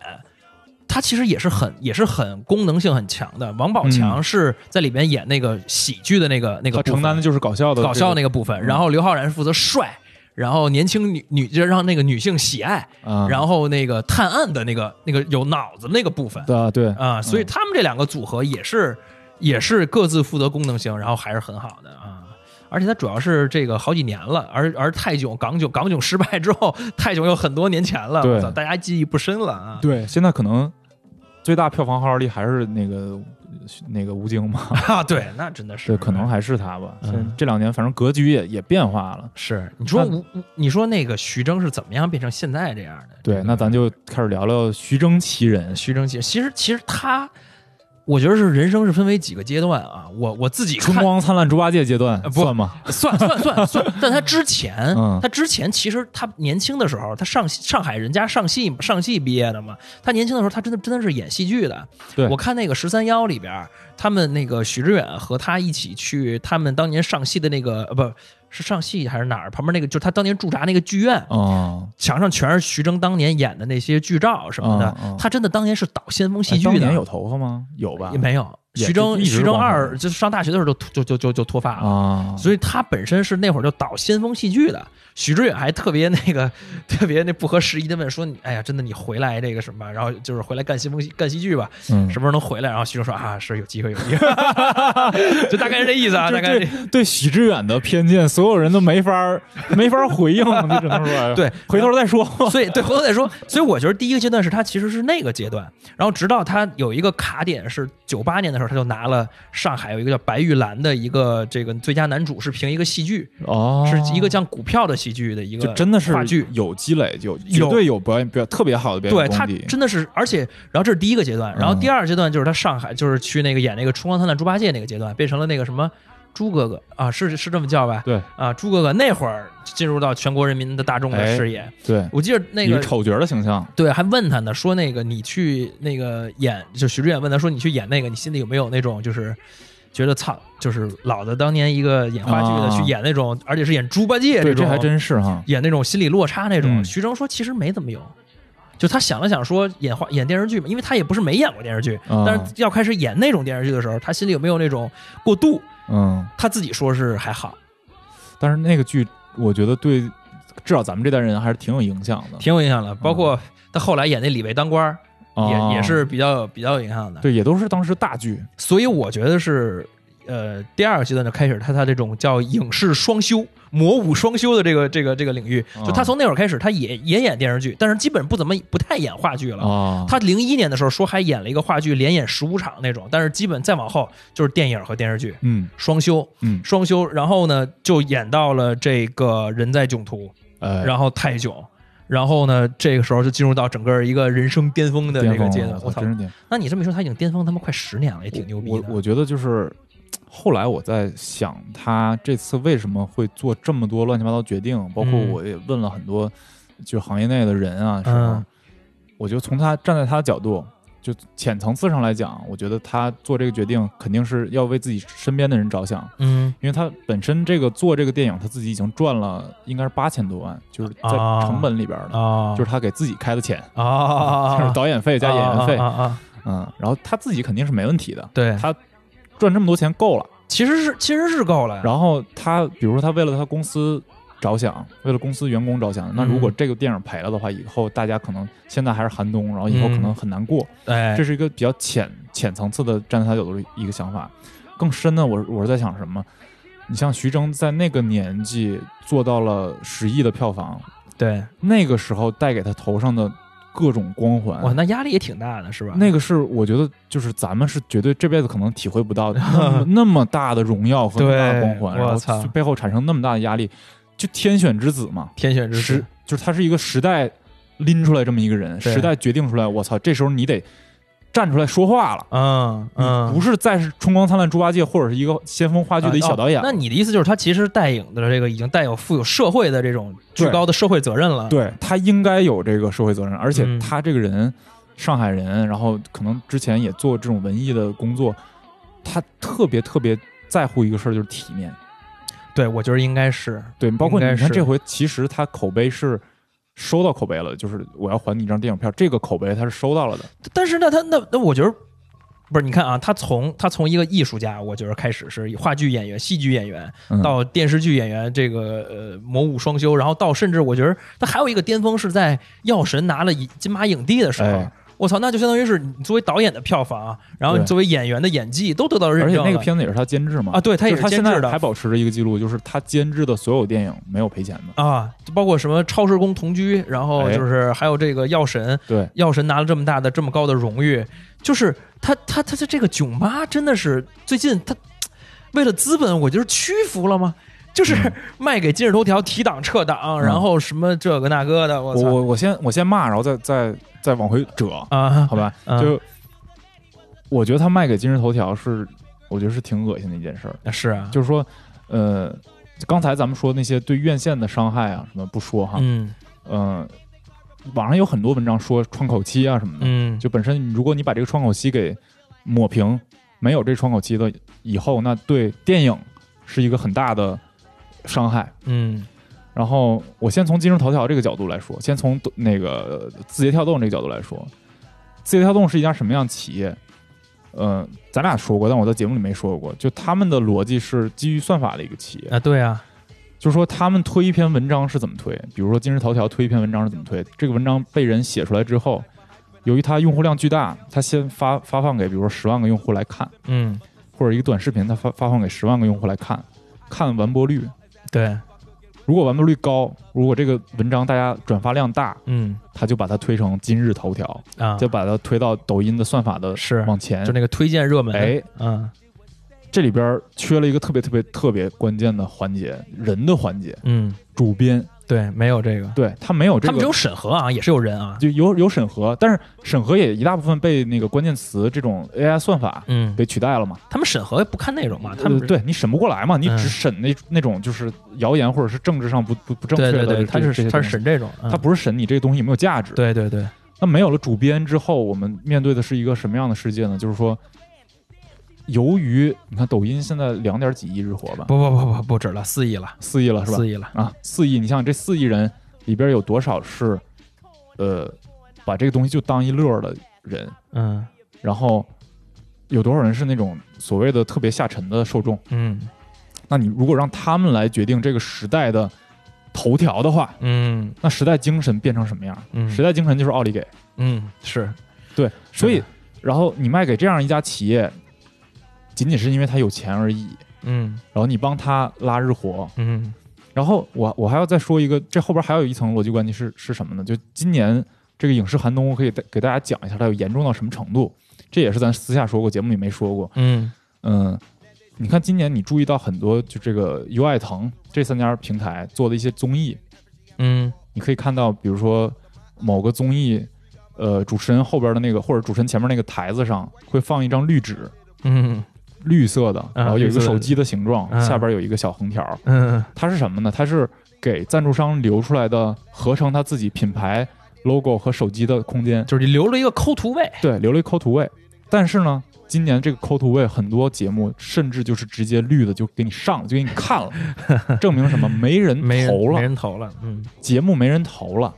[SPEAKER 3] 它其实也是很也是很功能性很强的。王宝强是在里边演那个喜剧的那个那个
[SPEAKER 2] 他
[SPEAKER 3] 部分
[SPEAKER 2] 承担的就是搞笑的
[SPEAKER 3] 搞笑那
[SPEAKER 2] 个嗯
[SPEAKER 3] 个部分，然后刘昊然是负责帅，然后年轻女女就是让那个女性喜爱，
[SPEAKER 2] 啊，
[SPEAKER 3] 然后那个探案的那个那个有脑子那个部分
[SPEAKER 2] 对啊对
[SPEAKER 3] 啊，所以他们这两个组合也是也是各自负责功能性，然后还是很好的啊。而且它主要是这个好几年了，而而泰囧、港囧、港囧失败之后，泰囧有很多年前了，
[SPEAKER 2] 对
[SPEAKER 3] 我操，大家记忆不深了啊。
[SPEAKER 2] 对，现在可能最大票房号召力还是那个那个吴京
[SPEAKER 3] *laughs*
[SPEAKER 2] 嘛，
[SPEAKER 3] 啊，对，那真的是
[SPEAKER 2] 对，可能还是他吧。
[SPEAKER 3] 嗯
[SPEAKER 2] 现在这两年反正格局也也变化了。
[SPEAKER 3] 是你说
[SPEAKER 2] 那
[SPEAKER 3] 吴，你说那个徐峥是怎么样变成现在这样的？
[SPEAKER 2] 对，那咱就开始聊聊徐峥其人。
[SPEAKER 3] 徐峥其实其实其实他，我觉得是人生是分为几个阶段啊。我我自己看
[SPEAKER 2] 春光灿烂猪八戒阶段
[SPEAKER 3] 呃不
[SPEAKER 2] 算
[SPEAKER 3] *laughs*
[SPEAKER 2] 吗？
[SPEAKER 3] 算算
[SPEAKER 2] *laughs*
[SPEAKER 3] 算算，但他之前，
[SPEAKER 2] 嗯
[SPEAKER 3] 他之前其实他年轻的时候，他上上海人家上戏上戏毕业的嘛，他年轻的时候他真的真的是演戏剧的。
[SPEAKER 2] 对
[SPEAKER 3] 我看那个十三幺里边，他们那个许知远和他一起去他们当年上戏的那个呃不是上戏还是哪儿旁边那个就是他当年驻扎那个剧院。
[SPEAKER 2] 哦，
[SPEAKER 3] 墙上全是徐峥当年演的那些剧照什么的，
[SPEAKER 2] 嗯嗯
[SPEAKER 3] 他真的当年是导先锋戏
[SPEAKER 2] 哎
[SPEAKER 3] 剧的。
[SPEAKER 2] 当年有头发吗？有吧？
[SPEAKER 3] 也没有。
[SPEAKER 2] 啊也
[SPEAKER 3] 徐
[SPEAKER 2] 就
[SPEAKER 3] 峥，
[SPEAKER 2] 一直
[SPEAKER 3] 徐峥
[SPEAKER 2] 光头
[SPEAKER 3] 二就是上大学的时候就秃就就就就脱发了，
[SPEAKER 2] 啊，
[SPEAKER 3] 所以他本身是那会儿就导先锋戏剧的。许知远还特别那个特别那不合时宜的问说你：“哎呀，真的你回来这个什么？然后就是回来干先锋戏干戏剧吧，
[SPEAKER 2] 嗯
[SPEAKER 3] 什么时候能回来？”然后徐峥说：“啊，是有机会，有机会。”
[SPEAKER 2] *laughs*
[SPEAKER 3] 就大概是这意思啊，
[SPEAKER 2] 就
[SPEAKER 3] *laughs* 大概是这
[SPEAKER 2] 对对许知远的偏见，所有人都没法
[SPEAKER 3] *laughs*
[SPEAKER 2] 儿没法儿回应，你只能说哎呀
[SPEAKER 3] 对
[SPEAKER 2] 回头再说。
[SPEAKER 3] 所以对，回头再说。所以我觉得第一个阶段是他其实是那个阶段，然后直到他有一个卡点是九八年的时候，他就拿了上海有一个叫白玉兰的一个这个最佳男主是凭一个戏剧，
[SPEAKER 2] 哦
[SPEAKER 3] 是一个讲股票的戏剧的一个
[SPEAKER 2] 就真的是
[SPEAKER 3] 话剧。
[SPEAKER 2] 有积累，有绝
[SPEAKER 3] 有
[SPEAKER 2] 对有表演表特别好的表
[SPEAKER 3] 对
[SPEAKER 2] 演
[SPEAKER 3] 他
[SPEAKER 2] 功底。
[SPEAKER 3] 真的是，而且，然后这是第一个阶段，然后
[SPEAKER 2] 嗯
[SPEAKER 3] 第二阶段就是他上海，就是去那个演那个《春光灿烂猪八戒》那个阶段，变成了那个什么猪哥哥啊，是是这么叫吧？
[SPEAKER 2] 对
[SPEAKER 3] 啊，猪哥哥那会儿进入到全国人民的大众的
[SPEAKER 2] 哎
[SPEAKER 3] 视野。
[SPEAKER 2] 对，
[SPEAKER 3] 我记得那
[SPEAKER 2] 以
[SPEAKER 3] 个
[SPEAKER 2] 丑角的形象，
[SPEAKER 3] 对，还问他呢，说那个你去那个演，就许志远问他说你去演那个，你心里有没有那种就是觉得操，就是老子当年一个演话剧的、
[SPEAKER 2] 啊
[SPEAKER 3] 去演那种，而且是演猪八戒
[SPEAKER 2] 对，
[SPEAKER 3] 种，
[SPEAKER 2] 这还真是哈。
[SPEAKER 3] 演那种心理落差那种。
[SPEAKER 2] 嗯
[SPEAKER 3] 徐峥说其实没怎么有。就他想了想说演话演电视剧嘛，因为他也不是没演过电视剧，
[SPEAKER 2] 啊
[SPEAKER 3] 但是要开始演那种电视剧的时候，他心里有没有那种过度？
[SPEAKER 2] 嗯，
[SPEAKER 3] 他自己说是还好，
[SPEAKER 2] 啊但是那个剧，我觉得对至少咱们这代人还是挺有影响的，
[SPEAKER 3] 挺有影响的。包括他后来演那李卫当官儿，
[SPEAKER 2] 啊
[SPEAKER 3] 也也是比较比较有影响的。
[SPEAKER 2] 对，也都是当时大剧。
[SPEAKER 3] 所以我觉得是，呃，第二个阶段就开始他他这种叫影视双修，魔武双修的这个这个这个领域。就他
[SPEAKER 2] 啊
[SPEAKER 3] 从那会儿开始，他也也演电视剧，但是基本不怎么不太演话剧了。
[SPEAKER 2] 啊
[SPEAKER 3] 他零一年的时候说还演了一个话剧，连演十五场那种，但是基本再往后就是电影和电视剧。
[SPEAKER 2] 嗯
[SPEAKER 3] 双修，
[SPEAKER 2] 嗯
[SPEAKER 3] 双修，然后呢就演到了这个人在囧途，
[SPEAKER 2] 哎，
[SPEAKER 3] 然后泰囧，然后呢这个时候就进入到整个一个人生巅峰的这
[SPEAKER 2] 巅
[SPEAKER 3] 个
[SPEAKER 2] 峰
[SPEAKER 3] 阶
[SPEAKER 2] 了
[SPEAKER 3] 段。
[SPEAKER 2] 我
[SPEAKER 3] 我
[SPEAKER 2] 操，
[SPEAKER 3] 操
[SPEAKER 2] 真，是巅峰。
[SPEAKER 3] 那你这么一说，他已经巅峰他妈快十年了，也挺牛逼
[SPEAKER 2] 我
[SPEAKER 3] 的。
[SPEAKER 2] 我觉得就是后来我在想，他这次为什么会做这么多乱七八糟决定，包括
[SPEAKER 3] 嗯
[SPEAKER 2] 我也问了很多就行业内的人啊什
[SPEAKER 3] 嗯
[SPEAKER 2] 么，我就从他站在他的角度。就浅层次上来讲，我觉得他做这个决定肯定是要为自己身边的人着想，
[SPEAKER 3] 嗯
[SPEAKER 2] 因为他本身这个做这个电影，他自己已经赚了应该是八千多万，就是在
[SPEAKER 3] 啊
[SPEAKER 2] 成本里边的，
[SPEAKER 3] 啊，
[SPEAKER 2] 就是他给自己开的钱，
[SPEAKER 3] 啊，
[SPEAKER 2] 就是导演费加演员费，
[SPEAKER 3] 啊啊啊啊，
[SPEAKER 2] 嗯，然后他自己肯定是没问题的，
[SPEAKER 3] 对，
[SPEAKER 2] 他赚这么多钱够了。
[SPEAKER 3] 其实是其实是够了呀。
[SPEAKER 2] 然后他比如说他为了他公司着想，为了公司员工着想，那如果这个电影赔了的话，以后大家可能现在还是寒冬，然后以后可能很难过，
[SPEAKER 3] 哎，
[SPEAKER 2] 这是一个比较浅浅层次的站在他角度的一个想法。更深的，我是我是在想什么？你像徐峥在那个年纪做到了十亿的票房，
[SPEAKER 3] 对，
[SPEAKER 2] 那个时候带给他头上的各种光环，
[SPEAKER 3] 哇，那压力也挺大的，是吧？
[SPEAKER 2] 那个是我觉得就是咱们是绝对这辈子可能体会不到
[SPEAKER 3] *laughs*
[SPEAKER 2] 的那么那么大的荣耀和那么大的光环，
[SPEAKER 3] 对
[SPEAKER 2] 然
[SPEAKER 3] 我操
[SPEAKER 2] 后就背后产生那么大的压力，就天选之子嘛，
[SPEAKER 3] 天选之
[SPEAKER 2] 时
[SPEAKER 3] 子，
[SPEAKER 2] 就是他是一个时代拎出来这么一个人，
[SPEAKER 3] 对
[SPEAKER 2] 时代决定出来，我操，这时候你得站出来说话了。
[SPEAKER 3] 嗯嗯，
[SPEAKER 2] 你不是再是《春光灿烂猪八戒》或者是一个先锋话剧的一小导演，
[SPEAKER 3] 哦那你的意思就是，他其实带影的这个已经带有富有社会的这种巨
[SPEAKER 2] 对
[SPEAKER 3] 高的社会责任了。
[SPEAKER 2] 对他应该有这个社会责任，而且
[SPEAKER 3] 啊嗯
[SPEAKER 2] 他这个人，上海人，然后可能之前也做这种文艺的工作，他特别特别在乎一个事儿，就是体面。
[SPEAKER 3] 对，我觉得应该是
[SPEAKER 2] 对，包括
[SPEAKER 3] 应该
[SPEAKER 2] 你看
[SPEAKER 3] 是
[SPEAKER 2] 这回，其实他口碑是收到口碑了，就是我要还你一张电影票，这个口碑他是收到了的。
[SPEAKER 3] 但是呢，他那那我觉得不是，你看啊，他从他从一个艺术家，我觉得开始是以话剧演员、戏剧演员，
[SPEAKER 2] 嗯
[SPEAKER 3] 到电视剧演员，这个呃魔武双修，然后到甚至我觉得他还有一个巅峰是在《药神》拿了一金马影帝的时候。
[SPEAKER 2] 哎
[SPEAKER 3] 我操，那就相当于是你作为导演的票房，然后你
[SPEAKER 2] 对
[SPEAKER 3] 作为演员的演技都得到认
[SPEAKER 2] 而且
[SPEAKER 3] 证了。
[SPEAKER 2] 那个片子也是他监制嘛，
[SPEAKER 3] 啊对他也
[SPEAKER 2] 就是是他现
[SPEAKER 3] 监制
[SPEAKER 2] 在
[SPEAKER 3] 的
[SPEAKER 2] 还保持着一个记录，就是他监制的所有电影没有赔钱的。
[SPEAKER 3] 啊，就包括什么超时空同居，然后
[SPEAKER 2] 哎
[SPEAKER 3] 就是还有这个药神，
[SPEAKER 2] 对，
[SPEAKER 3] 药神拿了这么大的这么高的荣誉，就是他他他他这个囧妈真的是最近他为了资本，我就是屈服了吗？就是卖给今日头条提档撤档，
[SPEAKER 2] 嗯
[SPEAKER 3] 然后什么这个那个的，我
[SPEAKER 2] 我
[SPEAKER 3] 操
[SPEAKER 2] 我我先我先骂，然后再再再往回折。
[SPEAKER 3] 啊
[SPEAKER 2] *laughs* 好！吧，
[SPEAKER 3] 嗯
[SPEAKER 2] 就我觉得他卖给今日头条是，我觉得是挺恶心的一件事儿。
[SPEAKER 3] 是啊，
[SPEAKER 2] 就是说，呃，刚才咱们说那些对院线的伤害啊什么不说哈，
[SPEAKER 3] 嗯
[SPEAKER 2] 嗯、网上有很多文章说窗口期啊什么的，
[SPEAKER 3] 嗯，
[SPEAKER 2] 就本身如果你把这个窗口期给抹平，没有这窗口期的以后，那对电影是一个很大的伤害。
[SPEAKER 3] 嗯
[SPEAKER 2] 然后我先从今日头条这个角度来说，先从那个字节跳动这个角度来说，字节跳动是一家什么样的企业？呃，咱俩说过，但我在节目里没说过。就他们的逻辑是基于算法的一个企业，
[SPEAKER 3] 啊，对啊，
[SPEAKER 2] 就是说他们推一篇文章是怎么推，比如说今日头条推一篇文章是怎么推，这个文章被人写出来之后，由于它用户量巨大，它先发发放给比如说十万个用户来看，
[SPEAKER 3] 嗯
[SPEAKER 2] 或者一个短视频它发发放给十万个用户来看，看完播率，
[SPEAKER 3] 对，
[SPEAKER 2] 如果完播率高，如果这个文章大家转发量大，
[SPEAKER 3] 嗯
[SPEAKER 2] 他就把它推成今日头条，
[SPEAKER 3] 啊，
[SPEAKER 2] 就把它推到抖音的算法的
[SPEAKER 3] 是
[SPEAKER 2] 往前。
[SPEAKER 3] 就那个推荐热门，
[SPEAKER 2] 哎，
[SPEAKER 3] 嗯
[SPEAKER 2] 这里边缺了一个特别特别特别关键的环节，人的环节，
[SPEAKER 3] 嗯，
[SPEAKER 2] 主编，
[SPEAKER 3] 对，没有这个，
[SPEAKER 2] 对他没有这
[SPEAKER 3] 他们
[SPEAKER 2] 个
[SPEAKER 3] 只有。审核啊，也是有人啊，
[SPEAKER 2] 就有有审核，但是审核也一大部分被那个关键词这种 AI 算法
[SPEAKER 3] 嗯，
[SPEAKER 2] 给取代了嘛。
[SPEAKER 3] 他们审核不看内容嘛，他们
[SPEAKER 2] 呃对你审不过来嘛，你
[SPEAKER 3] 嗯
[SPEAKER 2] 只审那那种就是谣言或者是政治上不不不正
[SPEAKER 3] 对
[SPEAKER 2] 确的
[SPEAKER 3] 对
[SPEAKER 2] 这
[SPEAKER 3] 对，
[SPEAKER 2] 些。
[SPEAKER 3] 他
[SPEAKER 2] 这
[SPEAKER 3] 是
[SPEAKER 2] 些
[SPEAKER 3] 他
[SPEAKER 2] 东
[SPEAKER 3] 是
[SPEAKER 2] 西
[SPEAKER 3] 审这种，嗯
[SPEAKER 2] 他不是审你这个东西有没有价值。
[SPEAKER 3] 对对对，
[SPEAKER 2] 那没有了主编之后，我们面对的是一个什么样的世界呢？就是说，由于你看抖音现在两点几亿日活吧，
[SPEAKER 3] 不不不不不止了，四亿了，
[SPEAKER 2] 四亿了是吧？
[SPEAKER 3] 四亿了，
[SPEAKER 2] 啊，四亿！你想这四亿人里边有多少是，呃，把这个东西就当一乐儿的人，
[SPEAKER 3] 嗯
[SPEAKER 2] 然后有多少人是那种所谓的特别下沉的受众？
[SPEAKER 3] 嗯
[SPEAKER 2] 那你如果让他们来决定这个时代的头条的话，
[SPEAKER 3] 嗯
[SPEAKER 2] 那时代精神变成什么样？
[SPEAKER 3] 嗯
[SPEAKER 2] 时代精神就是奥利给。
[SPEAKER 3] 嗯，是
[SPEAKER 2] 对，所
[SPEAKER 3] 是
[SPEAKER 2] 以
[SPEAKER 3] 的
[SPEAKER 2] 然后你卖给这样一家企业，仅仅是因为他有钱而已。
[SPEAKER 3] 嗯
[SPEAKER 2] 然后你帮他拉日活，
[SPEAKER 3] 嗯
[SPEAKER 2] 然后我我还要再说一个，这后边还有一层逻辑关系是是什么呢？就今年这个影视寒冬，我可以带给大家讲一下它有严重到什么程度。这也是咱私下说过，节目里没说过。
[SPEAKER 3] 嗯
[SPEAKER 2] 嗯，你看今年你注意到很多，就这个优爱腾这三家平台做的一些综艺，
[SPEAKER 3] 嗯
[SPEAKER 2] 你可以看到，比如说某个综艺，呃，主持人后边的那个或者主持人前面那个台子上会放一张绿纸，
[SPEAKER 3] 嗯
[SPEAKER 2] 绿色的，然后有一
[SPEAKER 3] 绿
[SPEAKER 2] 个
[SPEAKER 3] 色的
[SPEAKER 2] 手机的形状，
[SPEAKER 3] 嗯
[SPEAKER 2] 下边有一个小横条，
[SPEAKER 3] 嗯
[SPEAKER 2] 它是什么呢？它是给赞助商留出来的合成他自己品牌 logo 和手机的空间，
[SPEAKER 3] 就是你留了一个抠图位。
[SPEAKER 2] 对，留了一抠图位。但是呢，今年这个抠图位很多节目甚至就是直接绿的就给你上了，就给你看了，证明什么？没人
[SPEAKER 3] 没人
[SPEAKER 2] 投
[SPEAKER 3] 没
[SPEAKER 2] 了，
[SPEAKER 3] 人投了，嗯
[SPEAKER 2] 节目没人投了，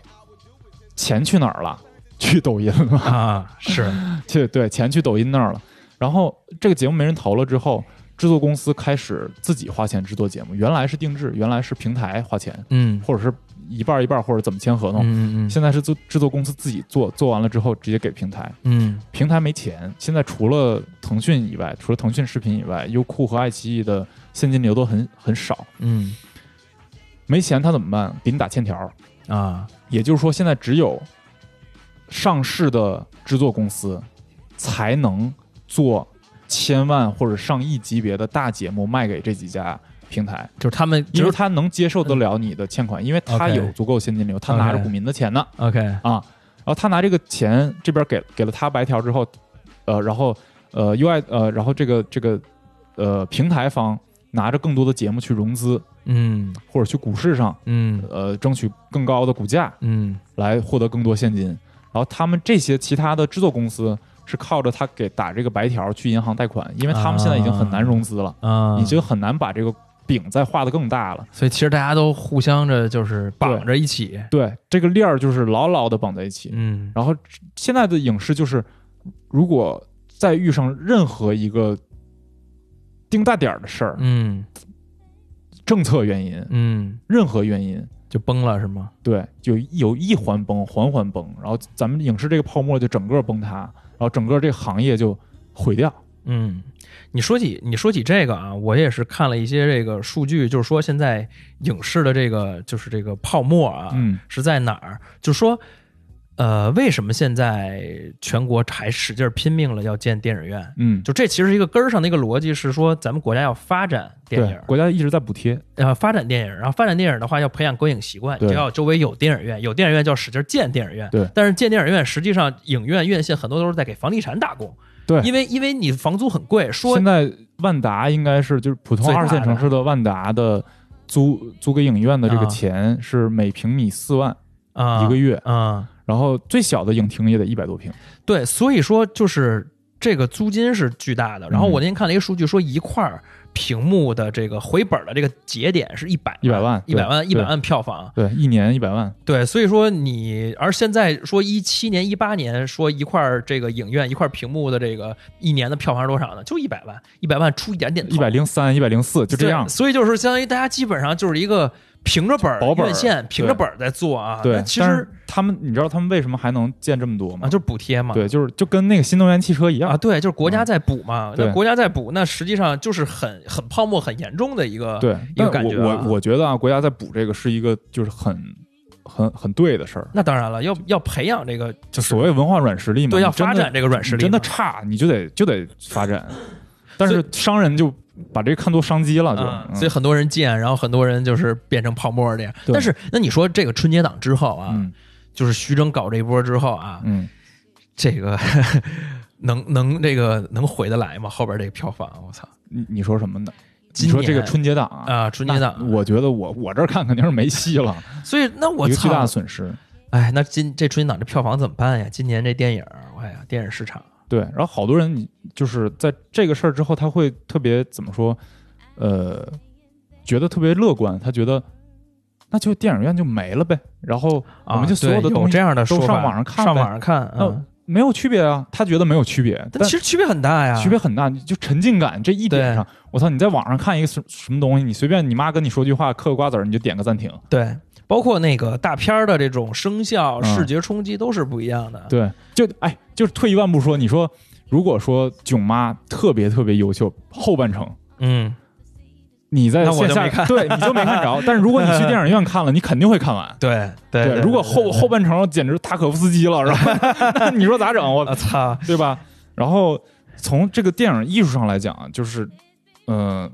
[SPEAKER 2] 钱去哪儿了？去抖音了。
[SPEAKER 3] 啊， *laughs* 是，
[SPEAKER 2] *laughs* 去对钱去抖音那儿了。然后这个节目没人投了之后，制作公司开始自己花钱制作节目，原来是定制，原来是平台花钱，
[SPEAKER 3] 嗯
[SPEAKER 2] 或者是一半儿一半儿，或者怎么签合同。
[SPEAKER 3] 嗯嗯
[SPEAKER 2] 现在是做制作公司自己做，做完了之后直接给平台，
[SPEAKER 3] 嗯
[SPEAKER 2] 平台没钱。现在除了腾讯以外，除了腾讯视频以外，优酷和爱奇艺的现金流都很很少，
[SPEAKER 3] 嗯
[SPEAKER 2] 没钱他怎么办？给你打欠条儿。
[SPEAKER 3] 嗯啊，
[SPEAKER 2] 也就是说，现在只有上市的制作公司才能做千万或者上亿级别的大节目卖给这几家平台，
[SPEAKER 3] 就是他们
[SPEAKER 2] 因
[SPEAKER 3] 就
[SPEAKER 2] 为
[SPEAKER 3] 是嗯
[SPEAKER 2] 他能接受得了你的欠款，因为他
[SPEAKER 3] OK
[SPEAKER 2] 有足够现金流，他拿着
[SPEAKER 3] OK
[SPEAKER 2] 股民的钱呢
[SPEAKER 3] OK，
[SPEAKER 2] 啊，然后他拿这个钱这边给给了他白条之后，呃，然后呃 UI 呃，然后这个这个呃平台方拿着更多的节目去融资
[SPEAKER 3] 嗯
[SPEAKER 2] 或者去股市上
[SPEAKER 3] 嗯
[SPEAKER 2] 呃争取更高的股价，
[SPEAKER 3] 嗯
[SPEAKER 2] 来获得更多现金。然后他们这些其他的制作公司是靠着他给打这个白条去银行贷款，因为他们现在已经很难融资了，
[SPEAKER 3] 啊，
[SPEAKER 2] 已经很难把这个饼再画得更大了。
[SPEAKER 3] 所以其实大家都互相着就是绑着一起，
[SPEAKER 2] 对，这个链儿就是牢牢的绑在一起。
[SPEAKER 3] 嗯
[SPEAKER 2] 然后现在的影视就是，如果再遇上任何一个定大点儿的事儿，
[SPEAKER 3] 嗯
[SPEAKER 2] 政策原因，
[SPEAKER 3] 嗯，
[SPEAKER 2] 任何原因，
[SPEAKER 3] 就崩了是吗？
[SPEAKER 2] 对，就有一环崩，环环崩，然后咱们影视这个泡沫就整个崩塌，然后整个这个行业就毁掉。
[SPEAKER 3] 嗯，你说起你说起这个啊，我也是看了一些这个数据，就是说现在影视的这个就是这个泡沫啊，
[SPEAKER 2] 嗯
[SPEAKER 3] 是在哪儿？就说呃，为什么现在全国还使劲儿拼命了要建电影院？
[SPEAKER 2] 嗯，
[SPEAKER 3] 就这其实是一个根儿上的一个逻辑，是说咱们国家要发展电
[SPEAKER 2] 对
[SPEAKER 3] 影，，
[SPEAKER 2] 国家一直在补贴，
[SPEAKER 3] 呃，发展电影，然后发展电影的话，要培养观影习惯，
[SPEAKER 2] 对
[SPEAKER 3] 就要周围有电影院，有电影院就要使劲建电影院。
[SPEAKER 2] 对
[SPEAKER 3] 但是建电影院，实际上影院院线很多都是在给房地产打工，
[SPEAKER 2] 对。
[SPEAKER 3] 因为因为你房租很贵，说
[SPEAKER 2] 现在万达应该是就是普通
[SPEAKER 3] 最大的
[SPEAKER 2] 二线城市的万达的租租给影院的这个
[SPEAKER 3] 啊
[SPEAKER 2] 钱是每平米四万
[SPEAKER 3] 啊
[SPEAKER 2] 一个月，
[SPEAKER 3] 啊，
[SPEAKER 2] 然后最小的影厅也得一百多平。
[SPEAKER 3] 对，所以说就是这个租金是巨大的。然后我
[SPEAKER 2] 嗯
[SPEAKER 3] 那天看了一个数据，说一块儿屏幕的这个回本的这个节点是一百
[SPEAKER 2] 100万
[SPEAKER 3] 一百万一
[SPEAKER 2] 对
[SPEAKER 3] 百万票房。
[SPEAKER 2] 对，一年一百万，
[SPEAKER 3] 对，所以说你而现在说一七年、一八年说一块儿这个影院一块儿屏幕的这个一年的票房是多少呢？就一百万，一百万出一点点头，
[SPEAKER 2] 一百零三、一百零四，就这样
[SPEAKER 3] 对。所以就是相当于大家基本上就是一个凭着本儿
[SPEAKER 2] 保本儿
[SPEAKER 3] 院线凭着本儿在做啊。
[SPEAKER 2] 对
[SPEAKER 3] 那，其
[SPEAKER 2] 但
[SPEAKER 3] 实
[SPEAKER 2] 是他们，你知道他们为什么还能建这么多吗？
[SPEAKER 3] 啊就是补贴嘛。
[SPEAKER 2] 对，就是就跟那个新能源汽车一样
[SPEAKER 3] 啊，，对，就是国家在补嘛。
[SPEAKER 2] 对
[SPEAKER 3] 那国家在补，那实际上就是很很泡沫、很严重的一个
[SPEAKER 2] 对，
[SPEAKER 3] 一
[SPEAKER 2] 但
[SPEAKER 3] 个感觉、
[SPEAKER 2] 我
[SPEAKER 3] 啊。
[SPEAKER 2] 我我觉得啊，国家在补这个是一个就是很很很对的事儿，
[SPEAKER 3] 那当然了，要要培养这个，
[SPEAKER 2] 就
[SPEAKER 3] 就是
[SPEAKER 2] 所谓文化软实力嘛，
[SPEAKER 3] 对
[SPEAKER 2] 你
[SPEAKER 3] 要
[SPEAKER 2] 真
[SPEAKER 3] 发
[SPEAKER 2] 的
[SPEAKER 3] 展这个软实力
[SPEAKER 2] 你真的
[SPEAKER 3] 嘛
[SPEAKER 2] 差你就得就得发展，但
[SPEAKER 3] 所
[SPEAKER 2] 是
[SPEAKER 3] 以
[SPEAKER 2] 商人就把这看作商机了，就、
[SPEAKER 3] 啊，
[SPEAKER 2] 嗯
[SPEAKER 3] 所以很多人建，然后很多人就是变成泡沫这样。
[SPEAKER 2] 对
[SPEAKER 3] 但是，那你说这个春节档之后啊，
[SPEAKER 2] 嗯
[SPEAKER 3] 就是徐峥搞这一波之后啊，
[SPEAKER 2] 嗯，
[SPEAKER 3] 这个 *laughs* 能能这个能回得来吗？后边这个票房，我操
[SPEAKER 2] 你你说什么呢？
[SPEAKER 3] 今
[SPEAKER 2] 你说这个
[SPEAKER 3] 年
[SPEAKER 2] 春节档啊，
[SPEAKER 3] 啊！春节
[SPEAKER 2] 那
[SPEAKER 3] 档，
[SPEAKER 2] 我觉得我我这儿看肯定是没戏了，
[SPEAKER 3] 所以那我
[SPEAKER 2] 一个巨大
[SPEAKER 3] 操
[SPEAKER 2] 的，损失。
[SPEAKER 3] 哎，那今这春节档这票房怎么办呀？今年这电影，哎呀，电影市场，
[SPEAKER 2] 对，然后好多人你就是在这个事儿之后，他会特别怎么说？呃，觉得特别乐观，他觉得那就电影院就没了呗，然后我
[SPEAKER 3] 啊，
[SPEAKER 2] 们就所有的
[SPEAKER 3] 对
[SPEAKER 2] 东西
[SPEAKER 3] 这样的
[SPEAKER 2] 都
[SPEAKER 3] 说法
[SPEAKER 2] 上网上看呗，
[SPEAKER 3] 上网上看，
[SPEAKER 2] 那
[SPEAKER 3] 嗯，
[SPEAKER 2] 没有区别啊，他觉得没有区别，但
[SPEAKER 3] 但其实区别很大呀，
[SPEAKER 2] 区别很大，你就沉浸感这一点
[SPEAKER 3] 对
[SPEAKER 2] 上，我操！你在网上看一个什什么东西，你随便你妈跟你说句话，嗑个瓜子儿，你就点个暂停。
[SPEAKER 3] 对，包括那个大片儿的这种声效、
[SPEAKER 2] 嗯
[SPEAKER 3] 视觉冲击都是不一样的，
[SPEAKER 2] 对，就哎，就是退一万步说，你说如果说囧妈特别特别优秀，后半程
[SPEAKER 3] 嗯，
[SPEAKER 2] 你在
[SPEAKER 3] 那我
[SPEAKER 2] 线
[SPEAKER 3] 就
[SPEAKER 2] 下
[SPEAKER 3] 没看
[SPEAKER 2] 对你就没看
[SPEAKER 3] *laughs*
[SPEAKER 2] 着，但是如果你去电影院看了，你肯定会看完。
[SPEAKER 3] 对对对，
[SPEAKER 2] 如果
[SPEAKER 3] 对
[SPEAKER 2] 后后半程简直塔可夫斯基了，然后 *laughs* 那你说咋整？我
[SPEAKER 3] 我操，
[SPEAKER 2] 对吧？然后从这个电影艺术上来讲啊，就是，嗯、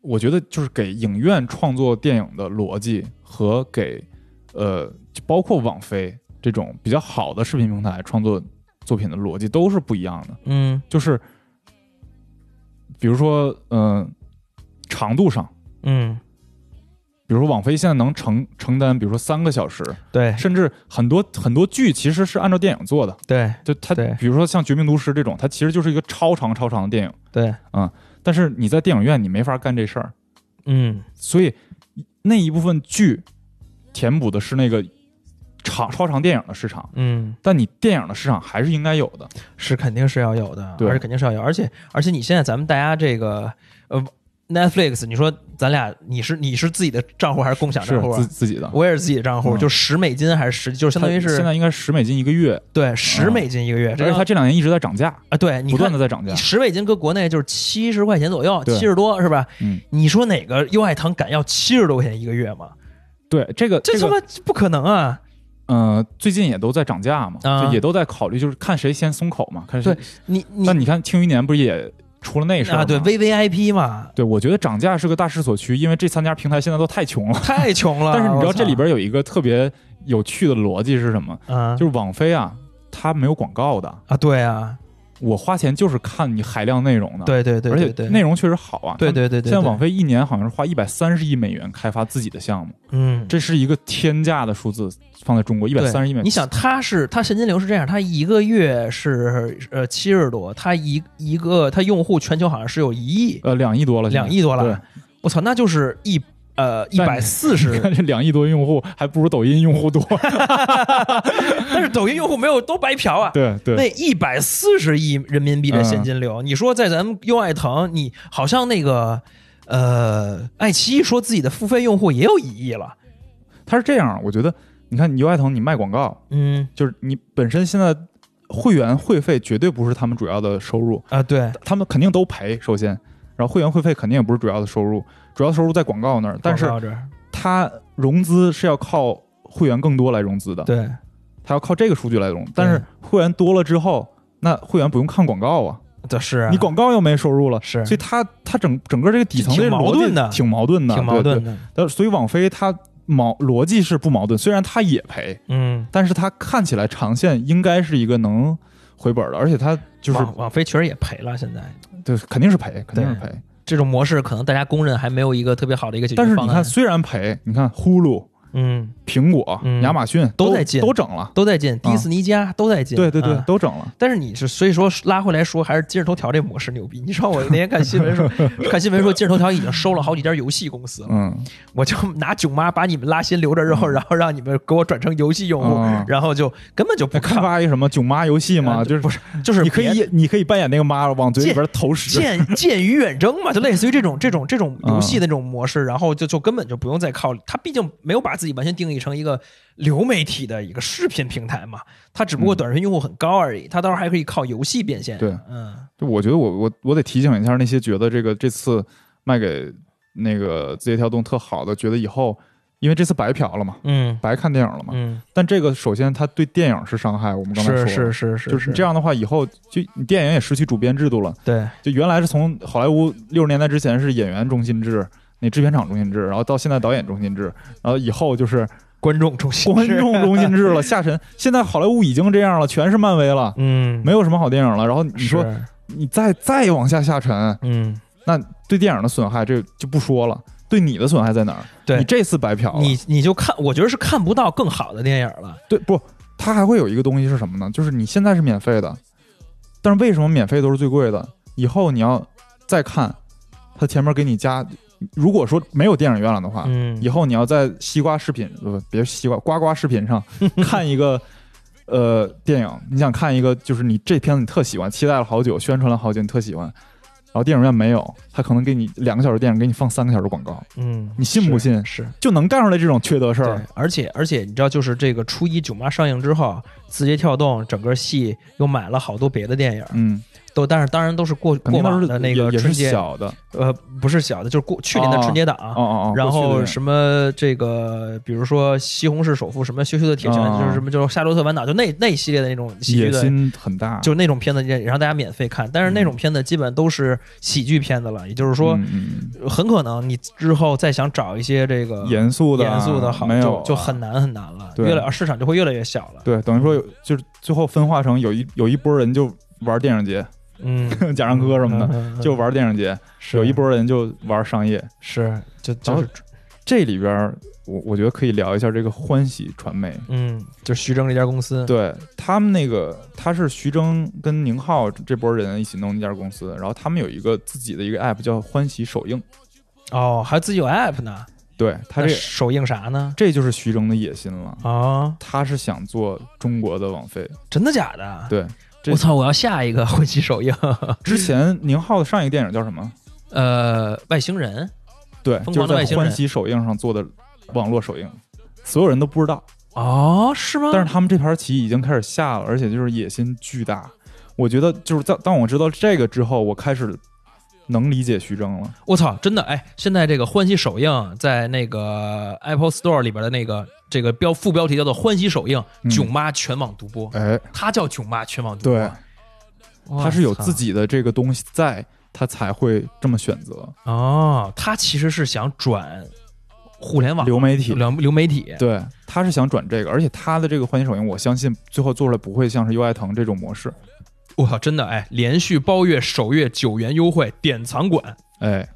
[SPEAKER 2] 我觉得就是给影院创作电影的逻辑和给呃，就包括网飞这种比较好的视频平台创作作品的逻辑都是不一样的。
[SPEAKER 3] 嗯
[SPEAKER 2] 就是，比如说，嗯、长度上，
[SPEAKER 3] 嗯，
[SPEAKER 2] 比如说网飞现在能承承担，比如说三个小时，
[SPEAKER 3] 对
[SPEAKER 2] 甚至很多很多剧其实是按照电影做的。
[SPEAKER 3] 对
[SPEAKER 2] 就它
[SPEAKER 3] 对，
[SPEAKER 2] 比如说像《绝命毒师》这种，它其实就是一个超长超长的电影，嗯
[SPEAKER 3] 对，
[SPEAKER 2] 但是你在电影院你没法干这事儿，
[SPEAKER 3] 嗯
[SPEAKER 2] 所以那一部分剧填补的是那个长超长电影的市场，
[SPEAKER 3] 嗯，
[SPEAKER 2] 但你电影的市场还是应该有的。
[SPEAKER 3] 是肯定是要有的，
[SPEAKER 2] 对
[SPEAKER 3] 而且肯定是要有，而且而且你现在咱们大家这个呃 Netflix，你说咱俩你是你是自己的账户还是共享
[SPEAKER 2] 是
[SPEAKER 3] 账户
[SPEAKER 2] 自
[SPEAKER 3] 啊？
[SPEAKER 2] 自己的，
[SPEAKER 3] 我也是自己的账户，
[SPEAKER 2] 嗯
[SPEAKER 3] 就十美金还是十，就是相当于
[SPEAKER 2] 它现
[SPEAKER 3] 是
[SPEAKER 2] 在应该十美金一个月，
[SPEAKER 3] 对十美金一个月，
[SPEAKER 2] 而
[SPEAKER 3] 这
[SPEAKER 2] 且它
[SPEAKER 3] 样
[SPEAKER 2] 这两年一直在涨价，
[SPEAKER 3] 啊，对，你
[SPEAKER 2] 不断
[SPEAKER 3] 看
[SPEAKER 2] 的在涨价。
[SPEAKER 3] 十美金搁国内就是七十块钱左右，
[SPEAKER 2] 对
[SPEAKER 3] 七十多是吧？
[SPEAKER 2] 嗯，
[SPEAKER 3] 你说哪个优爱堂敢要七十多块钱一个月吗？
[SPEAKER 2] 对这个
[SPEAKER 3] 这他
[SPEAKER 2] 个
[SPEAKER 3] 妈不可能啊！
[SPEAKER 2] 呃，最近也都在涨价嘛，
[SPEAKER 3] 啊
[SPEAKER 2] 就也都在考虑，就是看谁先松口嘛，看谁
[SPEAKER 3] 对。你你
[SPEAKER 2] 那你看《庆余年》不是也出了那事儿
[SPEAKER 3] 啊，对
[SPEAKER 2] 吗
[SPEAKER 3] VVIP 嘛，
[SPEAKER 2] 对，我觉得涨价是个大势所趋，因为这三家平台现在都太穷了。
[SPEAKER 3] 太穷了。
[SPEAKER 2] 但是你知道
[SPEAKER 3] 啊我操
[SPEAKER 2] 这里边有一个特别有趣的逻辑是什么？
[SPEAKER 3] 啊，
[SPEAKER 2] 就是网飞啊，它没有广告的，
[SPEAKER 3] 啊，对啊，
[SPEAKER 2] 我花钱就是看你海量内容的。
[SPEAKER 3] 对对对，对
[SPEAKER 2] 而且
[SPEAKER 3] 对
[SPEAKER 2] 内容确实好啊。
[SPEAKER 3] 对对对对对
[SPEAKER 2] 现在网飞一年好像是花一百三十亿美元开发自己的项目，
[SPEAKER 3] 嗯，
[SPEAKER 2] 这是一个天价的数字，放在中国一百
[SPEAKER 3] 对
[SPEAKER 2] 三十亿美元。
[SPEAKER 3] 你想，他是他现金流是这样，他一个月是呃七十多，他一一个他用户全球好像是有一亿，
[SPEAKER 2] 呃，两亿多了，
[SPEAKER 3] 两亿多
[SPEAKER 2] 对
[SPEAKER 3] 了，我操，那就是一呃一百四
[SPEAKER 2] 你 *laughs*
[SPEAKER 3] 十，
[SPEAKER 2] 看这两亿多用户还不如抖音用户
[SPEAKER 3] *laughs*
[SPEAKER 2] 多。
[SPEAKER 3] 但是抖音用户没有都白嫖啊。
[SPEAKER 2] 对
[SPEAKER 3] 那
[SPEAKER 2] 对，嗯
[SPEAKER 3] 一百四十亿人民币的现金流，你说在咱们优爱腾，你好像那个呃，爱奇艺说自己的付费用户也有一亿了，
[SPEAKER 2] 它是这样，我觉得你看优爱腾，你卖广告，
[SPEAKER 3] 嗯
[SPEAKER 2] 就是你本身现在会员会费绝对不是他们主要的收入，
[SPEAKER 3] 啊，对，
[SPEAKER 2] 他们肯定都赔。首先，然后会员会费肯定也不是主要的收入，主要收入在广告那儿，但是
[SPEAKER 3] 广告这儿
[SPEAKER 2] 它融资是要靠会员更多来融资的，
[SPEAKER 3] 对
[SPEAKER 2] 它要靠这个数据来融。但是会员多了之后，那会员不用看广告啊，
[SPEAKER 3] 这是啊
[SPEAKER 2] 你广告又没收入了，
[SPEAKER 3] 是
[SPEAKER 2] 所以它它整整个这个底层
[SPEAKER 3] 挺
[SPEAKER 2] 这个
[SPEAKER 3] 矛
[SPEAKER 2] 逻辑
[SPEAKER 3] 盾的
[SPEAKER 2] 挺矛盾的，
[SPEAKER 3] 挺矛
[SPEAKER 2] 对
[SPEAKER 3] 盾
[SPEAKER 2] 对
[SPEAKER 3] 的，
[SPEAKER 2] 但所以网飞它矛逻辑是不矛盾，虽然它也赔，
[SPEAKER 3] 嗯，
[SPEAKER 2] 但是它看起来长线应该是一个能回本的，而且它就是
[SPEAKER 3] 网网飞确实也赔了，现在
[SPEAKER 2] 对，肯定是赔，肯定是
[SPEAKER 3] 对
[SPEAKER 2] 赔。
[SPEAKER 3] 这种模式可能大家公认还没有一个特别好的一个解
[SPEAKER 2] 但
[SPEAKER 3] 决
[SPEAKER 2] 是
[SPEAKER 3] 方
[SPEAKER 2] 你
[SPEAKER 3] 案
[SPEAKER 2] 看，，虽然赔，你看呼噜、
[SPEAKER 3] 嗯，
[SPEAKER 2] 苹果、
[SPEAKER 3] 嗯
[SPEAKER 2] 亚马逊
[SPEAKER 3] 都
[SPEAKER 2] 都
[SPEAKER 3] 在进
[SPEAKER 2] 都整了，
[SPEAKER 3] 都在进，迪士尼家都在进，
[SPEAKER 2] 啊对对对，
[SPEAKER 3] 啊
[SPEAKER 2] 都整了。
[SPEAKER 3] 但是你是所以说拉回来说，还是今日头条这模式牛逼。你知道我那天看新
[SPEAKER 2] *laughs*
[SPEAKER 3] 闻说，看新闻说今日头条已经收了好几家游戏公司了，
[SPEAKER 2] 嗯，
[SPEAKER 3] 我就拿囧妈把你们拉新留着之后，然后让你们给我转成游戏用户，
[SPEAKER 2] 嗯
[SPEAKER 3] 然后就根本就不
[SPEAKER 2] 那开
[SPEAKER 3] 看，
[SPEAKER 2] 发一个什么囧妈游戏吗？
[SPEAKER 3] 啊
[SPEAKER 2] 就是
[SPEAKER 3] 不是就是
[SPEAKER 2] 你可
[SPEAKER 3] 别
[SPEAKER 2] 以你可以扮演那个妈往嘴里边投食。 *laughs*
[SPEAKER 3] 剑剑与远征嘛，就类似于这种这种这种
[SPEAKER 2] 嗯
[SPEAKER 3] 游戏的那种模式，然后就就根本就不用再靠它，毕竟没有把自己完全定义成一个流媒体的一个视频平台嘛，它只不过短视频用户很高而已，它到时候还可以靠游戏变现。
[SPEAKER 2] 嗯对
[SPEAKER 3] 嗯
[SPEAKER 2] 就我觉得我我我得提醒一下那些觉得这个这次卖给那个字节跳动特好的，觉得以后因为这次白嫖了嘛，
[SPEAKER 3] 嗯
[SPEAKER 2] 白看电影了嘛。
[SPEAKER 3] 嗯，
[SPEAKER 2] 但这个首先它对电影是伤害，我们刚才说
[SPEAKER 3] 是
[SPEAKER 2] 了
[SPEAKER 3] 是是是，
[SPEAKER 2] 就是这样的话，以后就你电影也失去主编制度了。
[SPEAKER 3] 对
[SPEAKER 2] 就原来是从好莱坞六十年代之前是演员中心制，那制片厂中心制，然后到现在导演中心制，然后以后就是
[SPEAKER 3] 观众中心
[SPEAKER 2] 观众中心制了。下沉，现在好莱坞已经这样了，全是漫威了，
[SPEAKER 3] 嗯
[SPEAKER 2] 没有什么好电影了。然后你
[SPEAKER 3] 是
[SPEAKER 2] 说你再再往下下沉，
[SPEAKER 3] 嗯。
[SPEAKER 2] 那对电影的损害这就不说了，对你的损害在哪儿？
[SPEAKER 3] 对
[SPEAKER 2] 你这次白嫖了，
[SPEAKER 3] 你你就看，我觉得是看不到更好的电影了。
[SPEAKER 2] 对不？它还会有一个东西是什么呢？就是你现在是免费的，但是为什么免费都是最贵的？以后你要再看，它前面给你加，如果说没有电影院了的话，
[SPEAKER 3] 嗯
[SPEAKER 2] 以后你要在西瓜视频不别西瓜呱呱视
[SPEAKER 6] *laughs*
[SPEAKER 2] 频上看一个呃电影，你想看一个就是你这片子你特喜欢，期待了好久，宣传了好久，你特喜欢，然后电影院没有，他可能给你两个小时电影，给你放三个小时广告，
[SPEAKER 3] 嗯，
[SPEAKER 2] 你信不
[SPEAKER 3] 是
[SPEAKER 2] 信
[SPEAKER 3] 是
[SPEAKER 2] 就能干出来这种缺德事
[SPEAKER 3] 对
[SPEAKER 2] 儿。，
[SPEAKER 3] 而且而且你知道，就是这个初一《囧妈》上映之后，字节跳动整个系又买了好多别的电影，
[SPEAKER 2] 嗯，
[SPEAKER 6] 都，但是当然都是过
[SPEAKER 2] 肯
[SPEAKER 6] 过
[SPEAKER 2] 定都
[SPEAKER 6] 往
[SPEAKER 2] 是
[SPEAKER 6] 的那
[SPEAKER 2] 也
[SPEAKER 6] 个
[SPEAKER 2] 也是
[SPEAKER 6] 春节，
[SPEAKER 2] 小的，
[SPEAKER 6] 呃，不是小的，就是过去年的春节档。
[SPEAKER 2] 哦哦
[SPEAKER 6] 啊
[SPEAKER 2] 哦，
[SPEAKER 6] 然
[SPEAKER 2] 过去
[SPEAKER 6] 后
[SPEAKER 2] 的
[SPEAKER 6] 什么这个，比如说西红柿首富，什么羞羞的铁拳，
[SPEAKER 2] 啊
[SPEAKER 6] 就是什么就是夏洛特烦恼，就那那一系列的那种喜剧
[SPEAKER 2] 野
[SPEAKER 6] 的
[SPEAKER 2] 心很大，
[SPEAKER 6] 就那种片子也也让大家免费看，但是那种片子基本都是喜剧片子了，也就是说，
[SPEAKER 2] 嗯嗯
[SPEAKER 6] 很可能你之后再想找一些这个
[SPEAKER 2] 嗯严肃的啊
[SPEAKER 6] 严肃的好，
[SPEAKER 2] 没有
[SPEAKER 6] 就
[SPEAKER 2] 啊
[SPEAKER 6] 就很难很难了，
[SPEAKER 2] 对
[SPEAKER 6] 越来市场就会越来越小了。
[SPEAKER 2] 对，等于说有就是最后分化成有一有一波人就玩电影节， *laughs*
[SPEAKER 6] 嗯，
[SPEAKER 2] 贾樟柯什么的
[SPEAKER 6] 的
[SPEAKER 2] *laughs* 就玩电影节，有一波人就玩商业。
[SPEAKER 6] 是就
[SPEAKER 2] 然
[SPEAKER 6] 就
[SPEAKER 2] 后
[SPEAKER 6] 是
[SPEAKER 2] 这里边儿我我觉得可以聊一下这个欢喜传媒，
[SPEAKER 6] 嗯，就徐峥这家公司，
[SPEAKER 2] 对他们那个他是徐峥跟宁浩这波人一起弄一家公司，然后他们有一个自己的一个 app 叫欢喜首映，
[SPEAKER 6] 哦，还自己有 app 呢，
[SPEAKER 2] 对他
[SPEAKER 6] 那
[SPEAKER 2] 这
[SPEAKER 6] 首映啥呢？
[SPEAKER 2] 这就是徐峥的野心了。
[SPEAKER 6] 啊，
[SPEAKER 2] 他是想做中国的网飞，
[SPEAKER 6] 真的假的？
[SPEAKER 2] 对，这
[SPEAKER 3] 啊我操！我要下一个 *laughs* 婚期首映，
[SPEAKER 2] 之前宁浩的上一个电影叫什么？
[SPEAKER 3] 呃，
[SPEAKER 6] 外星人
[SPEAKER 2] 对，
[SPEAKER 3] 疯
[SPEAKER 2] 就是
[SPEAKER 3] 狂的
[SPEAKER 2] 在
[SPEAKER 3] 外星人
[SPEAKER 2] 欢喜首映上做的网络首映，所有人都不知道，
[SPEAKER 6] 哦，是吗？
[SPEAKER 2] 但是他们这盘棋已经开始下了，而且就是野心巨大。我觉得就是在当我知道这个之后，我开始能理解徐峥了。
[SPEAKER 6] 我操，
[SPEAKER 3] 真的哎，现在这个欢喜首映在那个 Apple Store 里边的那个这个标副标题叫做“欢喜首映
[SPEAKER 2] 嗯
[SPEAKER 3] 囧妈全网独播
[SPEAKER 2] 哎，”，
[SPEAKER 3] 它叫囧妈全网独播啊
[SPEAKER 2] 对，，他是有自己的这个东西在，他才会这么选择
[SPEAKER 3] 哦，它其实是想转互联网
[SPEAKER 2] 流媒体。
[SPEAKER 3] 啊流流媒体，
[SPEAKER 2] 对，他是想转这个，而且他的这个欢喜首映，我相信最后做出来不会像是优爱腾这种模式。
[SPEAKER 3] 我操，真的哎，连续包月首月九元优惠，典藏馆，
[SPEAKER 2] 哎，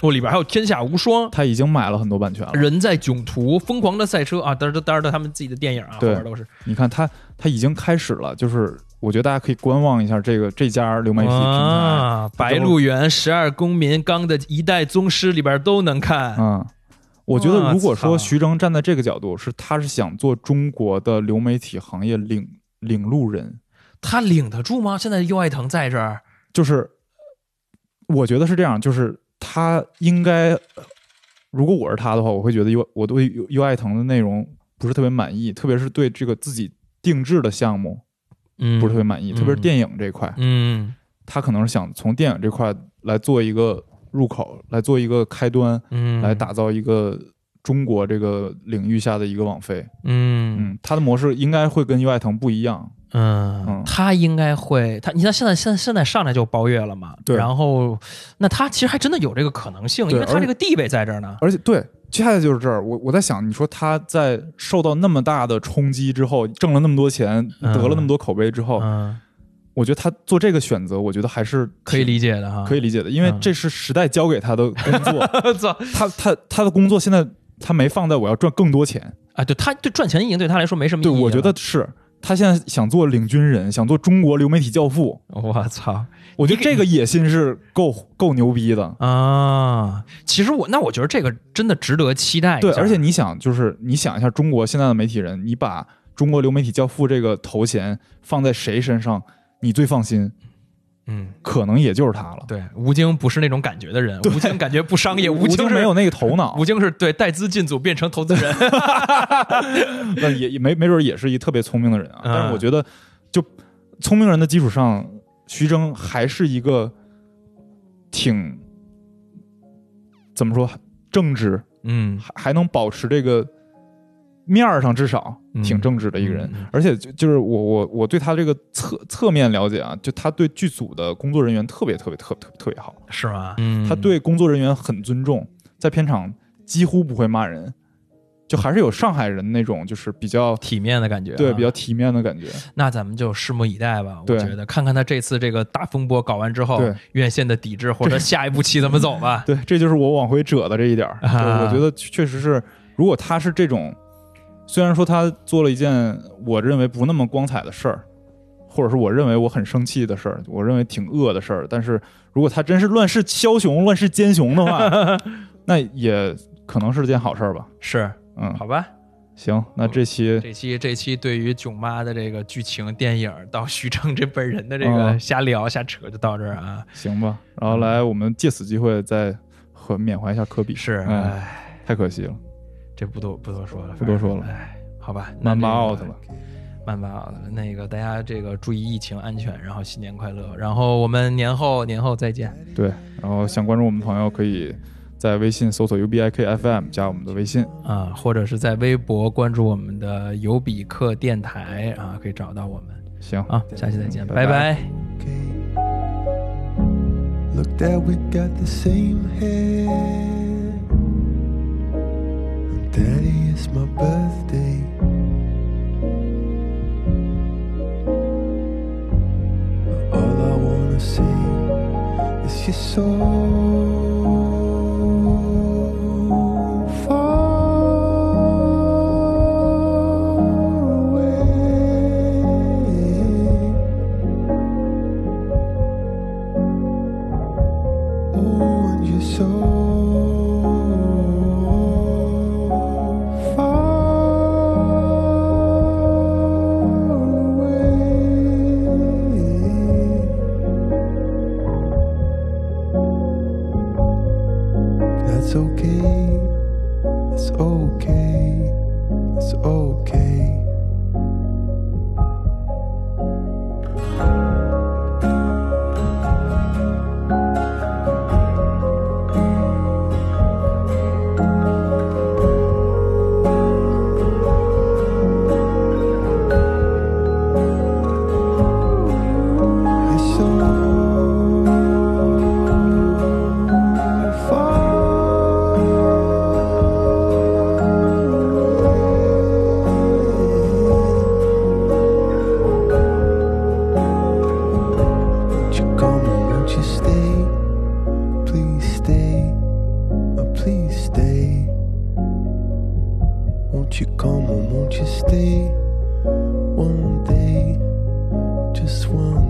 [SPEAKER 3] 我里边还有天下无双。
[SPEAKER 2] 他已经买了很多版权了。
[SPEAKER 3] 人在囧途，疯狂的赛车啊！当然，当然的，他们自己的电影啊，后
[SPEAKER 2] 对
[SPEAKER 3] 边都是
[SPEAKER 2] 你看他他已经开始了，就是我觉得大家可以观望一下这个这家流媒体平台。啊
[SPEAKER 3] 啊，《白鹿原》《十二公民》《刚的一代宗师》里边都能看。
[SPEAKER 2] 嗯，我觉得如果说
[SPEAKER 3] 哇操
[SPEAKER 2] 徐峥站在这个角度，是他是想做中国的流媒体行业领领路人，
[SPEAKER 3] 他领得住吗？现在优爱腾在这儿，
[SPEAKER 2] 就是我觉得是这样，就是他应该，呃如果我是他的话，我会觉得优我对优优爱腾的内容不是特别满意，特别是对这个自己定制的项目
[SPEAKER 3] 嗯
[SPEAKER 2] 不是特别满意，
[SPEAKER 3] 嗯
[SPEAKER 2] 特别是电影这块，
[SPEAKER 3] 嗯
[SPEAKER 2] 他可能是想从电影这块来做一个入口，来做一个开端，
[SPEAKER 3] 嗯
[SPEAKER 2] 来打造一个中国这个领域下的一个网飞。
[SPEAKER 3] 嗯
[SPEAKER 2] 嗯，它的模式应该会跟优爱腾不一样。
[SPEAKER 3] 嗯
[SPEAKER 2] 嗯，
[SPEAKER 3] 他应该会，他你看现在现在现在上来就包月了嘛，
[SPEAKER 2] 对
[SPEAKER 3] 然后那他其实还真的有这个可能性，
[SPEAKER 2] 对
[SPEAKER 3] 因为他
[SPEAKER 2] 而
[SPEAKER 3] 这个地位在这儿呢。
[SPEAKER 2] 而且对，接下来就是这儿，我我在想，你说他在受到那么大的冲击之后，挣了那么多钱，
[SPEAKER 3] 嗯
[SPEAKER 2] 得了那么多口碑之后，
[SPEAKER 3] 嗯，
[SPEAKER 2] 我觉得他做这个选择，我觉得还是
[SPEAKER 3] 可以
[SPEAKER 2] 挺
[SPEAKER 3] 理解的哈，
[SPEAKER 2] 可以。理解的，因为
[SPEAKER 3] 嗯
[SPEAKER 2] 这是时代交给他的工作， *laughs*
[SPEAKER 3] *laughs* 操
[SPEAKER 2] 他他他的工作现在他没放在我要赚更多钱。
[SPEAKER 3] 啊！对他对赚钱已经对他来说没什么意义
[SPEAKER 2] 对，
[SPEAKER 3] 了。
[SPEAKER 2] 我觉得是他现在想做领军人，想做中国流媒体教父。
[SPEAKER 3] 我操
[SPEAKER 2] 我觉得这个野心是够够牛逼的。
[SPEAKER 3] 啊！其实我那我觉得这个真的值得期待一下。
[SPEAKER 2] 对，而且你想，就是你想一下，中国现在的媒体人，你把中国流媒体教父这个头衔放在谁身上，你最放心，
[SPEAKER 3] 嗯，
[SPEAKER 2] 可能也就是他了。
[SPEAKER 3] 对，吴京不是那种感觉的人，吴京感觉不
[SPEAKER 2] *laughs*
[SPEAKER 3] 商业，
[SPEAKER 2] 吴
[SPEAKER 3] 京
[SPEAKER 2] 京
[SPEAKER 3] 是
[SPEAKER 2] 没有那个头脑
[SPEAKER 3] *laughs* 吴，京是对带资进组变成投
[SPEAKER 2] *laughs*
[SPEAKER 3] 资人，
[SPEAKER 2] 那也也没没准也是一特别聪明的人啊。
[SPEAKER 3] 嗯
[SPEAKER 2] 但是我觉得，就聪明人的基础上，徐峥还是一个挺怎么说正直，
[SPEAKER 3] 嗯
[SPEAKER 2] 还还能保持这个面儿上至少
[SPEAKER 3] 嗯
[SPEAKER 2] 挺正直的一个人，
[SPEAKER 3] 嗯嗯
[SPEAKER 2] 而且就就是我我我对他这个侧侧面了解啊，就他对剧组的工作人员特别特别特别特别特别好，
[SPEAKER 6] 是吗？
[SPEAKER 3] 嗯
[SPEAKER 2] 他对工作人员很尊重，在片场几乎不会骂人，就还是有上海人那种就是比较
[SPEAKER 3] 体面的感觉啊，
[SPEAKER 2] 对比较体面的感觉，
[SPEAKER 3] 那咱们就拭目以待吧。我
[SPEAKER 2] 对
[SPEAKER 3] 觉得看看他这次这个大风波搞完之后
[SPEAKER 2] 对，
[SPEAKER 3] 院线的抵制或者下一步棋怎么
[SPEAKER 2] *laughs*
[SPEAKER 3] 走吧。
[SPEAKER 2] 对，这就是我往回折的这一点儿。
[SPEAKER 3] 啊
[SPEAKER 2] 对我觉得确实是，如果他是这种，虽然说他做了一件我认为不那么光彩的事儿，或者是我认为我很生气的事儿，我认为挺恶的事儿，但是如果他真是乱世枭雄、乱世奸雄的
[SPEAKER 3] *laughs*
[SPEAKER 2] 话，那也可能是件好事儿吧。
[SPEAKER 3] 是，
[SPEAKER 2] 嗯，
[SPEAKER 3] 好吧。
[SPEAKER 2] 行，那这期
[SPEAKER 3] 哦这期这期对于囧妈的这个剧情、电影到徐峥这本人的这个
[SPEAKER 2] 嗯
[SPEAKER 3] 瞎聊瞎扯就到这儿啊。
[SPEAKER 2] 行吧，然后来我们借此机会再和缅怀一下科比，
[SPEAKER 3] 嗯是，
[SPEAKER 2] 哎，
[SPEAKER 3] 哎，
[SPEAKER 2] 太可惜了，
[SPEAKER 3] 这不多不多说了，
[SPEAKER 2] 不多说了
[SPEAKER 3] 哎，好吧，那
[SPEAKER 2] 曼巴
[SPEAKER 3] 这个
[SPEAKER 2] out 了，
[SPEAKER 3] 曼巴啊，那个大家这个注意疫情安全，然后新年快乐，然后我们年后年后再见。
[SPEAKER 2] 对，然后想关注我们的朋友可以在微信搜索 UBIKFM 加我们的微信。
[SPEAKER 3] 啊，或者是在微博关注我们的尤比克电台啊，可以找到我们
[SPEAKER 2] 行
[SPEAKER 3] 啊。下期再见，
[SPEAKER 2] 嗯拜
[SPEAKER 3] 拜
[SPEAKER 2] 拜
[SPEAKER 3] 拜
[SPEAKER 7] Look that we got the same head. And daddy, it's my birthday. But all I wanna see is your soul. Far away. Oh, and you're so far away. That's okay. That's okay. That's okay. You're so Won't you come? Won't you stay? Please stay. Oh, please stay. Won't you come? Won't you stay? One day just one